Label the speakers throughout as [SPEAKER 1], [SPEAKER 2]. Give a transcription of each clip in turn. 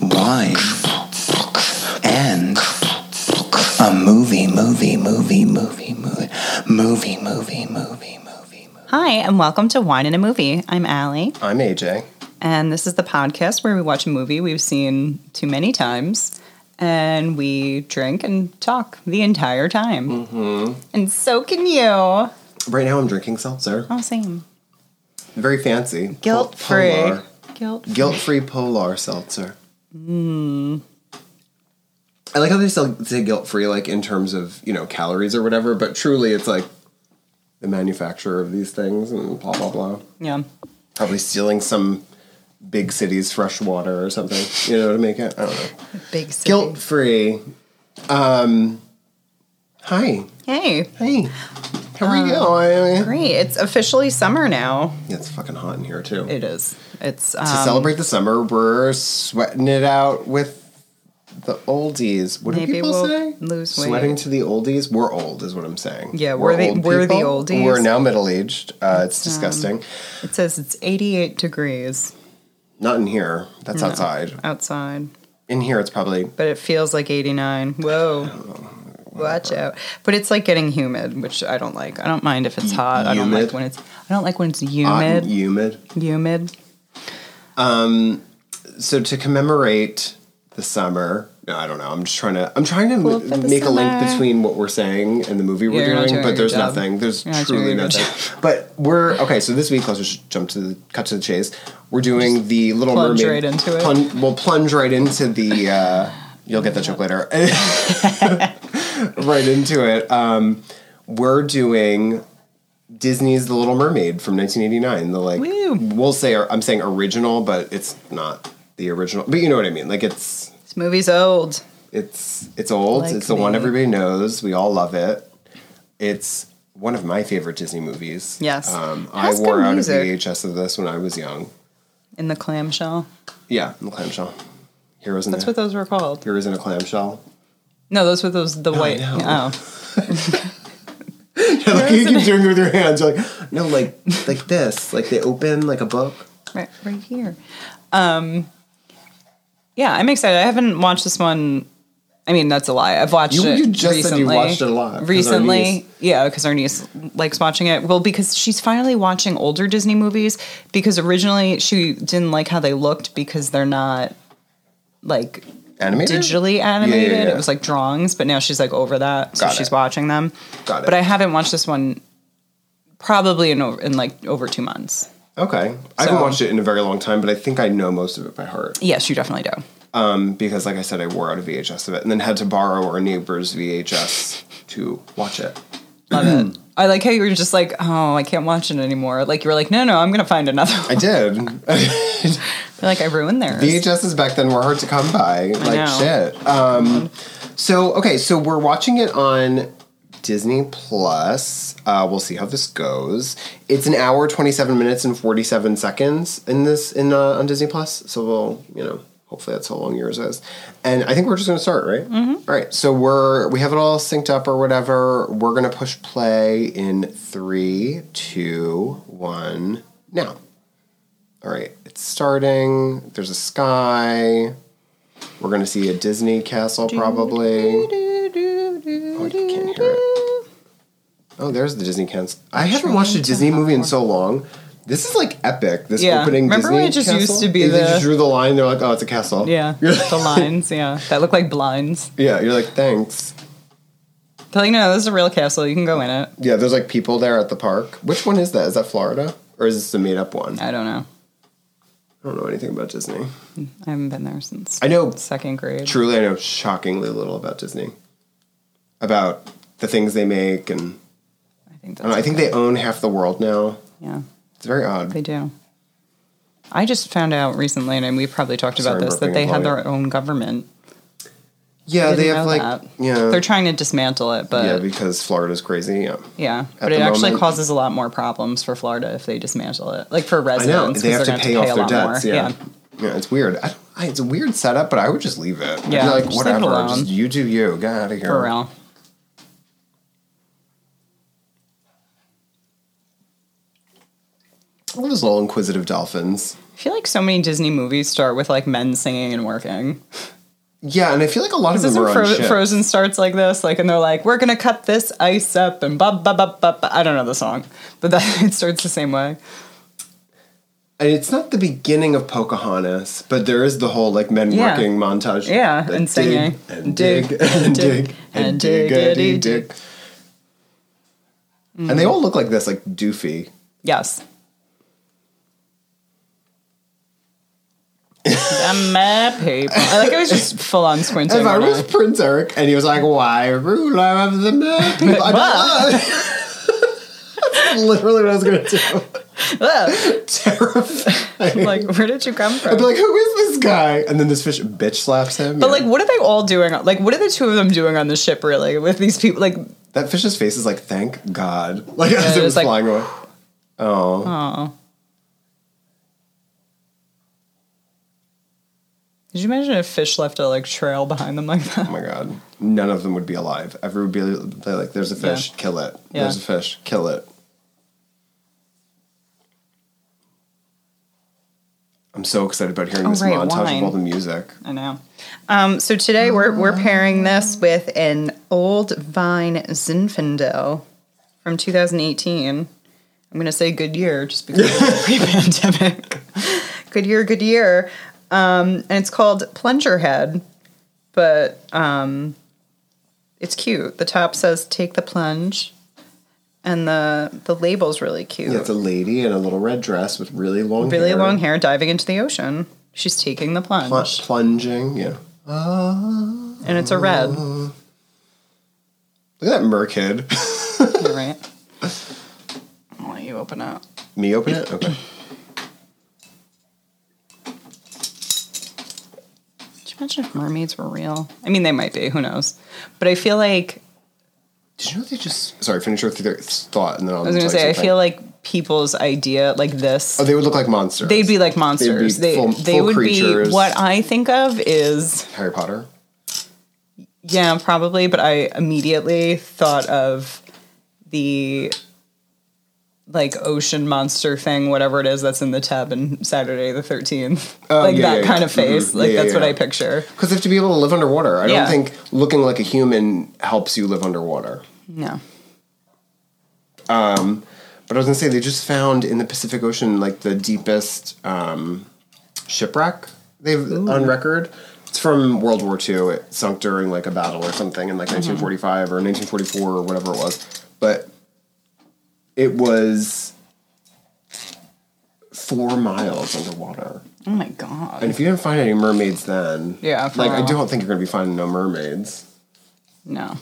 [SPEAKER 1] mind and a movie, movie, movie, movie, movie, movie, movie, movie, movie.
[SPEAKER 2] Hi, and welcome to Wine in a Movie. I'm Allie,
[SPEAKER 3] I'm AJ.
[SPEAKER 2] and this is the podcast where we watch a movie we've seen too many times and we drink and talk the entire time.
[SPEAKER 3] Mm-hmm.
[SPEAKER 2] And so can you. Oh,
[SPEAKER 3] Right now I'm drinking seltzer.
[SPEAKER 2] same.
[SPEAKER 3] Very fancy.
[SPEAKER 2] Guilt free. Guilt
[SPEAKER 3] Guilt free polar seltzer. Mm. I like how they sell, say guilt free, like in terms of, you know, calories or whatever, but truly it's like the manufacturer of these things and blah, blah, blah.
[SPEAKER 2] Yeah.
[SPEAKER 3] Probably stealing some big city's fresh water or something, you know, to make it. I don't know.
[SPEAKER 2] Big city.
[SPEAKER 3] Guilt free. Um, hi.
[SPEAKER 2] Hey. Um,
[SPEAKER 3] Hey. How are you going?
[SPEAKER 2] Great. It's officially summer now.
[SPEAKER 3] It's fucking hot in here, too.
[SPEAKER 2] It is. It's
[SPEAKER 3] to
[SPEAKER 2] um,
[SPEAKER 3] celebrate the summer, we're sweating it out with the oldies. What do
[SPEAKER 2] Maybe
[SPEAKER 3] people
[SPEAKER 2] we'll
[SPEAKER 3] say?
[SPEAKER 2] lose weight.
[SPEAKER 3] Sweating to the oldies. We're old, is what I'm saying.
[SPEAKER 2] Yeah, we're the- we're the
[SPEAKER 3] people.
[SPEAKER 2] oldies. um,
[SPEAKER 3] We're now middle aged. Uh, it's disgusting.
[SPEAKER 2] it says it's 88 degrees
[SPEAKER 3] Not in here. That's outside.
[SPEAKER 2] outside.
[SPEAKER 3] In here, it's probably
[SPEAKER 2] but it feels like 89. Whoa. Watch out. But it's like getting humid, which I don't like. I don't mind if it's hot. I don't like
[SPEAKER 3] humid?
[SPEAKER 2] when it's I don't like when it's
[SPEAKER 3] hot
[SPEAKER 2] humid.
[SPEAKER 3] and humid.
[SPEAKER 2] humid.
[SPEAKER 3] So to commemorate the summer. No, I don't know. I'm just trying to. I'm trying to
[SPEAKER 2] Cool for the
[SPEAKER 3] make a link
[SPEAKER 2] summer.
[SPEAKER 3] between what we're saying and the movie we're
[SPEAKER 2] Yeah, you're not
[SPEAKER 3] doing,
[SPEAKER 2] doing a
[SPEAKER 3] but
[SPEAKER 2] good
[SPEAKER 3] there's
[SPEAKER 2] job.
[SPEAKER 3] nothing. There's
[SPEAKER 2] You're not
[SPEAKER 3] truly
[SPEAKER 2] doing a good
[SPEAKER 3] nothing. But we're okay. So this week, let's just jump to the cut to the chase. We're doing the Little
[SPEAKER 2] plunge
[SPEAKER 3] Mermaid.
[SPEAKER 2] right into it.
[SPEAKER 3] Plun- we'll plunge right into the. Uh, you'll get that joke later. right into it. Um, we're doing Disney's The Little Mermaid from 1989. The like,
[SPEAKER 2] Woo.
[SPEAKER 3] we'll say I'm saying original, but it's not the original. But you know what I mean. Like it's
[SPEAKER 2] This movie's old.
[SPEAKER 3] it's it's old.
[SPEAKER 2] Like
[SPEAKER 3] it's the one
[SPEAKER 2] me.
[SPEAKER 3] everybody knows. We all love it. It's one of my favorite Disney movies.
[SPEAKER 2] Yes.
[SPEAKER 3] um,
[SPEAKER 2] It
[SPEAKER 3] I
[SPEAKER 2] has
[SPEAKER 3] wore
[SPEAKER 2] good
[SPEAKER 3] out
[SPEAKER 2] music.
[SPEAKER 3] a VHS of this when I was young.
[SPEAKER 2] In the clamshell.
[SPEAKER 3] Yeah, in the clamshell. Heroes in
[SPEAKER 2] That's
[SPEAKER 3] a,
[SPEAKER 2] what those were called.
[SPEAKER 3] Heroes in a clamshell.
[SPEAKER 2] No, those were those the white.
[SPEAKER 3] know.
[SPEAKER 2] Oh.
[SPEAKER 3] like you keep doing it with your hands. You're like no, like like this. Like they open like a book.
[SPEAKER 2] Right right here. Um Yeah, I'm excited. I haven't watched this one. I mean, that's a lie. I've watched
[SPEAKER 3] You-
[SPEAKER 2] it
[SPEAKER 3] you just said
[SPEAKER 2] recently.
[SPEAKER 3] you watched it a lot, 'cause our niece-
[SPEAKER 2] Recently, yeah, because our niece likes watching it. Well, because she's finally watching older Disney movies. Because originally she didn't like how they looked because they're not like
[SPEAKER 3] Animated.
[SPEAKER 2] digitally animated.
[SPEAKER 3] yeah.
[SPEAKER 2] It was like drawings, but now she's like over that, so
[SPEAKER 3] Got
[SPEAKER 2] she's
[SPEAKER 3] it.
[SPEAKER 2] watching them.
[SPEAKER 3] Got it.
[SPEAKER 2] But I haven't watched this one probably in over, in like over two months.
[SPEAKER 3] Okay, I haven't
[SPEAKER 2] So-
[SPEAKER 3] watched it in a very long time, but I think I know most of it by heart.
[SPEAKER 2] Yes, you definitely do.
[SPEAKER 3] because like I said, I wore out a VHS of it and then had to borrow our neighbor's VHS to watch it.
[SPEAKER 2] Love it. I like how you were just like, oh, I can't watch it anymore. Like you were like, no, no, I'm gonna find another. One.
[SPEAKER 3] I did.
[SPEAKER 2] like I ruined theirs.
[SPEAKER 3] VHSs back then were hard to come by. Like
[SPEAKER 2] know.
[SPEAKER 3] shit. Um, so okay, so we're watching it on Disney Plus. Uh, we'll see how this goes. It's an hour, twenty-seven minutes, and forty-seven seconds in this in uh, on Disney Plus. So we'll you know hopefully that's how long yours is. And I think we're just gonna start right. Mm-hmm. right. So we're we have it all synced up or whatever. We're gonna push play in three, two, one, now. All right, it's starting. There's a sky. We're gonna see a Disney castle probably. Oh, you can't hear it. Oh, there's the Disney cans. I haven't watched a Disney movie in so long. This is like epic. This
[SPEAKER 2] Yeah.
[SPEAKER 3] opening
[SPEAKER 2] Remember
[SPEAKER 3] Disney
[SPEAKER 2] when it just
[SPEAKER 3] castle?
[SPEAKER 2] used to be
[SPEAKER 3] They
[SPEAKER 2] the-
[SPEAKER 3] just drew the line. They're like, oh, it's a castle.
[SPEAKER 2] Yeah,
[SPEAKER 3] You're like,
[SPEAKER 2] the lines. Yeah, that look like blinds.
[SPEAKER 3] yeah. You're like, thanks.
[SPEAKER 2] They're like, no, this is a real castle. You can go in it.
[SPEAKER 3] Yeah, there's like people there at the park. Which one is that? Is that Florida or is this a made up one? I
[SPEAKER 2] I don't know.
[SPEAKER 3] don't know anything about Disney.
[SPEAKER 2] I haven't been there since
[SPEAKER 3] I know
[SPEAKER 2] second grade.
[SPEAKER 3] truly I know shockingly little about Disney. About the things they make and
[SPEAKER 2] I think
[SPEAKER 3] I, don't
[SPEAKER 2] that's.
[SPEAKER 3] know, I think they own half the world now.
[SPEAKER 2] Yeah,
[SPEAKER 3] It's very odd.
[SPEAKER 2] they do. I just found out recently, and we probably talked about
[SPEAKER 3] Sorry,
[SPEAKER 2] this,
[SPEAKER 3] burping
[SPEAKER 2] that they
[SPEAKER 3] and
[SPEAKER 2] had their
[SPEAKER 3] blowing.
[SPEAKER 2] own government. I
[SPEAKER 3] Yeah,
[SPEAKER 2] didn't
[SPEAKER 3] they have
[SPEAKER 2] know
[SPEAKER 3] like
[SPEAKER 2] that.
[SPEAKER 3] yeah.
[SPEAKER 2] They're trying to dismantle it, but
[SPEAKER 3] yeah, because Florida's crazy. Yeah.
[SPEAKER 2] Yeah, but
[SPEAKER 3] the
[SPEAKER 2] it actually
[SPEAKER 3] moment.
[SPEAKER 2] causes a lot more problems for Florida if they dismantle it. Like for
[SPEAKER 3] I know.
[SPEAKER 2] residents,
[SPEAKER 3] They
[SPEAKER 2] 'cause
[SPEAKER 3] have to
[SPEAKER 2] they're
[SPEAKER 3] pay
[SPEAKER 2] gonna
[SPEAKER 3] off
[SPEAKER 2] a
[SPEAKER 3] their
[SPEAKER 2] lot
[SPEAKER 3] debts.
[SPEAKER 2] more.
[SPEAKER 3] Yeah. yeah. it's weird. I, I, it's a weird setup, but I would just leave it. I'd be
[SPEAKER 2] Yeah,
[SPEAKER 3] like
[SPEAKER 2] just leave it
[SPEAKER 3] whatever.
[SPEAKER 2] alone.
[SPEAKER 3] Just you do you. Get out of here.
[SPEAKER 2] for real.
[SPEAKER 3] All those little inquisitive dolphins.
[SPEAKER 2] I feel like so many Disney movies start with like men singing and working.
[SPEAKER 3] Yeah, and I feel like a lot of them
[SPEAKER 2] Doesn't
[SPEAKER 3] are on
[SPEAKER 2] Fro-
[SPEAKER 3] ships.
[SPEAKER 2] Frozen starts like this, like, and they're like, "We're gonna cut this ice up," and blah blah blah blah. blah. I don't know the song, but that, it starts the same way.
[SPEAKER 3] And it's not the beginning of Pocahontas, but there is the whole like men
[SPEAKER 2] Yeah.
[SPEAKER 3] working montage.
[SPEAKER 2] Yeah,
[SPEAKER 3] Like,
[SPEAKER 2] and singing.
[SPEAKER 3] dig, and dig and dig and diggity dig. And they all look like this, like doofy.
[SPEAKER 2] Yes. the mad eh, people. I like I was just full on squinting.
[SPEAKER 3] If I
[SPEAKER 2] weren't
[SPEAKER 3] was Prince Eric, and he was like, "Why ruler of the mad people?" I'd be like, "Ah." That's literally what I was gonna do.
[SPEAKER 2] I?
[SPEAKER 3] Terrifying.
[SPEAKER 2] Ugh. like, where did you come
[SPEAKER 3] I'd
[SPEAKER 2] from?
[SPEAKER 3] be like, "Who is this guy?" And then this fish bitch slaps him.
[SPEAKER 2] But
[SPEAKER 3] Yeah.
[SPEAKER 2] like, what are they all doing? on- Like, what are the two of them doing on the ship? Really, with these people? Like,
[SPEAKER 3] that fish's face is like, "Thank God!" Like as
[SPEAKER 2] it
[SPEAKER 3] it
[SPEAKER 2] was
[SPEAKER 3] was
[SPEAKER 2] like-
[SPEAKER 3] flying away. Oh.
[SPEAKER 2] oh. Did you imagine if fish left a like trail behind them like that?
[SPEAKER 3] Oh my god. None of them would be alive. Everybody would be like, there's a fish,
[SPEAKER 2] Yeah.
[SPEAKER 3] kill it.
[SPEAKER 2] Yeah.
[SPEAKER 3] There's a fish, kill it. I'm so excited about hearing this
[SPEAKER 2] Oh, right,
[SPEAKER 3] montage
[SPEAKER 2] wine.
[SPEAKER 3] of all the music.
[SPEAKER 2] I know. Um, so today we're we're pairing this with an old vine Zinfandel from 2018. I'm going to say good year just because it's pre-pandemic. Good year, good year. Um, and it's called Plunger Head, but um, it's cute. The top says "Take the plunge," and the the label's really cute.
[SPEAKER 3] Yeah, it's a lady in a little red dress with really long
[SPEAKER 2] really
[SPEAKER 3] hair.
[SPEAKER 2] long hair diving into the ocean. She's taking the plunge,
[SPEAKER 3] Pl- plunging, yeah.
[SPEAKER 2] and it's a red.
[SPEAKER 3] Oh. Look at that merkid.
[SPEAKER 2] All right. I'll let you open up.
[SPEAKER 3] Me open it? Okay.
[SPEAKER 2] Could you imagine if mermaids were real? I mean, they might be. Who knows? But I feel like
[SPEAKER 3] Did you know they just sorry, finish your th- thought and then I'll
[SPEAKER 2] I was gonna say I feel like people's idea like this.
[SPEAKER 3] Oh, they would look like monsters.
[SPEAKER 2] They'd be like monsters. they
[SPEAKER 3] full-
[SPEAKER 2] they
[SPEAKER 3] full
[SPEAKER 2] would
[SPEAKER 3] creatures.
[SPEAKER 2] be what I think of is
[SPEAKER 3] Harry Potter.
[SPEAKER 2] yeah probably, but I immediately thought of the like ocean monster thing, whatever it is that's in the tub in Saturday the Thirteenth,
[SPEAKER 3] Oh,
[SPEAKER 2] like
[SPEAKER 3] yeah,
[SPEAKER 2] that
[SPEAKER 3] yeah,
[SPEAKER 2] kind
[SPEAKER 3] yeah.
[SPEAKER 2] of face.
[SPEAKER 3] Mhm.
[SPEAKER 2] Like
[SPEAKER 3] Yeah,
[SPEAKER 2] that's
[SPEAKER 3] yeah,
[SPEAKER 2] what I
[SPEAKER 3] yeah.
[SPEAKER 2] picture.
[SPEAKER 3] Because they have to be able to live underwater. I
[SPEAKER 2] Yeah.
[SPEAKER 3] don't think looking like a human helps you live underwater.
[SPEAKER 2] No.
[SPEAKER 3] But I was gonna say they just found in the Pacific Ocean like the deepest um, shipwreck they've on record. It's from World War II. It sunk during like a battle or something in like
[SPEAKER 2] Uh-huh.
[SPEAKER 3] 1945 or 1944 or whatever it was. But it was four miles underwater.
[SPEAKER 2] Oh my god.
[SPEAKER 3] And if you didn't find any mermaids then,
[SPEAKER 2] Yeah, for uh,
[SPEAKER 3] like
[SPEAKER 2] a
[SPEAKER 3] I
[SPEAKER 2] while.
[SPEAKER 3] don't think you're gonna be finding no mermaids.
[SPEAKER 2] No.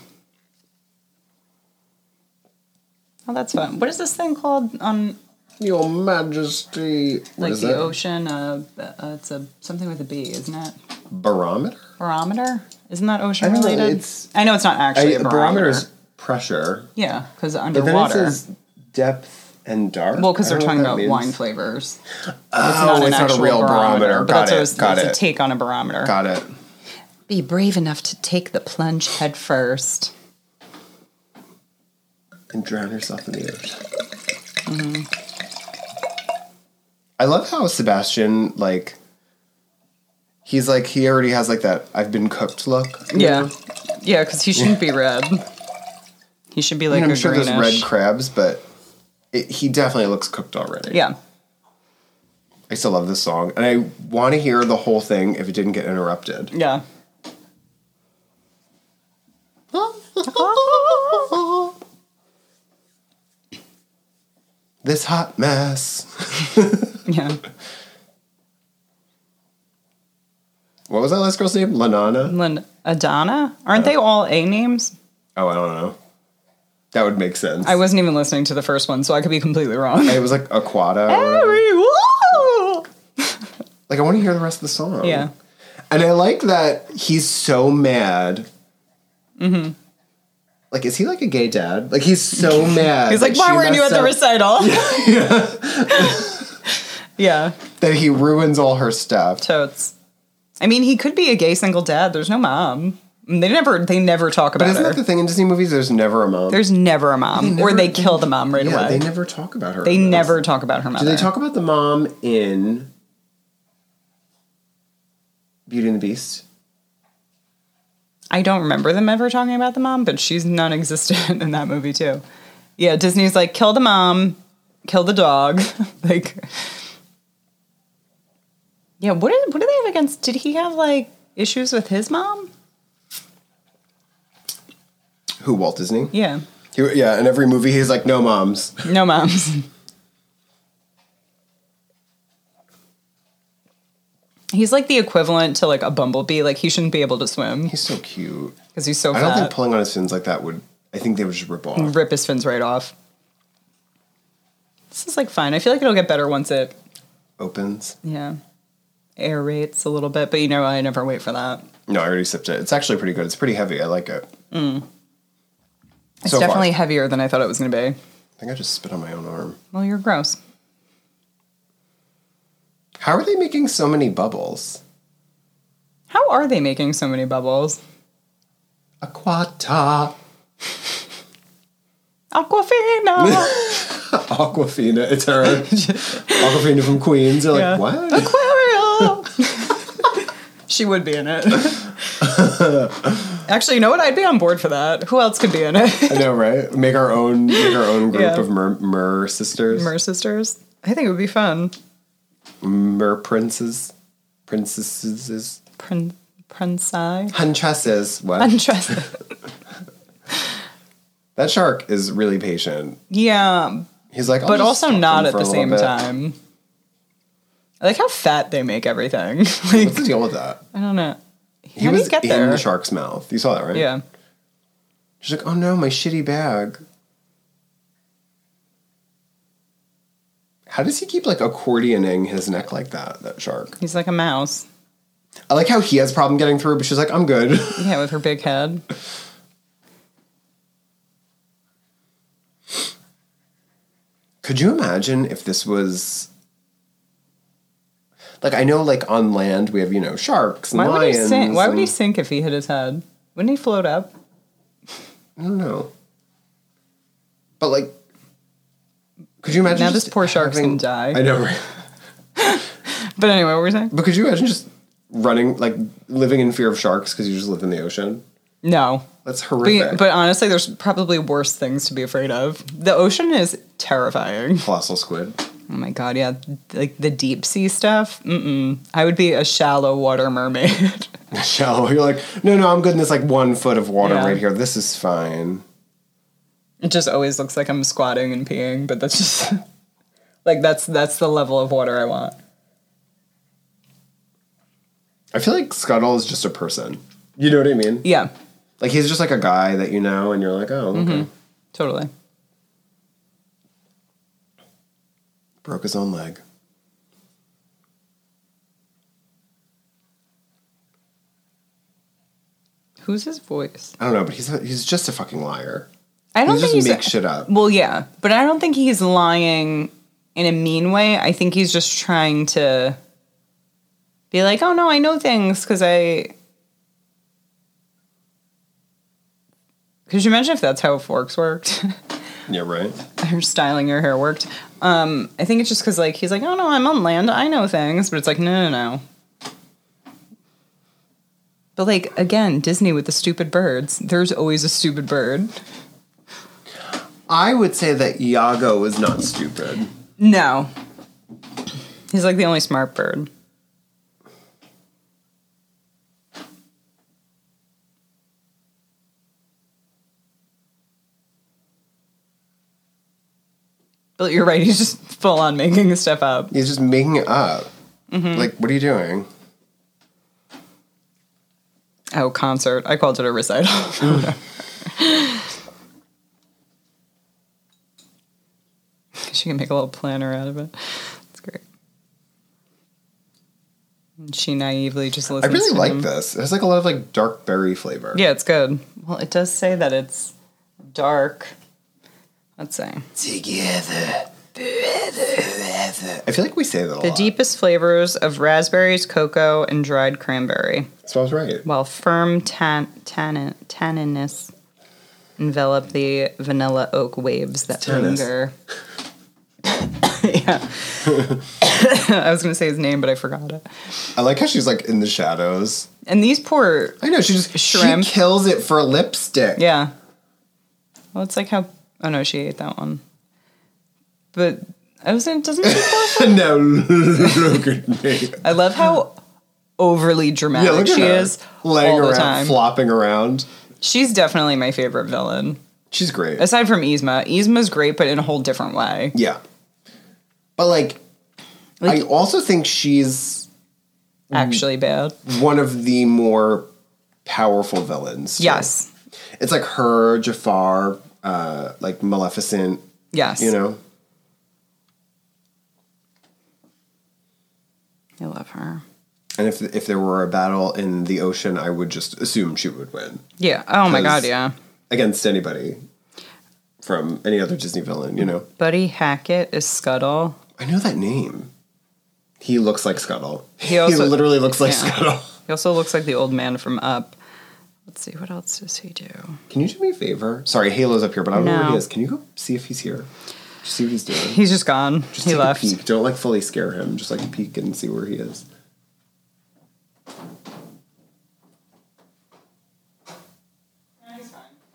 [SPEAKER 2] Oh, that's fun. What is this thing called on
[SPEAKER 3] Your Majesty, what
[SPEAKER 2] like
[SPEAKER 3] is
[SPEAKER 2] the
[SPEAKER 3] that?
[SPEAKER 2] ocean? Uh, uh, it's a something with a B, isn't it?
[SPEAKER 3] barometer.
[SPEAKER 2] Barometer? Isn't that ocean
[SPEAKER 3] I don't know,
[SPEAKER 2] related?
[SPEAKER 3] it's-
[SPEAKER 2] I know it's not actually
[SPEAKER 3] A
[SPEAKER 2] a barometer.
[SPEAKER 3] barometer is pressure.
[SPEAKER 2] yeah, because
[SPEAKER 3] But then
[SPEAKER 2] underwater.
[SPEAKER 3] it says depth and dark.
[SPEAKER 2] well, because
[SPEAKER 3] I
[SPEAKER 2] they're
[SPEAKER 3] don't
[SPEAKER 2] talking about
[SPEAKER 3] know what that
[SPEAKER 2] wine
[SPEAKER 3] means.
[SPEAKER 2] flavors.
[SPEAKER 3] Oh, it's not a
[SPEAKER 2] actual
[SPEAKER 3] real barometer.
[SPEAKER 2] but
[SPEAKER 3] Got
[SPEAKER 2] that's
[SPEAKER 3] it,
[SPEAKER 2] what it's-
[SPEAKER 3] got
[SPEAKER 2] it's a
[SPEAKER 3] it.
[SPEAKER 2] take on a barometer.
[SPEAKER 3] Got it.
[SPEAKER 2] Be brave enough to take the plunge head first.
[SPEAKER 3] And drown yourself in the ocean.
[SPEAKER 2] Mm-hmm.
[SPEAKER 3] I love how Sebastian like. He's like he already has like that I've been cooked look. you
[SPEAKER 2] Yeah,
[SPEAKER 3] know?
[SPEAKER 2] yeah, because he shouldn't be red. He should be
[SPEAKER 3] I
[SPEAKER 2] like
[SPEAKER 3] mean,
[SPEAKER 2] a
[SPEAKER 3] I'm sure there's
[SPEAKER 2] greenish.
[SPEAKER 3] red crabs, but it, he definitely looks cooked already.
[SPEAKER 2] yeah.
[SPEAKER 3] I still love this song, and I want to hear the whole thing if it didn't get interrupted.
[SPEAKER 2] Yeah.
[SPEAKER 3] This hot mess.
[SPEAKER 2] Yeah.
[SPEAKER 3] What was that last girl's name? Lanana?
[SPEAKER 2] Lynn Adana? Aren't they all A names?
[SPEAKER 3] Oh, I don't know. That would make sense.
[SPEAKER 2] I wasn't even listening to the first one, so I could be completely wrong.
[SPEAKER 3] it was like Aquata. or whatever.
[SPEAKER 2] Harry, woo!
[SPEAKER 3] Like I want to hear the rest of the song.
[SPEAKER 2] Yeah.
[SPEAKER 3] And I like that he's so mad. Mm-hmm.
[SPEAKER 2] Mm-hmm.
[SPEAKER 3] Like, is he like a gay dad? Like he's so mad.
[SPEAKER 2] He's like,
[SPEAKER 3] that
[SPEAKER 2] why
[SPEAKER 3] she
[SPEAKER 2] weren't you at
[SPEAKER 3] messed
[SPEAKER 2] the
[SPEAKER 3] up-
[SPEAKER 2] recital? Yeah. yeah.
[SPEAKER 3] That he ruins all her stuff.
[SPEAKER 2] Totes. I mean, he could be a gay single dad. There's no mom. They never they never talk
[SPEAKER 3] But
[SPEAKER 2] about
[SPEAKER 3] isn't
[SPEAKER 2] her.
[SPEAKER 3] that the thing in Disney movies? There's never a mom.
[SPEAKER 2] There's never a mom, or
[SPEAKER 3] never-
[SPEAKER 2] they kill the mom right
[SPEAKER 3] yeah,
[SPEAKER 2] away.
[SPEAKER 3] they never talk about her.
[SPEAKER 2] They
[SPEAKER 3] in this.
[SPEAKER 2] never talk about her mother.
[SPEAKER 3] Do they talk about the mom in Beauty and the Beast?
[SPEAKER 2] I don't remember them ever talking about the mom, but she's non-existent in that movie too. Yeah, Disney's like kill the mom, kill the dog. like, yeah, what did what do they have against? Did he have like issues with his mom?
[SPEAKER 3] Who Walt Disney?
[SPEAKER 2] Yeah,
[SPEAKER 3] He- yeah, in every movie he's like, no moms.
[SPEAKER 2] no moms. He's like the equivalent to like a bumblebee. Like he shouldn't be able to swim
[SPEAKER 3] He's so cute.
[SPEAKER 2] because he's so
[SPEAKER 3] I
[SPEAKER 2] fat.
[SPEAKER 3] don't think pulling on his fins like that would. I think they would just rip off.
[SPEAKER 2] rip his fins right off. This is like fine. I feel like it'll get better once it,
[SPEAKER 3] Opens.
[SPEAKER 2] yeah, aerates a little bit. But you know, I never wait for that.
[SPEAKER 3] No, I already sipped it. It's actually pretty good. It's pretty heavy. I like it.
[SPEAKER 2] It's
[SPEAKER 3] So far.
[SPEAKER 2] definitely heavier than I thought it was going to be.
[SPEAKER 3] I think I just spit on my own arm.
[SPEAKER 2] Well, you're gross.
[SPEAKER 3] How are they making so many bubbles?
[SPEAKER 2] How are they making so many bubbles?
[SPEAKER 3] Aquata.
[SPEAKER 2] Aquafina,
[SPEAKER 3] Aquafina. It's her. Aquafina from Queens. They're like,
[SPEAKER 2] Yeah.
[SPEAKER 3] what?
[SPEAKER 2] Aquarium. she would be in it. Actually, you know what? I'd be on board for that. Who else could be in it?
[SPEAKER 3] I know, right? Make our own make our own group
[SPEAKER 2] Yeah.
[SPEAKER 3] of mer, mer sisters. Mer,
[SPEAKER 2] Mer sisters. I think it would be fun.
[SPEAKER 3] princes. Princesses.
[SPEAKER 2] Prin- Princess.
[SPEAKER 3] Huntresses. What?
[SPEAKER 2] Untrusted.
[SPEAKER 3] that shark is really patient.
[SPEAKER 2] Yeah,
[SPEAKER 3] He's like, I'll
[SPEAKER 2] but
[SPEAKER 3] just
[SPEAKER 2] also
[SPEAKER 3] stalk
[SPEAKER 2] not
[SPEAKER 3] him
[SPEAKER 2] at
[SPEAKER 3] for a
[SPEAKER 2] the
[SPEAKER 3] little
[SPEAKER 2] same
[SPEAKER 3] bit.
[SPEAKER 2] time. I like how fat they make everything.
[SPEAKER 3] What's
[SPEAKER 2] like
[SPEAKER 3] the deal with that?
[SPEAKER 2] I don't know. How
[SPEAKER 3] He
[SPEAKER 2] do
[SPEAKER 3] was
[SPEAKER 2] you get
[SPEAKER 3] in
[SPEAKER 2] there?
[SPEAKER 3] the shark's mouth. You saw that, right?
[SPEAKER 2] Yeah,
[SPEAKER 3] She's like, oh no, my shitty bag. How does he keep like accordioning his neck like that, that shark?
[SPEAKER 2] he's like a mouse.
[SPEAKER 3] I like how he has problem getting through, but she's like, I'm good.
[SPEAKER 2] Yeah, with her big head.
[SPEAKER 3] Could you imagine if this was like I know like on land we have, you know, sharks and
[SPEAKER 2] Why would he
[SPEAKER 3] lions.
[SPEAKER 2] sink? Why would he
[SPEAKER 3] and-
[SPEAKER 2] sink if he hit his head? Wouldn't he float up?
[SPEAKER 3] I don't know. But like, could you imagine?
[SPEAKER 2] Now this
[SPEAKER 3] just
[SPEAKER 2] poor shark's
[SPEAKER 3] having-
[SPEAKER 2] gonna die.
[SPEAKER 3] I know. right?
[SPEAKER 2] But anyway, what were we saying?
[SPEAKER 3] But could you imagine just running, like living in fear of sharks because you just live in the ocean?
[SPEAKER 2] No.
[SPEAKER 3] That's
[SPEAKER 2] But,
[SPEAKER 3] horrific.
[SPEAKER 2] but honestly, there's probably worse things to be afraid of. The ocean is terrifying.
[SPEAKER 3] Colossal squid.
[SPEAKER 2] Oh my god, yeah, like the deep sea stuff. Mm-mm. I would be a shallow water mermaid.
[SPEAKER 3] Shallow. You're like, no, no, I'm good in this like one foot of water
[SPEAKER 2] Yeah.
[SPEAKER 3] right here. This is fine.
[SPEAKER 2] It just always looks like I'm squatting and peeing, but that's just like that's that's the level of water I want.
[SPEAKER 3] I feel like Scuttle is just a person. You know what I mean?
[SPEAKER 2] Yeah,
[SPEAKER 3] Like he's just like a guy that you know, and you're like, oh, okay.
[SPEAKER 2] Mm-hmm. totally.
[SPEAKER 3] Broke his own leg.
[SPEAKER 2] Who's his voice?
[SPEAKER 3] I don't know, but he's he's just a fucking liar.
[SPEAKER 2] I don't
[SPEAKER 3] He just
[SPEAKER 2] think he's
[SPEAKER 3] makes shit up.
[SPEAKER 2] well, yeah, but I don't think he's lying in a mean way. I think he's just trying to be like, "Oh no, I know things because I." Could you imagine if that's how forks worked?
[SPEAKER 3] Yeah, right.
[SPEAKER 2] her styling your hair worked. Um, I think it's just because like he's like, oh no, I'm on land, I know things, but it's like, no, no, no. But like again, Disney with the stupid birds. There's always a stupid bird.
[SPEAKER 3] I would say that Iago is not stupid.
[SPEAKER 2] No, he's like the only smart bird. But you're right. He's just full on making stuff up.
[SPEAKER 3] He's just making it up.
[SPEAKER 2] Mm-hmm.
[SPEAKER 3] Like, what are you doing?
[SPEAKER 2] Oh, concert. I called it a recital. she can make a little planner out of it. It's great. And she naively just
[SPEAKER 3] I
[SPEAKER 2] listens.
[SPEAKER 3] really
[SPEAKER 2] to
[SPEAKER 3] like
[SPEAKER 2] him.
[SPEAKER 3] this. It has like a lot of like dark berry flavor.
[SPEAKER 2] Yeah, it's good. Well, it does say that it's dark. Let's say.
[SPEAKER 1] Together. Forever. Forever.
[SPEAKER 3] I I feel like we say that a
[SPEAKER 2] The
[SPEAKER 3] lot.
[SPEAKER 2] deepest flavors of raspberries, cocoa, and dried cranberry,
[SPEAKER 3] So I was right.
[SPEAKER 2] while firm tan- tannin- tanniness envelop the vanilla oak waves that
[SPEAKER 3] Tannis.
[SPEAKER 2] linger. yeah. I was going to say his name, but I forgot it.
[SPEAKER 3] I like how she's like in the shadows.
[SPEAKER 2] And these poor,
[SPEAKER 3] I know she just
[SPEAKER 2] Shrimp.
[SPEAKER 3] she kills it for lipstick.
[SPEAKER 2] yeah. Well, it's like how, oh no, she ate that one. But I was in, doesn't it?
[SPEAKER 3] no, look at me.
[SPEAKER 2] I love how overly dramatic
[SPEAKER 3] Yeah, look at
[SPEAKER 2] she
[SPEAKER 3] her
[SPEAKER 2] is
[SPEAKER 3] laying
[SPEAKER 2] all the
[SPEAKER 3] around,
[SPEAKER 2] time.
[SPEAKER 3] flopping around.
[SPEAKER 2] She's definitely my favorite villain.
[SPEAKER 3] She's great.
[SPEAKER 2] Aside from Yzma. Yzma's great, but in a whole different way.
[SPEAKER 3] yeah, but like, I also think she's Mm.
[SPEAKER 2] Actually bad.
[SPEAKER 3] one of the more powerful villains. too.
[SPEAKER 2] Yes.
[SPEAKER 3] it's like her, Jafar, uh, like Maleficent.
[SPEAKER 2] Yes.
[SPEAKER 3] You know,
[SPEAKER 2] I love her.
[SPEAKER 3] and if if there were a battle in the ocean, I would just assume she would win
[SPEAKER 2] Yeah. Oh my
[SPEAKER 3] 'Cause-
[SPEAKER 2] god, yeah.
[SPEAKER 3] against anybody from any other Disney villain. You know.
[SPEAKER 2] Buddy Hackett is Scuttle.
[SPEAKER 3] I know that name. He looks like Scuttle. He,
[SPEAKER 2] also-
[SPEAKER 3] literally looks like
[SPEAKER 2] yeah.
[SPEAKER 3] Scuttle.
[SPEAKER 2] He also looks like the old man from Up. Let's see, what else does he do?
[SPEAKER 3] Can you do me a favor? Sorry, Halo's up here, but I don't know where he
[SPEAKER 2] No.
[SPEAKER 3] is. Can you go see if he's here? Just see what he's doing.
[SPEAKER 2] He's just gone.
[SPEAKER 3] Just
[SPEAKER 2] he
[SPEAKER 3] take
[SPEAKER 2] left.
[SPEAKER 3] A peek. Don't like fully scare him. Just like peek and see where he is.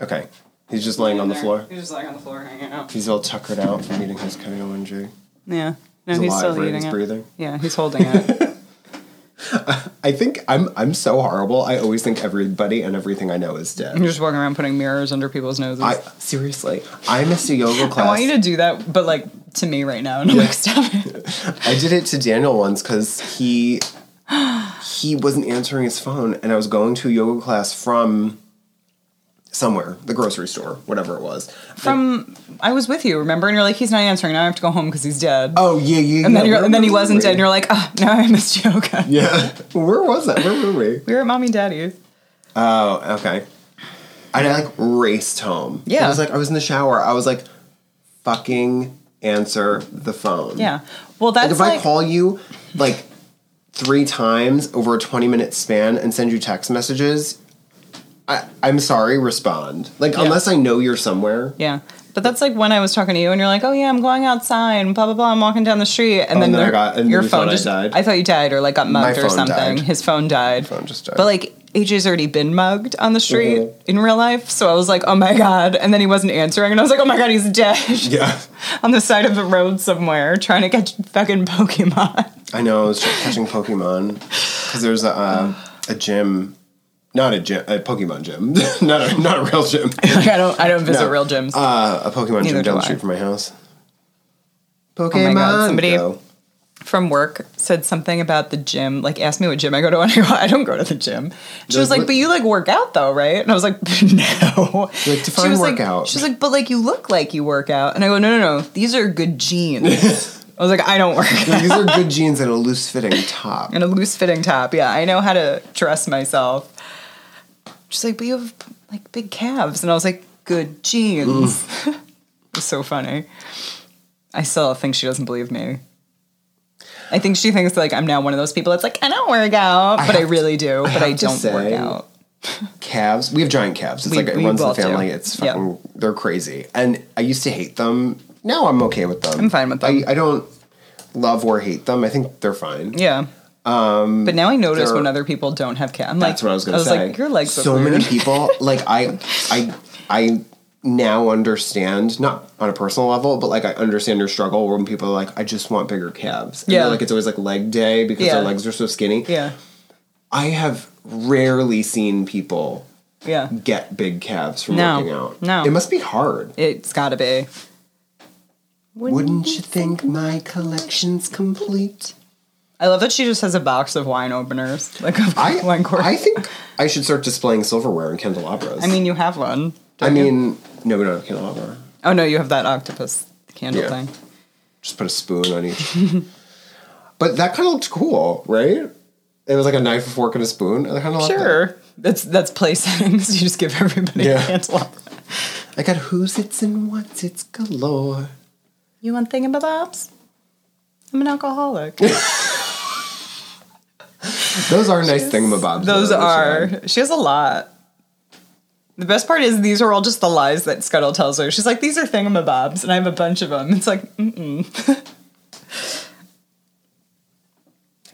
[SPEAKER 3] Okay. He's just laying on the floor.
[SPEAKER 2] He's just lying on the floor hanging out.
[SPEAKER 3] He's all tuckered out from eating his KO and J.
[SPEAKER 2] Yeah. No,
[SPEAKER 3] He's
[SPEAKER 2] he's,
[SPEAKER 3] alive,
[SPEAKER 2] still
[SPEAKER 3] right?
[SPEAKER 2] eating
[SPEAKER 3] He's
[SPEAKER 2] it.
[SPEAKER 3] breathing.
[SPEAKER 2] Yeah, he's holding it.
[SPEAKER 3] I think I'm I'm so horrible. I always think everybody and everything I know is
[SPEAKER 2] I'm
[SPEAKER 3] dead.
[SPEAKER 2] just walking around putting mirrors under people's noses.
[SPEAKER 3] I seriously. I missed a yoga class.
[SPEAKER 2] I want you to do that, but like to me right now. And I'm like, stop it.
[SPEAKER 3] I did it to Daniel once because he he wasn't answering his phone, and I was going to a yoga class from somewhere, the grocery store, whatever it was.
[SPEAKER 2] From I was with you, remember? And you're like, he's not answering. Now I have to go home because he's dead.
[SPEAKER 3] oh yeah, yeah.
[SPEAKER 2] and then you're, and then he wasn't dead. And you're like, oh, now I missed yoga.
[SPEAKER 3] yeah. Where was that? Where were we?
[SPEAKER 2] We were at mommy and daddy's.
[SPEAKER 3] Oh, okay. And I like raced home.
[SPEAKER 2] Yeah.
[SPEAKER 3] I was like, I was in the shower. I was like, fucking answer the phone.
[SPEAKER 2] Yeah. Well,
[SPEAKER 3] Like
[SPEAKER 2] that's
[SPEAKER 3] if
[SPEAKER 2] like,
[SPEAKER 3] I call you like three times over a 20 minute span and send you text messages, I, I'm sorry, respond. Like, unless I know you're somewhere.
[SPEAKER 2] yeah. But that's like when I was talking to you, and you're like, "Oh yeah, I'm going outside, and blah blah blah. I'm walking down the street, and then,
[SPEAKER 3] Oh, and then I
[SPEAKER 2] there-
[SPEAKER 3] got- and
[SPEAKER 2] your
[SPEAKER 3] you
[SPEAKER 2] phone
[SPEAKER 3] thought I
[SPEAKER 2] just
[SPEAKER 3] died.
[SPEAKER 2] I thought you died, or like got mugged or
[SPEAKER 3] phone
[SPEAKER 2] something.
[SPEAKER 3] died.
[SPEAKER 2] His phone died.
[SPEAKER 3] phone just died.
[SPEAKER 2] But like AJ's already been mugged on the street
[SPEAKER 3] Mhm.
[SPEAKER 2] in real life, so I was like, "Oh my god!" And then he wasn't answering, and I was like, "Oh my god, he's dead."
[SPEAKER 3] Yeah.
[SPEAKER 2] on the side of the road somewhere trying to catch fucking Pokemon.
[SPEAKER 3] I know, I was just catching Pokemon. Because there's a, uh, a gym. Not a gym, a Pokemon gym. not, a, not a real gym.
[SPEAKER 2] like I don't I don't visit
[SPEAKER 3] No.
[SPEAKER 2] real gyms.
[SPEAKER 3] Uh, a Pokemon
[SPEAKER 2] Neither
[SPEAKER 3] gym down
[SPEAKER 2] do
[SPEAKER 3] the street
[SPEAKER 2] I. Oh
[SPEAKER 3] from my house.
[SPEAKER 2] my
[SPEAKER 3] Pokemon.
[SPEAKER 2] God, somebody-
[SPEAKER 3] Go.
[SPEAKER 2] From work said something about the gym, like asked me what gym I go to and I go, I don't go to the gym. She was
[SPEAKER 3] like,
[SPEAKER 2] like,
[SPEAKER 3] "What-
[SPEAKER 2] But you like work out though, right? And I was like, No.
[SPEAKER 3] You're like, "Define
[SPEAKER 2] she was
[SPEAKER 3] workout."
[SPEAKER 2] Like, she was like, But like you look like you work out and I go, No, no, no, these are good jeans. I was like, I don't work out.
[SPEAKER 3] These are good jeans and a loose fitting top.
[SPEAKER 2] And a loose fitting top. Yeah, I know how to dress myself. She's like, But you have like big calves and I was like, Good jeans. it was so funny. I still think she doesn't believe me. I think she thinks like I'm now one of those people that's like, I don't work out, but I really do, but I
[SPEAKER 3] have to
[SPEAKER 2] don't work
[SPEAKER 3] say-
[SPEAKER 2] out.
[SPEAKER 3] calves. We have giant calves. It's
[SPEAKER 2] We-
[SPEAKER 3] like it
[SPEAKER 2] we
[SPEAKER 3] runs in the
[SPEAKER 2] both do.
[SPEAKER 3] family. It's
[SPEAKER 2] Yep.
[SPEAKER 3] fucking. They're crazy. And I used to hate them. Now I'm okay with them.
[SPEAKER 2] I'm fine with them.
[SPEAKER 3] I, I don't love or hate them. I think they're fine.
[SPEAKER 2] Yeah. Um, but now I notice
[SPEAKER 3] there-
[SPEAKER 2] when other people don't have calves. I'm
[SPEAKER 3] That's
[SPEAKER 2] like,
[SPEAKER 3] what I was gonna
[SPEAKER 2] I was
[SPEAKER 3] say.
[SPEAKER 2] like, your legs
[SPEAKER 3] So
[SPEAKER 2] look
[SPEAKER 3] many
[SPEAKER 2] weird.
[SPEAKER 3] people. Like I, I, I now understand not on a personal level, but like I understand your struggle when people are like, I just want bigger calves. And they're
[SPEAKER 2] Yeah.
[SPEAKER 3] Like it's always like leg day because
[SPEAKER 2] Yeah.
[SPEAKER 3] their legs are so skinny.
[SPEAKER 2] Yeah.
[SPEAKER 3] I have rarely seen people
[SPEAKER 2] Yeah.
[SPEAKER 3] get big calves from
[SPEAKER 2] No.
[SPEAKER 3] working out.
[SPEAKER 2] No.
[SPEAKER 3] It must be hard.
[SPEAKER 2] It's gotta be.
[SPEAKER 3] Wouldn't you think my collection's complete?
[SPEAKER 2] I love that she just has a box of wine openers. Like of
[SPEAKER 3] I
[SPEAKER 2] wine corks.
[SPEAKER 3] I think I should start displaying silverware in candelabras.
[SPEAKER 2] I mean, you have one.
[SPEAKER 3] I
[SPEAKER 2] don't you?
[SPEAKER 3] mean, no, we don't have candelabra.
[SPEAKER 2] oh no, you have that octopus candle
[SPEAKER 3] Yeah.
[SPEAKER 2] thing.
[SPEAKER 3] Just put a spoon on each. but that kind of looked cool, right? It was like a knife, a fork, and a spoon. I kind of liked
[SPEAKER 2] Sure, that's that's play settings. You just give everybody
[SPEAKER 3] Yeah.
[SPEAKER 2] a candelabra.
[SPEAKER 3] that. I got who's it's and what's it's galore.
[SPEAKER 2] You want thingamabobs? I'm an alcoholic.
[SPEAKER 3] Those are nice thingamabobs.
[SPEAKER 2] Those
[SPEAKER 3] though, that she
[SPEAKER 2] are. She has a lot. The best part is these are all just the lies that Scuttle tells her. She's like, these are thingamabobs, and I have a bunch of them. It's like, "Mm, mm-mm.
[SPEAKER 3] had.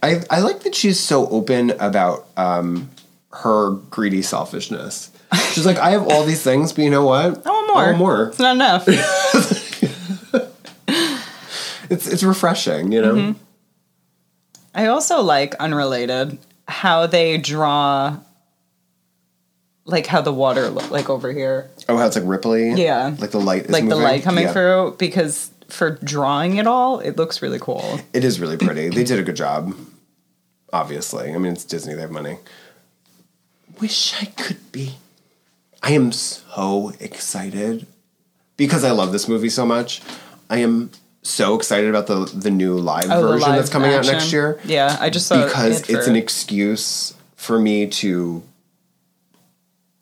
[SPEAKER 3] I, I like that she's so open about um, her greedy selfishness. She's like, I have all these things, but you know what?
[SPEAKER 2] I want more.
[SPEAKER 3] I want more.
[SPEAKER 2] It's not enough.
[SPEAKER 3] It's it's refreshing, you know.
[SPEAKER 2] Mm-hmm. I also like unrelated how they draw, like how the water look like over here,
[SPEAKER 3] Oh, how it's like ripply.
[SPEAKER 2] Yeah.
[SPEAKER 3] like the light. Is
[SPEAKER 2] like the
[SPEAKER 3] moving?
[SPEAKER 2] light coming
[SPEAKER 3] Yeah.
[SPEAKER 2] through. Because for drawing it all, it looks really cool.
[SPEAKER 3] It is really pretty. they did a good job. Obviously, I mean it's Disney. They have money. Wish I could be. I am so excited because I love this movie so much. I am so excited about the the new live
[SPEAKER 2] Oh, the
[SPEAKER 3] version
[SPEAKER 2] live
[SPEAKER 3] that's coming
[SPEAKER 2] action.
[SPEAKER 3] out next year
[SPEAKER 2] Yeah, I just saw
[SPEAKER 3] because
[SPEAKER 2] it
[SPEAKER 3] it's
[SPEAKER 2] for-
[SPEAKER 3] an excuse for me to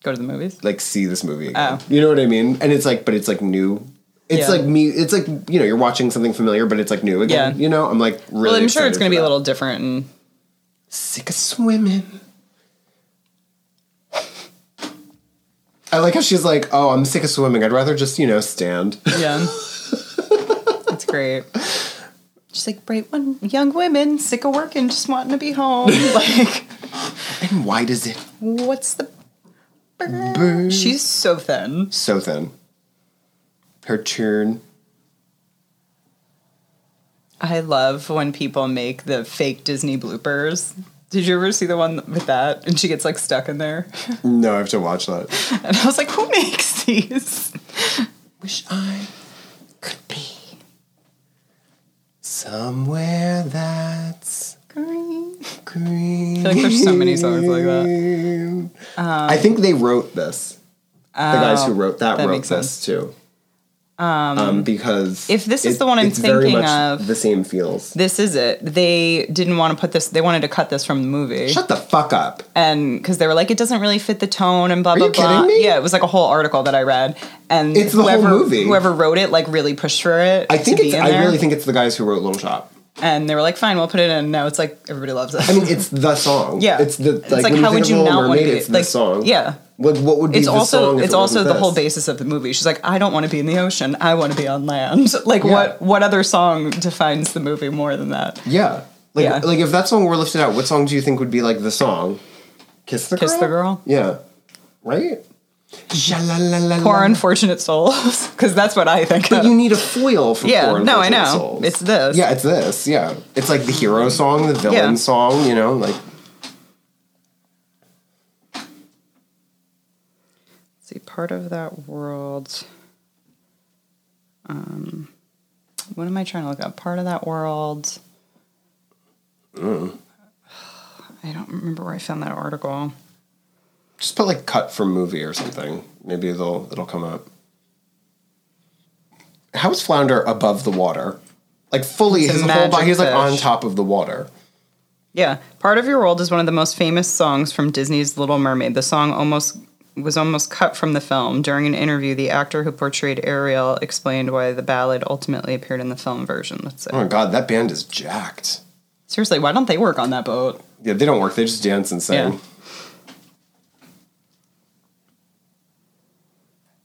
[SPEAKER 2] go to the movies.
[SPEAKER 3] like see this movie again.
[SPEAKER 2] Oh.
[SPEAKER 3] You know what I mean? And it's like, but it's like new. It's
[SPEAKER 2] Yeah.
[SPEAKER 3] like me. It's like you know, you're watching something familiar, but it's like new again.
[SPEAKER 2] Yeah.
[SPEAKER 3] You know, I'm like really.
[SPEAKER 2] Well, I'm sure
[SPEAKER 3] excited
[SPEAKER 2] it's going
[SPEAKER 3] for
[SPEAKER 2] to be a
[SPEAKER 3] that.
[SPEAKER 2] little different. And
[SPEAKER 3] sick of swimming. I like how she's like, oh, I'm sick of swimming. I'd rather just you know stand.
[SPEAKER 2] yeah, it's great. She's like, bright one, young women, sick of working, just wanting to be home. like,
[SPEAKER 3] and why does it
[SPEAKER 2] what's the burn? She's so thin.
[SPEAKER 3] so thin? Her turn.
[SPEAKER 2] I love when people make the fake Disney bloopers. Did you ever see the one with that? And she gets like stuck in there.
[SPEAKER 3] No, I have to watch that.
[SPEAKER 2] And I was like, who makes these?
[SPEAKER 3] Wish I could be somewhere that's
[SPEAKER 2] Green.
[SPEAKER 3] green.
[SPEAKER 2] I feel like there's so many songs like that. Um,
[SPEAKER 3] I think they wrote this. the guys who wrote that,
[SPEAKER 2] Oh, that
[SPEAKER 3] wrote
[SPEAKER 2] makes
[SPEAKER 3] this too. Um, because
[SPEAKER 2] if this is the one I'm
[SPEAKER 3] it's very
[SPEAKER 2] thinking
[SPEAKER 3] much
[SPEAKER 2] of-
[SPEAKER 3] the same feels.
[SPEAKER 2] This is it. They didn't want to put this. They wanted to cut this from the movie.
[SPEAKER 3] Shut the fuck up.
[SPEAKER 2] and because they were like, it doesn't really fit the tone and blah
[SPEAKER 3] you
[SPEAKER 2] blah blah.
[SPEAKER 3] kidding me?
[SPEAKER 2] Yeah, it was like a whole article that I read, and
[SPEAKER 3] It's the whole
[SPEAKER 2] whoever,
[SPEAKER 3] movie.
[SPEAKER 2] Whoever wrote it like really pushed for it.
[SPEAKER 3] I think
[SPEAKER 2] to
[SPEAKER 3] it's.
[SPEAKER 2] be in
[SPEAKER 3] I
[SPEAKER 2] there.
[SPEAKER 3] really think it's the guys who wrote Little Shop.
[SPEAKER 2] and they were like, fine, we'll put it in. Now it's like everybody loves it.
[SPEAKER 3] I mean, it's the song.
[SPEAKER 2] yeah,
[SPEAKER 3] it's the like. when
[SPEAKER 2] how would
[SPEAKER 3] think of
[SPEAKER 2] you
[SPEAKER 3] Little
[SPEAKER 2] not want to
[SPEAKER 3] Mermaid,
[SPEAKER 2] be
[SPEAKER 3] It's the
[SPEAKER 2] like
[SPEAKER 3] song.
[SPEAKER 2] Yeah.
[SPEAKER 3] Like, what would be
[SPEAKER 2] It's
[SPEAKER 3] the
[SPEAKER 2] also
[SPEAKER 3] song? if
[SPEAKER 2] it's
[SPEAKER 3] it
[SPEAKER 2] also
[SPEAKER 3] wasn't
[SPEAKER 2] the
[SPEAKER 3] this?
[SPEAKER 2] whole basis of the movie. She's like, I don't want to be in the ocean. I want to be on land. Like,
[SPEAKER 3] Yeah.
[SPEAKER 2] what what other song defines the movie more than that?
[SPEAKER 3] Yeah. Like,
[SPEAKER 2] Yeah.
[SPEAKER 3] like if that song were lifted out, what song do you think would be like the song? Kiss the
[SPEAKER 2] Kiss
[SPEAKER 3] girl.
[SPEAKER 2] the Girl?
[SPEAKER 3] Yeah. Right. Sha-la-la-la-la.
[SPEAKER 2] Poor unfortunate souls, because that's what I think.
[SPEAKER 3] But
[SPEAKER 2] of.
[SPEAKER 3] you need a foil for
[SPEAKER 2] Yeah,
[SPEAKER 3] Poor
[SPEAKER 2] no, I
[SPEAKER 3] Unfortunate
[SPEAKER 2] know.
[SPEAKER 3] Souls.
[SPEAKER 2] It's this.
[SPEAKER 3] Yeah, it's this. Yeah, it's like the hero song, the villain
[SPEAKER 2] Yeah.
[SPEAKER 3] song. You know, like
[SPEAKER 2] see part of that world um what am i trying to look up part of that world i don't remember where i found that article
[SPEAKER 3] just put like cut from movie or something. Maybe it'll it'll come up. How is Flounder above the water? Like fully,
[SPEAKER 2] It's a
[SPEAKER 3] his whole
[SPEAKER 2] magic
[SPEAKER 3] body. He's like on
[SPEAKER 2] fish.
[SPEAKER 3] top of the water.
[SPEAKER 2] yeah part of your world is one of the most famous songs from disney's little mermaid the song almost was almost cut from the film during an interview the actor who portrayed ariel explained why the ballad ultimately appeared in the film version that's it
[SPEAKER 3] Oh my god, that band is jacked.
[SPEAKER 2] seriously why don't they work on that boat
[SPEAKER 3] Yeah, they don't work. They just dance and sing.
[SPEAKER 2] Yeah.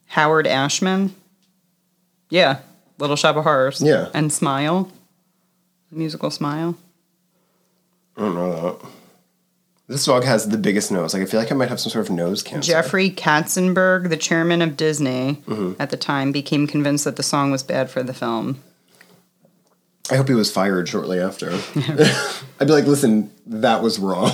[SPEAKER 2] Howard Ashman. Yeah, Little Shop of Horrors.
[SPEAKER 3] Yeah.
[SPEAKER 2] and Smile, musical Smile.
[SPEAKER 3] I don't know that. This dog has the biggest nose. Like I feel like I might have some sort of nose cancer.
[SPEAKER 2] Jeffrey Katzenberg, the chairman of Disney
[SPEAKER 3] Mm-hmm.
[SPEAKER 2] at the time, became convinced that the song was bad for the film.
[SPEAKER 3] I hope he was fired shortly after. I'd be like, listen, that was wrong.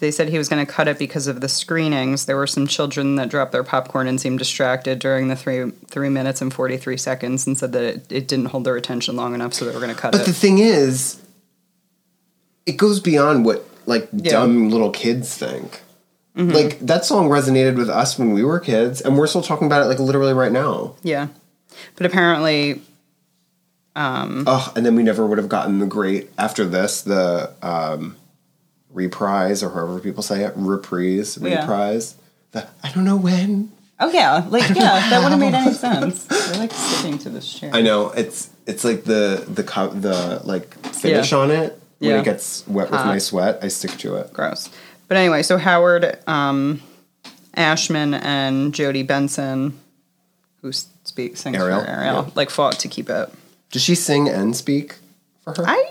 [SPEAKER 2] They said he was going to cut it because of the screenings. There were some children that dropped their popcorn and seemed distracted during the three three minutes and forty three seconds, and said that it, it didn't hold their attention long enough, so they were going to cut
[SPEAKER 3] but
[SPEAKER 2] it.
[SPEAKER 3] the thing is, it goes beyond what like dumb little kids think.
[SPEAKER 2] Mm-hmm.
[SPEAKER 3] Like that song resonated with us when we were kids, and we're still talking about it like literally right now.
[SPEAKER 2] yeah, but apparently Mm-hmm.
[SPEAKER 3] Ugh, and then we never would have gotten the great after this the um, reprise or however people say it reprise
[SPEAKER 2] Yeah.
[SPEAKER 3] reprise. The I don't know when
[SPEAKER 2] Oh yeah, like yeah, that would have made any sense. We're like sticking to this chair.
[SPEAKER 3] I know it's it's like the the co- the like finish
[SPEAKER 2] Yeah.
[SPEAKER 3] on it when
[SPEAKER 2] Yeah.
[SPEAKER 3] it gets wet with my sweat. I stick to it.
[SPEAKER 2] Gross. But anyway, so Howard um, Ashman and Jodie Benson, who s- speaks sings
[SPEAKER 3] Ariel,
[SPEAKER 2] for Ariel,
[SPEAKER 3] yeah.
[SPEAKER 2] like fought to keep it.
[SPEAKER 3] Does she sing and speak for her?
[SPEAKER 2] I.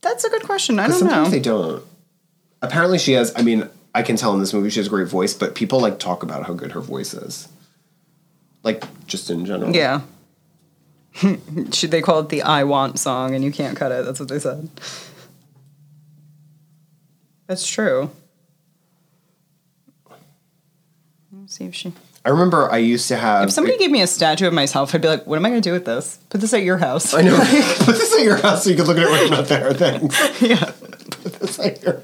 [SPEAKER 2] That's a good question. I don't
[SPEAKER 3] Sometimes
[SPEAKER 2] know.
[SPEAKER 3] they don't. Apparently, she has. I mean, I can tell in this movie she has a great voice, but people like talk about how good her voice is. Like just in general.
[SPEAKER 2] Yeah. Should they call it the I Want song and you can't cut it? That's what they said. That's true. Let's see if she.
[SPEAKER 3] I remember I used to have.
[SPEAKER 2] If somebody gave me a statue of myself, I'd be like, what am I going to do with this? Put this at your house.
[SPEAKER 3] I know. Put this at your house so you can look at it when you're not there. Thanks.
[SPEAKER 2] yeah.
[SPEAKER 3] Put this at your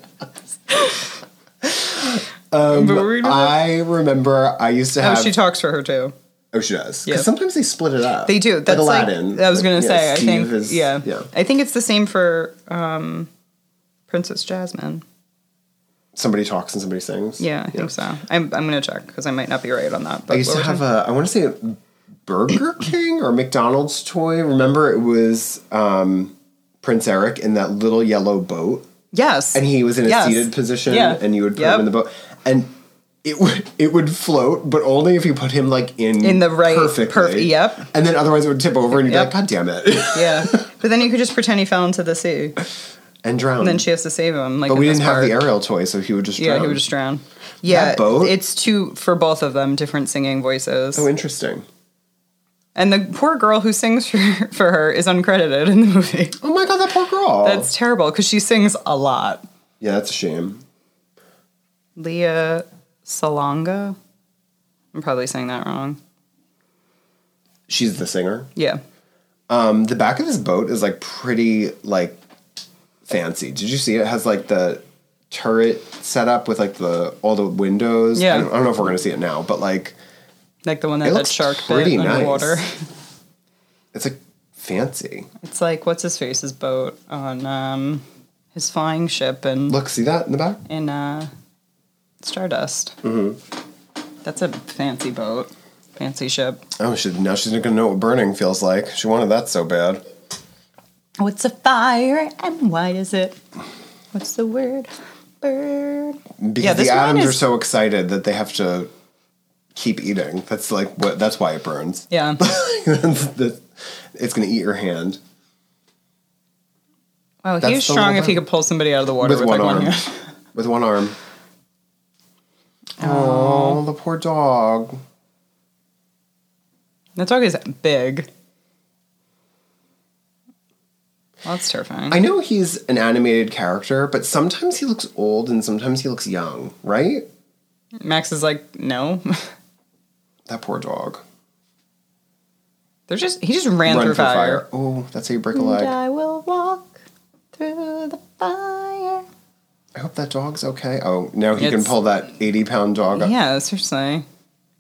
[SPEAKER 2] But we're reading about-
[SPEAKER 3] I remember Um, I used to
[SPEAKER 2] oh,
[SPEAKER 3] have.
[SPEAKER 2] she talks for her too.
[SPEAKER 3] oh, she does. Because
[SPEAKER 2] Yeah.
[SPEAKER 3] sometimes they split it up.
[SPEAKER 2] They do. That's like
[SPEAKER 3] like Aladdin.
[SPEAKER 2] I was
[SPEAKER 3] Like,
[SPEAKER 2] gonna
[SPEAKER 3] yeah,
[SPEAKER 2] say.
[SPEAKER 3] Steve
[SPEAKER 2] I think.
[SPEAKER 3] is-
[SPEAKER 2] yeah.
[SPEAKER 3] Yeah.
[SPEAKER 2] I think it's the same for um, Princess Jasmine.
[SPEAKER 3] Somebody talks and somebody sings.
[SPEAKER 2] Yeah, I think so. I'm, I'm gonna check because I might not be right on that. But
[SPEAKER 3] I used
[SPEAKER 2] what
[SPEAKER 3] to
[SPEAKER 2] were
[SPEAKER 3] have a, I want to say a Burger King or McDonald's toy. Remember, it was um, Prince Eric in that little yellow boat,
[SPEAKER 2] Yes.
[SPEAKER 3] and he was in a
[SPEAKER 2] Yes.
[SPEAKER 3] seated position,
[SPEAKER 2] Yeah.
[SPEAKER 3] and you would put
[SPEAKER 2] Yep.
[SPEAKER 3] him in the boat, and it would it would float, but only if you put him like in
[SPEAKER 2] In the right-
[SPEAKER 3] perfectly.
[SPEAKER 2] perf- yep.
[SPEAKER 3] and then otherwise it would tip over, and you'd
[SPEAKER 2] Yep.
[SPEAKER 3] be like, God damn it,
[SPEAKER 2] Yeah. But then you could just pretend he fell into the sea.
[SPEAKER 3] and drown.
[SPEAKER 2] Then she has to save him. Like
[SPEAKER 3] but
[SPEAKER 2] in
[SPEAKER 3] we
[SPEAKER 2] this
[SPEAKER 3] didn't have
[SPEAKER 2] part.
[SPEAKER 3] the aerial toy, so he would just
[SPEAKER 2] Yeah,
[SPEAKER 3] drown.
[SPEAKER 2] he would just drown. Yeah.
[SPEAKER 3] boat?
[SPEAKER 2] It's two for both of them, different singing voices.
[SPEAKER 3] oh, interesting.
[SPEAKER 2] and the poor girl who sings for, for her is uncredited in the movie.
[SPEAKER 3] Oh my god, that poor girl.
[SPEAKER 2] That's terrible because she sings a lot.
[SPEAKER 3] yeah, that's a shame.
[SPEAKER 2] Leah Salonga. I'm probably saying that wrong.
[SPEAKER 3] She's the singer.
[SPEAKER 2] Yeah.
[SPEAKER 3] Um, the back of this boat is like pretty like fancy. Did you see it? it has like the turret set up with like the all the windows.
[SPEAKER 2] Yeah.
[SPEAKER 3] I don't, I don't know if we're gonna see it now, but like
[SPEAKER 2] Like the one that
[SPEAKER 3] It
[SPEAKER 2] that
[SPEAKER 3] looks
[SPEAKER 2] shark bit
[SPEAKER 3] pretty nice.
[SPEAKER 2] underwater.
[SPEAKER 3] it's like fancy.
[SPEAKER 2] It's like what's his face's boat on um, his flying ship and
[SPEAKER 3] Look, see that in the back?
[SPEAKER 2] in uh, Stardust. Mm-hmm. That's a fancy boat, fancy ship.
[SPEAKER 3] Oh, she, now she's not gonna know what burning feels like. She wanted that so bad.
[SPEAKER 2] What's a fire and why is it? What's the word? Bird.
[SPEAKER 3] Because
[SPEAKER 2] Yeah, this
[SPEAKER 3] the
[SPEAKER 2] one
[SPEAKER 3] atoms
[SPEAKER 2] is-
[SPEAKER 3] are so excited that they have to keep eating. That's like what. That's why it burns.
[SPEAKER 2] Yeah.
[SPEAKER 3] That's- that's- it's gonna eat your hand
[SPEAKER 2] Wow,
[SPEAKER 3] That's
[SPEAKER 2] he was
[SPEAKER 3] the
[SPEAKER 2] strong
[SPEAKER 3] little
[SPEAKER 2] if he
[SPEAKER 3] bird.
[SPEAKER 2] could pull somebody out of the water
[SPEAKER 3] with,
[SPEAKER 2] with,
[SPEAKER 3] one
[SPEAKER 2] like
[SPEAKER 3] arm.
[SPEAKER 2] one hand.
[SPEAKER 3] with one arm. Oh, the poor dog.
[SPEAKER 2] That dog is big. Well, that's terrifying.
[SPEAKER 3] I know he's an animated character, but sometimes he looks old and sometimes he looks young, right?
[SPEAKER 2] Max is like, no.
[SPEAKER 3] That poor dog.
[SPEAKER 2] They're just he just ran
[SPEAKER 3] Run
[SPEAKER 2] through
[SPEAKER 3] for
[SPEAKER 2] fire.
[SPEAKER 3] fire. Oh, that's how you break a leg.
[SPEAKER 2] I will walk through the fire.
[SPEAKER 3] I hope that dog's okay. Oh, now he can
[SPEAKER 2] It's-
[SPEAKER 3] pull that 80 pound dog up.
[SPEAKER 2] Yeah, seriously.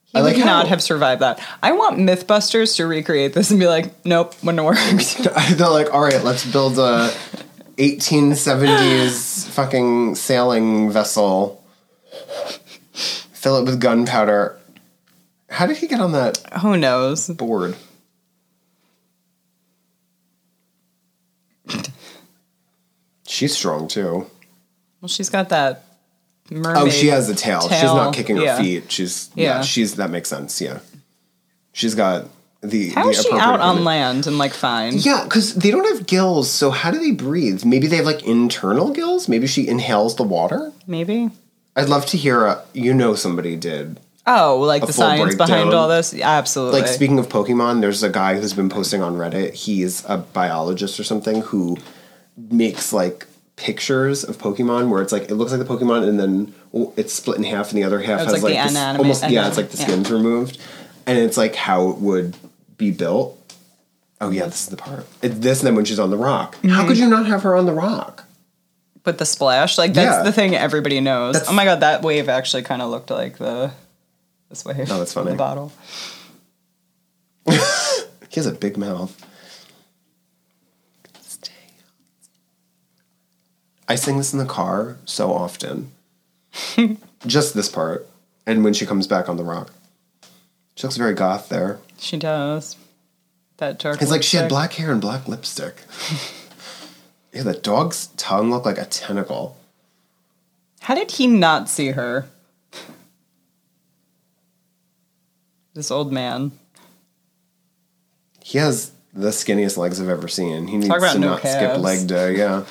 [SPEAKER 2] He
[SPEAKER 3] I like
[SPEAKER 2] would not
[SPEAKER 3] how-
[SPEAKER 2] have survived that. I want Mythbusters to recreate this and be like, nope, wouldn't have worked.
[SPEAKER 3] They're like, all right, let's build a 1870s fucking sailing vessel, fill it with gunpowder. How did he get on that
[SPEAKER 2] Who knows?
[SPEAKER 3] board? She's strong too.
[SPEAKER 2] Well, she's got that mermaid.
[SPEAKER 3] Oh, she has the tail. She's
[SPEAKER 2] tail,
[SPEAKER 3] not kicking her
[SPEAKER 2] yeah.
[SPEAKER 3] feet. She's yeah.
[SPEAKER 2] Yeah.
[SPEAKER 3] She's that makes sense. Yeah, she's got the.
[SPEAKER 2] How
[SPEAKER 3] the
[SPEAKER 2] is she
[SPEAKER 3] appropriate
[SPEAKER 2] out on
[SPEAKER 3] movement.
[SPEAKER 2] land and like fine?
[SPEAKER 3] Yeah, because they don't have gills, so how do they breathe? Maybe they have like internal gills. Maybe she inhales the water.
[SPEAKER 2] Maybe.
[SPEAKER 3] I'd love to hear. A, you know, somebody did.
[SPEAKER 2] Oh, like the
[SPEAKER 3] full
[SPEAKER 2] science behind
[SPEAKER 3] breakdown.
[SPEAKER 2] all this? Absolutely.
[SPEAKER 3] Like speaking of Pokemon, there's a guy who's been posting on Reddit. He's a biologist or something who makes like pictures of Pokemon where it's like it looks like the Pokemon and then oh, it's split in half and the other half
[SPEAKER 2] It's like
[SPEAKER 3] has like,
[SPEAKER 2] the
[SPEAKER 3] this-
[SPEAKER 2] inanimate-
[SPEAKER 3] almost yeah, it's like the
[SPEAKER 2] yeah.
[SPEAKER 3] skin's removed, and it's like how it would be built. Oh yeah, this is the part. It's this and then when she's on the rock. How
[SPEAKER 2] Mm-hmm.
[SPEAKER 3] could you not have her on the rock?
[SPEAKER 2] With the splash. Like that's
[SPEAKER 3] Yeah.
[SPEAKER 2] the thing everybody knows.
[SPEAKER 3] That's-
[SPEAKER 2] oh my god, that wave actually kind of looked like the this wave.
[SPEAKER 3] Oh, that's
[SPEAKER 2] on
[SPEAKER 3] funny.
[SPEAKER 2] The bottle.
[SPEAKER 3] He has a big mouth. I sing this in the car so often. Just this part. And when she comes back on the rock. She looks very goth there.
[SPEAKER 2] She does. That dark.
[SPEAKER 3] It's like she had
[SPEAKER 2] lipstick.
[SPEAKER 3] black hair and black lipstick. yeah, the dog's tongue looked like a tentacle.
[SPEAKER 2] How did he not see her? This old man.
[SPEAKER 3] He has the skinniest legs I've ever seen. He needs
[SPEAKER 2] about
[SPEAKER 3] to
[SPEAKER 2] no
[SPEAKER 3] not skip
[SPEAKER 2] calves.
[SPEAKER 3] leg day. Yeah.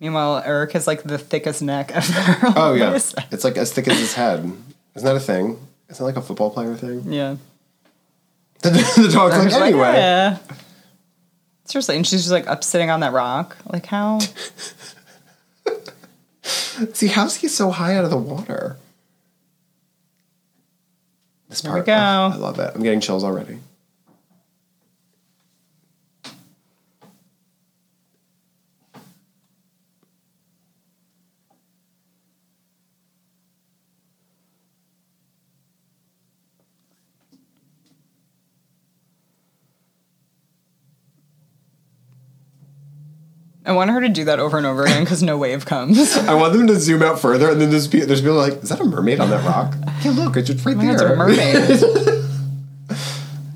[SPEAKER 2] Meanwhile, Eric has like the thickest neck ever.
[SPEAKER 3] Oh yeah.
[SPEAKER 2] What is that?
[SPEAKER 3] it's like as thick as his head. Isn't that a thing? Isn't that like a football player thing?
[SPEAKER 2] Yeah.
[SPEAKER 3] The, the dog's like,
[SPEAKER 2] She's like,
[SPEAKER 3] anyway.
[SPEAKER 2] "Yeah." Seriously, and she's just like up sitting on that rock. Like how?
[SPEAKER 3] See, how's he so high out of the water? This
[SPEAKER 2] There
[SPEAKER 3] part,
[SPEAKER 2] we
[SPEAKER 3] oh,
[SPEAKER 2] go.
[SPEAKER 3] I love it. I'm getting chills already.
[SPEAKER 2] I want her to do that over and over again because no wave comes.
[SPEAKER 3] I want them to zoom out further, and then there's pe- there's people like, is that a mermaid on that rock? Hey, look, it's just right
[SPEAKER 2] Oh my God, it's
[SPEAKER 3] there.
[SPEAKER 2] a mermaid.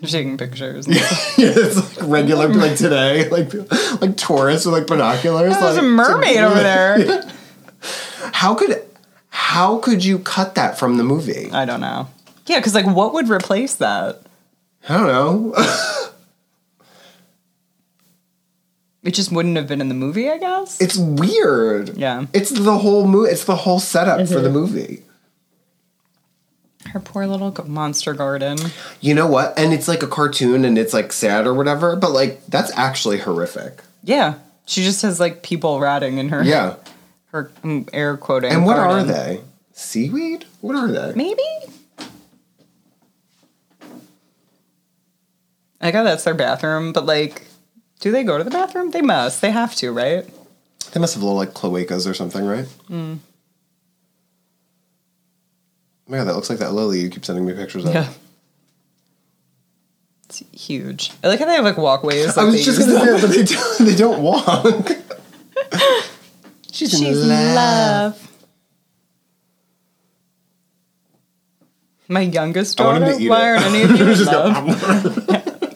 [SPEAKER 2] They're taking pictures.
[SPEAKER 3] yeah, it's like regular like today, like like tourists with like binoculars.
[SPEAKER 2] There's
[SPEAKER 3] like,
[SPEAKER 2] a mermaid over there.
[SPEAKER 3] How could how could you cut that from the movie?
[SPEAKER 2] I don't know. Yeah, because like, what would replace that?
[SPEAKER 3] I don't know.
[SPEAKER 2] It just wouldn't have been in the movie, I guess.
[SPEAKER 3] It's weird.
[SPEAKER 2] Yeah.
[SPEAKER 3] It's the whole movie. It's the whole setup for the movie.
[SPEAKER 2] Her poor little g- monster garden.
[SPEAKER 3] You know what? And it's like a cartoon, and it's like sad or whatever. But like that's actually horrific.
[SPEAKER 2] Yeah, she just has like people ratting in her.
[SPEAKER 3] Yeah.
[SPEAKER 2] her um, air quoting.
[SPEAKER 3] And what are
[SPEAKER 2] garden.
[SPEAKER 3] they? Seaweed? What are they?
[SPEAKER 2] Maybe. I got that's their bathroom, but like, do they go to the bathroom? They must. They have to, right?
[SPEAKER 3] They must have little like cloacas or something, right? Mm. Oh my god, that looks like that lily you keep sending me pictures of.
[SPEAKER 2] It's huge. I like how they have like walkways.
[SPEAKER 3] I
[SPEAKER 2] like, they
[SPEAKER 3] was just
[SPEAKER 2] use
[SPEAKER 3] gonna say, that, but they don't, they don't walk. She's, in love.
[SPEAKER 2] My youngest
[SPEAKER 3] I want him
[SPEAKER 2] daughter.
[SPEAKER 3] to eat
[SPEAKER 2] Why
[SPEAKER 3] it.
[SPEAKER 2] aren't any of you in love?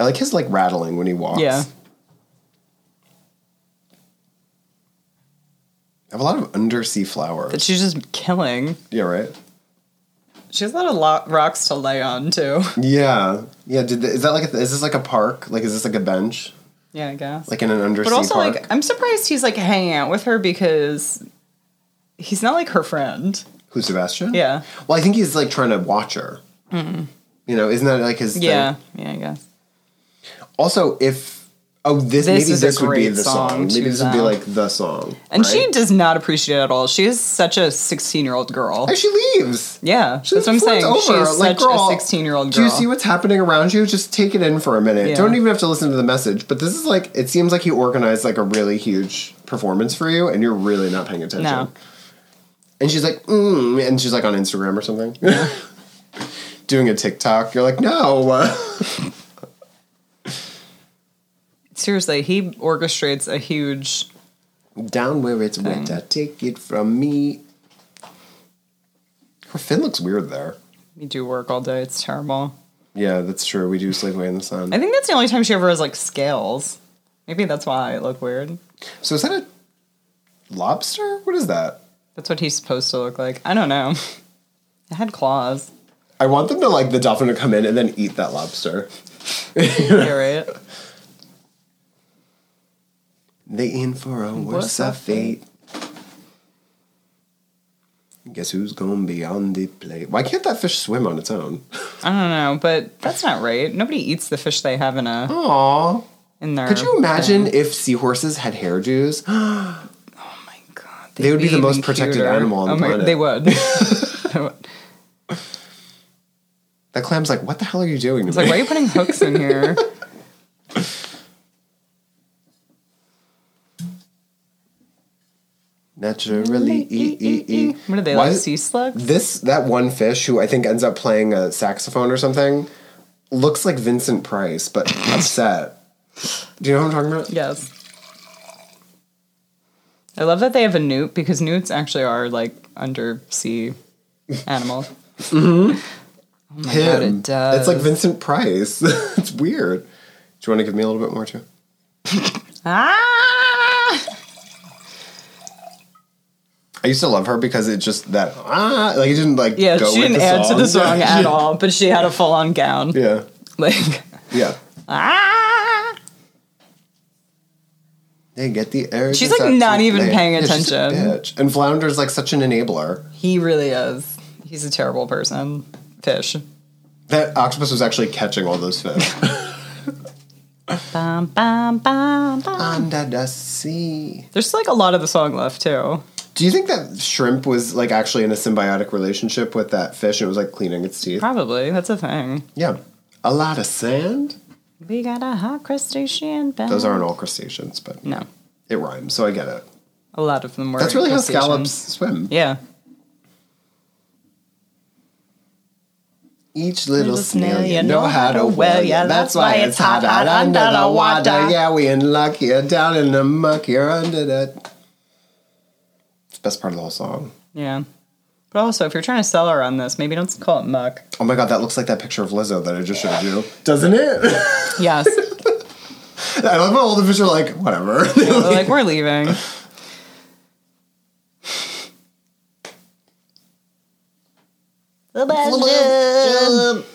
[SPEAKER 3] I like his like rattling when he walks.
[SPEAKER 2] Yeah.
[SPEAKER 3] I have a lot of undersea flowers.
[SPEAKER 2] That she's just killing.
[SPEAKER 3] yeah, right.
[SPEAKER 2] She has a lot of lo- rocks to lay on too.
[SPEAKER 3] Yeah, yeah. Did the, is that like a, is this like a park? Like is this like a bench?
[SPEAKER 2] Yeah, I guess.
[SPEAKER 3] Like in an undersea
[SPEAKER 2] but also,
[SPEAKER 3] park?
[SPEAKER 2] like, I'm surprised he's like hanging out with her because he's not like her friend.
[SPEAKER 3] Who's Sebastian?
[SPEAKER 2] Yeah.
[SPEAKER 3] Well, I think he's like trying to watch her. You know, isn't that like his? thing?
[SPEAKER 2] Mm-hmm. Yeah, yeah, I guess.
[SPEAKER 3] Also, if oh this,
[SPEAKER 2] This
[SPEAKER 3] maybe
[SPEAKER 2] is a
[SPEAKER 3] this would be
[SPEAKER 2] great
[SPEAKER 3] the
[SPEAKER 2] song
[SPEAKER 3] song.
[SPEAKER 2] to
[SPEAKER 3] Maybe this would be
[SPEAKER 2] that.
[SPEAKER 3] like the song.
[SPEAKER 2] And
[SPEAKER 3] right?
[SPEAKER 2] she does not appreciate it at all. She is such a 16 year old girl.
[SPEAKER 3] and she leaves.
[SPEAKER 2] Yeah,
[SPEAKER 3] She
[SPEAKER 2] that's what I'm
[SPEAKER 3] flips
[SPEAKER 2] saying.
[SPEAKER 3] over,
[SPEAKER 2] She's
[SPEAKER 3] like,
[SPEAKER 2] such
[SPEAKER 3] girl,
[SPEAKER 2] a 16 year old
[SPEAKER 3] Do
[SPEAKER 2] girl.
[SPEAKER 3] you see what's happening around you? Just take it in for a minute.
[SPEAKER 2] Yeah.
[SPEAKER 3] Don't even have to listen to the message. But this is like it seems like he organized like a really huge performance for you, and you're really not paying attention.
[SPEAKER 2] No.
[SPEAKER 3] And she's like, mm, and she's like on Instagram or something, doing a TikTok. You're like, no.
[SPEAKER 2] Seriously, he orchestrates a huge.
[SPEAKER 3] Down where it's winter, take it from me. Her fin looks weird there.
[SPEAKER 2] We do work all day. It's terrible.
[SPEAKER 3] Yeah, that's true. We do sleep away in the sun.
[SPEAKER 2] I think that's the only time she ever has like scales. Maybe that's why it look weird.
[SPEAKER 3] So is that a lobster? What is that?
[SPEAKER 2] That's what he's supposed to look like. I don't know. It had claws.
[SPEAKER 3] I want them to like the dolphin to come in and then eat that lobster.
[SPEAKER 2] You're right.
[SPEAKER 3] They in for a worse of fate. Guess who's gonna be on the plate? Why can't that fish swim on its own?
[SPEAKER 2] I don't know, but that's not right. Nobody eats the fish they have in a
[SPEAKER 3] Aww.
[SPEAKER 2] in their.
[SPEAKER 3] Could you imagine if seahorses had hairdos?
[SPEAKER 2] Oh my god,
[SPEAKER 3] They would be the most
[SPEAKER 2] even
[SPEAKER 3] protected animal on the planet.
[SPEAKER 2] Oh They would. They would.
[SPEAKER 3] That clam's like, what the hell are you doing? To
[SPEAKER 2] It's like,
[SPEAKER 3] me?
[SPEAKER 2] why are you putting hooks in here?
[SPEAKER 3] Naturally, e
[SPEAKER 2] Mm,
[SPEAKER 3] e e.
[SPEAKER 2] What are Mm-hmm. they
[SPEAKER 3] Why
[SPEAKER 2] like?
[SPEAKER 3] is-
[SPEAKER 2] Sea slugs?
[SPEAKER 3] This that one fish who I think ends up playing a saxophone or something looks like Vincent Price, but upset. Do you know what I'm talking about?
[SPEAKER 2] Yes. I love that they have a newt because newts actually are like undersea animals.
[SPEAKER 3] Him.
[SPEAKER 2] God, it does.
[SPEAKER 3] It's like Vincent Price. it's weird. Do you want to give me a little bit more too?
[SPEAKER 2] ah!
[SPEAKER 3] I used to love her because it just that ah like it didn't like
[SPEAKER 2] Yeah,
[SPEAKER 3] go
[SPEAKER 2] she
[SPEAKER 3] with
[SPEAKER 2] didn't
[SPEAKER 3] the
[SPEAKER 2] add
[SPEAKER 3] song.
[SPEAKER 2] to the song at all, but she had a full on gown.
[SPEAKER 3] Yeah,
[SPEAKER 2] Like,
[SPEAKER 3] yeah.
[SPEAKER 2] ah!
[SPEAKER 3] They get the air.
[SPEAKER 2] She's, like, not even paying attention.
[SPEAKER 3] Bitch. And Flounder's like such an enabler.
[SPEAKER 2] He really is. He's a terrible person. Fish.
[SPEAKER 3] That octopus was actually catching all those fish.
[SPEAKER 2] Bum, bum, bum, bum.
[SPEAKER 3] Under the sea.
[SPEAKER 2] There's like a lot of the song left too.
[SPEAKER 3] Do you think that shrimp was like actually in a symbiotic relationship with that fish? and It was like cleaning its teeth.
[SPEAKER 2] Probably. That's a thing.
[SPEAKER 3] Yeah. A lot of sand.
[SPEAKER 2] We got a hot crustacean. Back.
[SPEAKER 3] Those aren't all crustaceans, but
[SPEAKER 2] No.
[SPEAKER 3] it rhymes, so I get it.
[SPEAKER 2] A lot of them were.
[SPEAKER 3] That's really how
[SPEAKER 2] crustaceans.
[SPEAKER 3] scallops swim.
[SPEAKER 2] Yeah.
[SPEAKER 3] Each little,
[SPEAKER 2] Little
[SPEAKER 3] snail, you know how to well, yeah. That's why it's hot out under the water. Yeah, we in luck, you're down in the muck, you're under the. It's the best part of the whole song.
[SPEAKER 2] Yeah. But also, if you're trying to sell her on this, maybe don't call it muck.
[SPEAKER 3] Oh my god, that looks like that picture of Lizzo that I just showed you, doesn't it?
[SPEAKER 2] Yes.
[SPEAKER 3] I love how all the fish are like, whatever.
[SPEAKER 2] We're like, we're leaving.
[SPEAKER 3] um,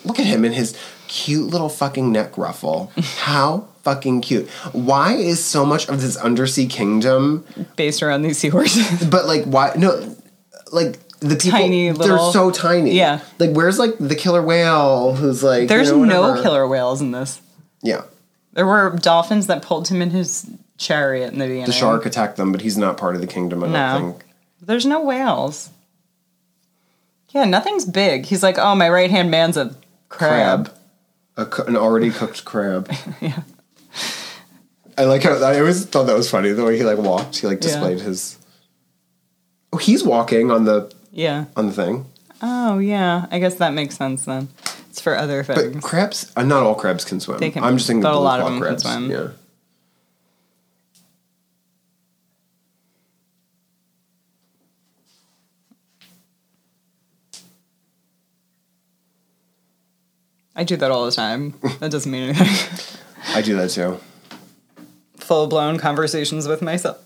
[SPEAKER 3] Look at him in his cute little fucking neck ruffle. How fucking cute. Why is so much of this undersea kingdom
[SPEAKER 2] Based around these seahorses.
[SPEAKER 3] But like, why? No, like the people.
[SPEAKER 2] Tiny
[SPEAKER 3] They're
[SPEAKER 2] little-
[SPEAKER 3] so tiny.
[SPEAKER 2] Yeah.
[SPEAKER 3] Like, where's like the killer whale? Who's like?
[SPEAKER 2] There's
[SPEAKER 3] you know,
[SPEAKER 2] no
[SPEAKER 3] whatever.
[SPEAKER 2] killer whales in this.
[SPEAKER 3] Yeah.
[SPEAKER 2] There were dolphins that pulled him in his chariot in the beginning.
[SPEAKER 3] The shark attacked them, but he's not part of the kingdom. I don't
[SPEAKER 2] No.
[SPEAKER 3] think.
[SPEAKER 2] There's no whales. Yeah, nothing's big. He's like, oh, my right hand man's a crab.
[SPEAKER 3] Crab. A cu- an already cooked crab.
[SPEAKER 2] Yeah.
[SPEAKER 3] I like how I always thought that was funny the way he like walked. He like displayed his. Oh, he's walking on the
[SPEAKER 2] Yeah.
[SPEAKER 3] on the thing.
[SPEAKER 2] Oh, yeah. I guess that makes sense then. It's for other things.
[SPEAKER 3] But crabs, uh, not all crabs can swim.
[SPEAKER 2] They can-
[SPEAKER 3] I'm just thinking
[SPEAKER 2] but
[SPEAKER 3] the
[SPEAKER 2] a
[SPEAKER 3] blue
[SPEAKER 2] lot of
[SPEAKER 3] claw
[SPEAKER 2] them can
[SPEAKER 3] crabs.
[SPEAKER 2] swim.
[SPEAKER 3] Yeah.
[SPEAKER 2] I do that all the time. That doesn't mean anything.
[SPEAKER 3] I do that too.
[SPEAKER 2] Full blown conversations with myself.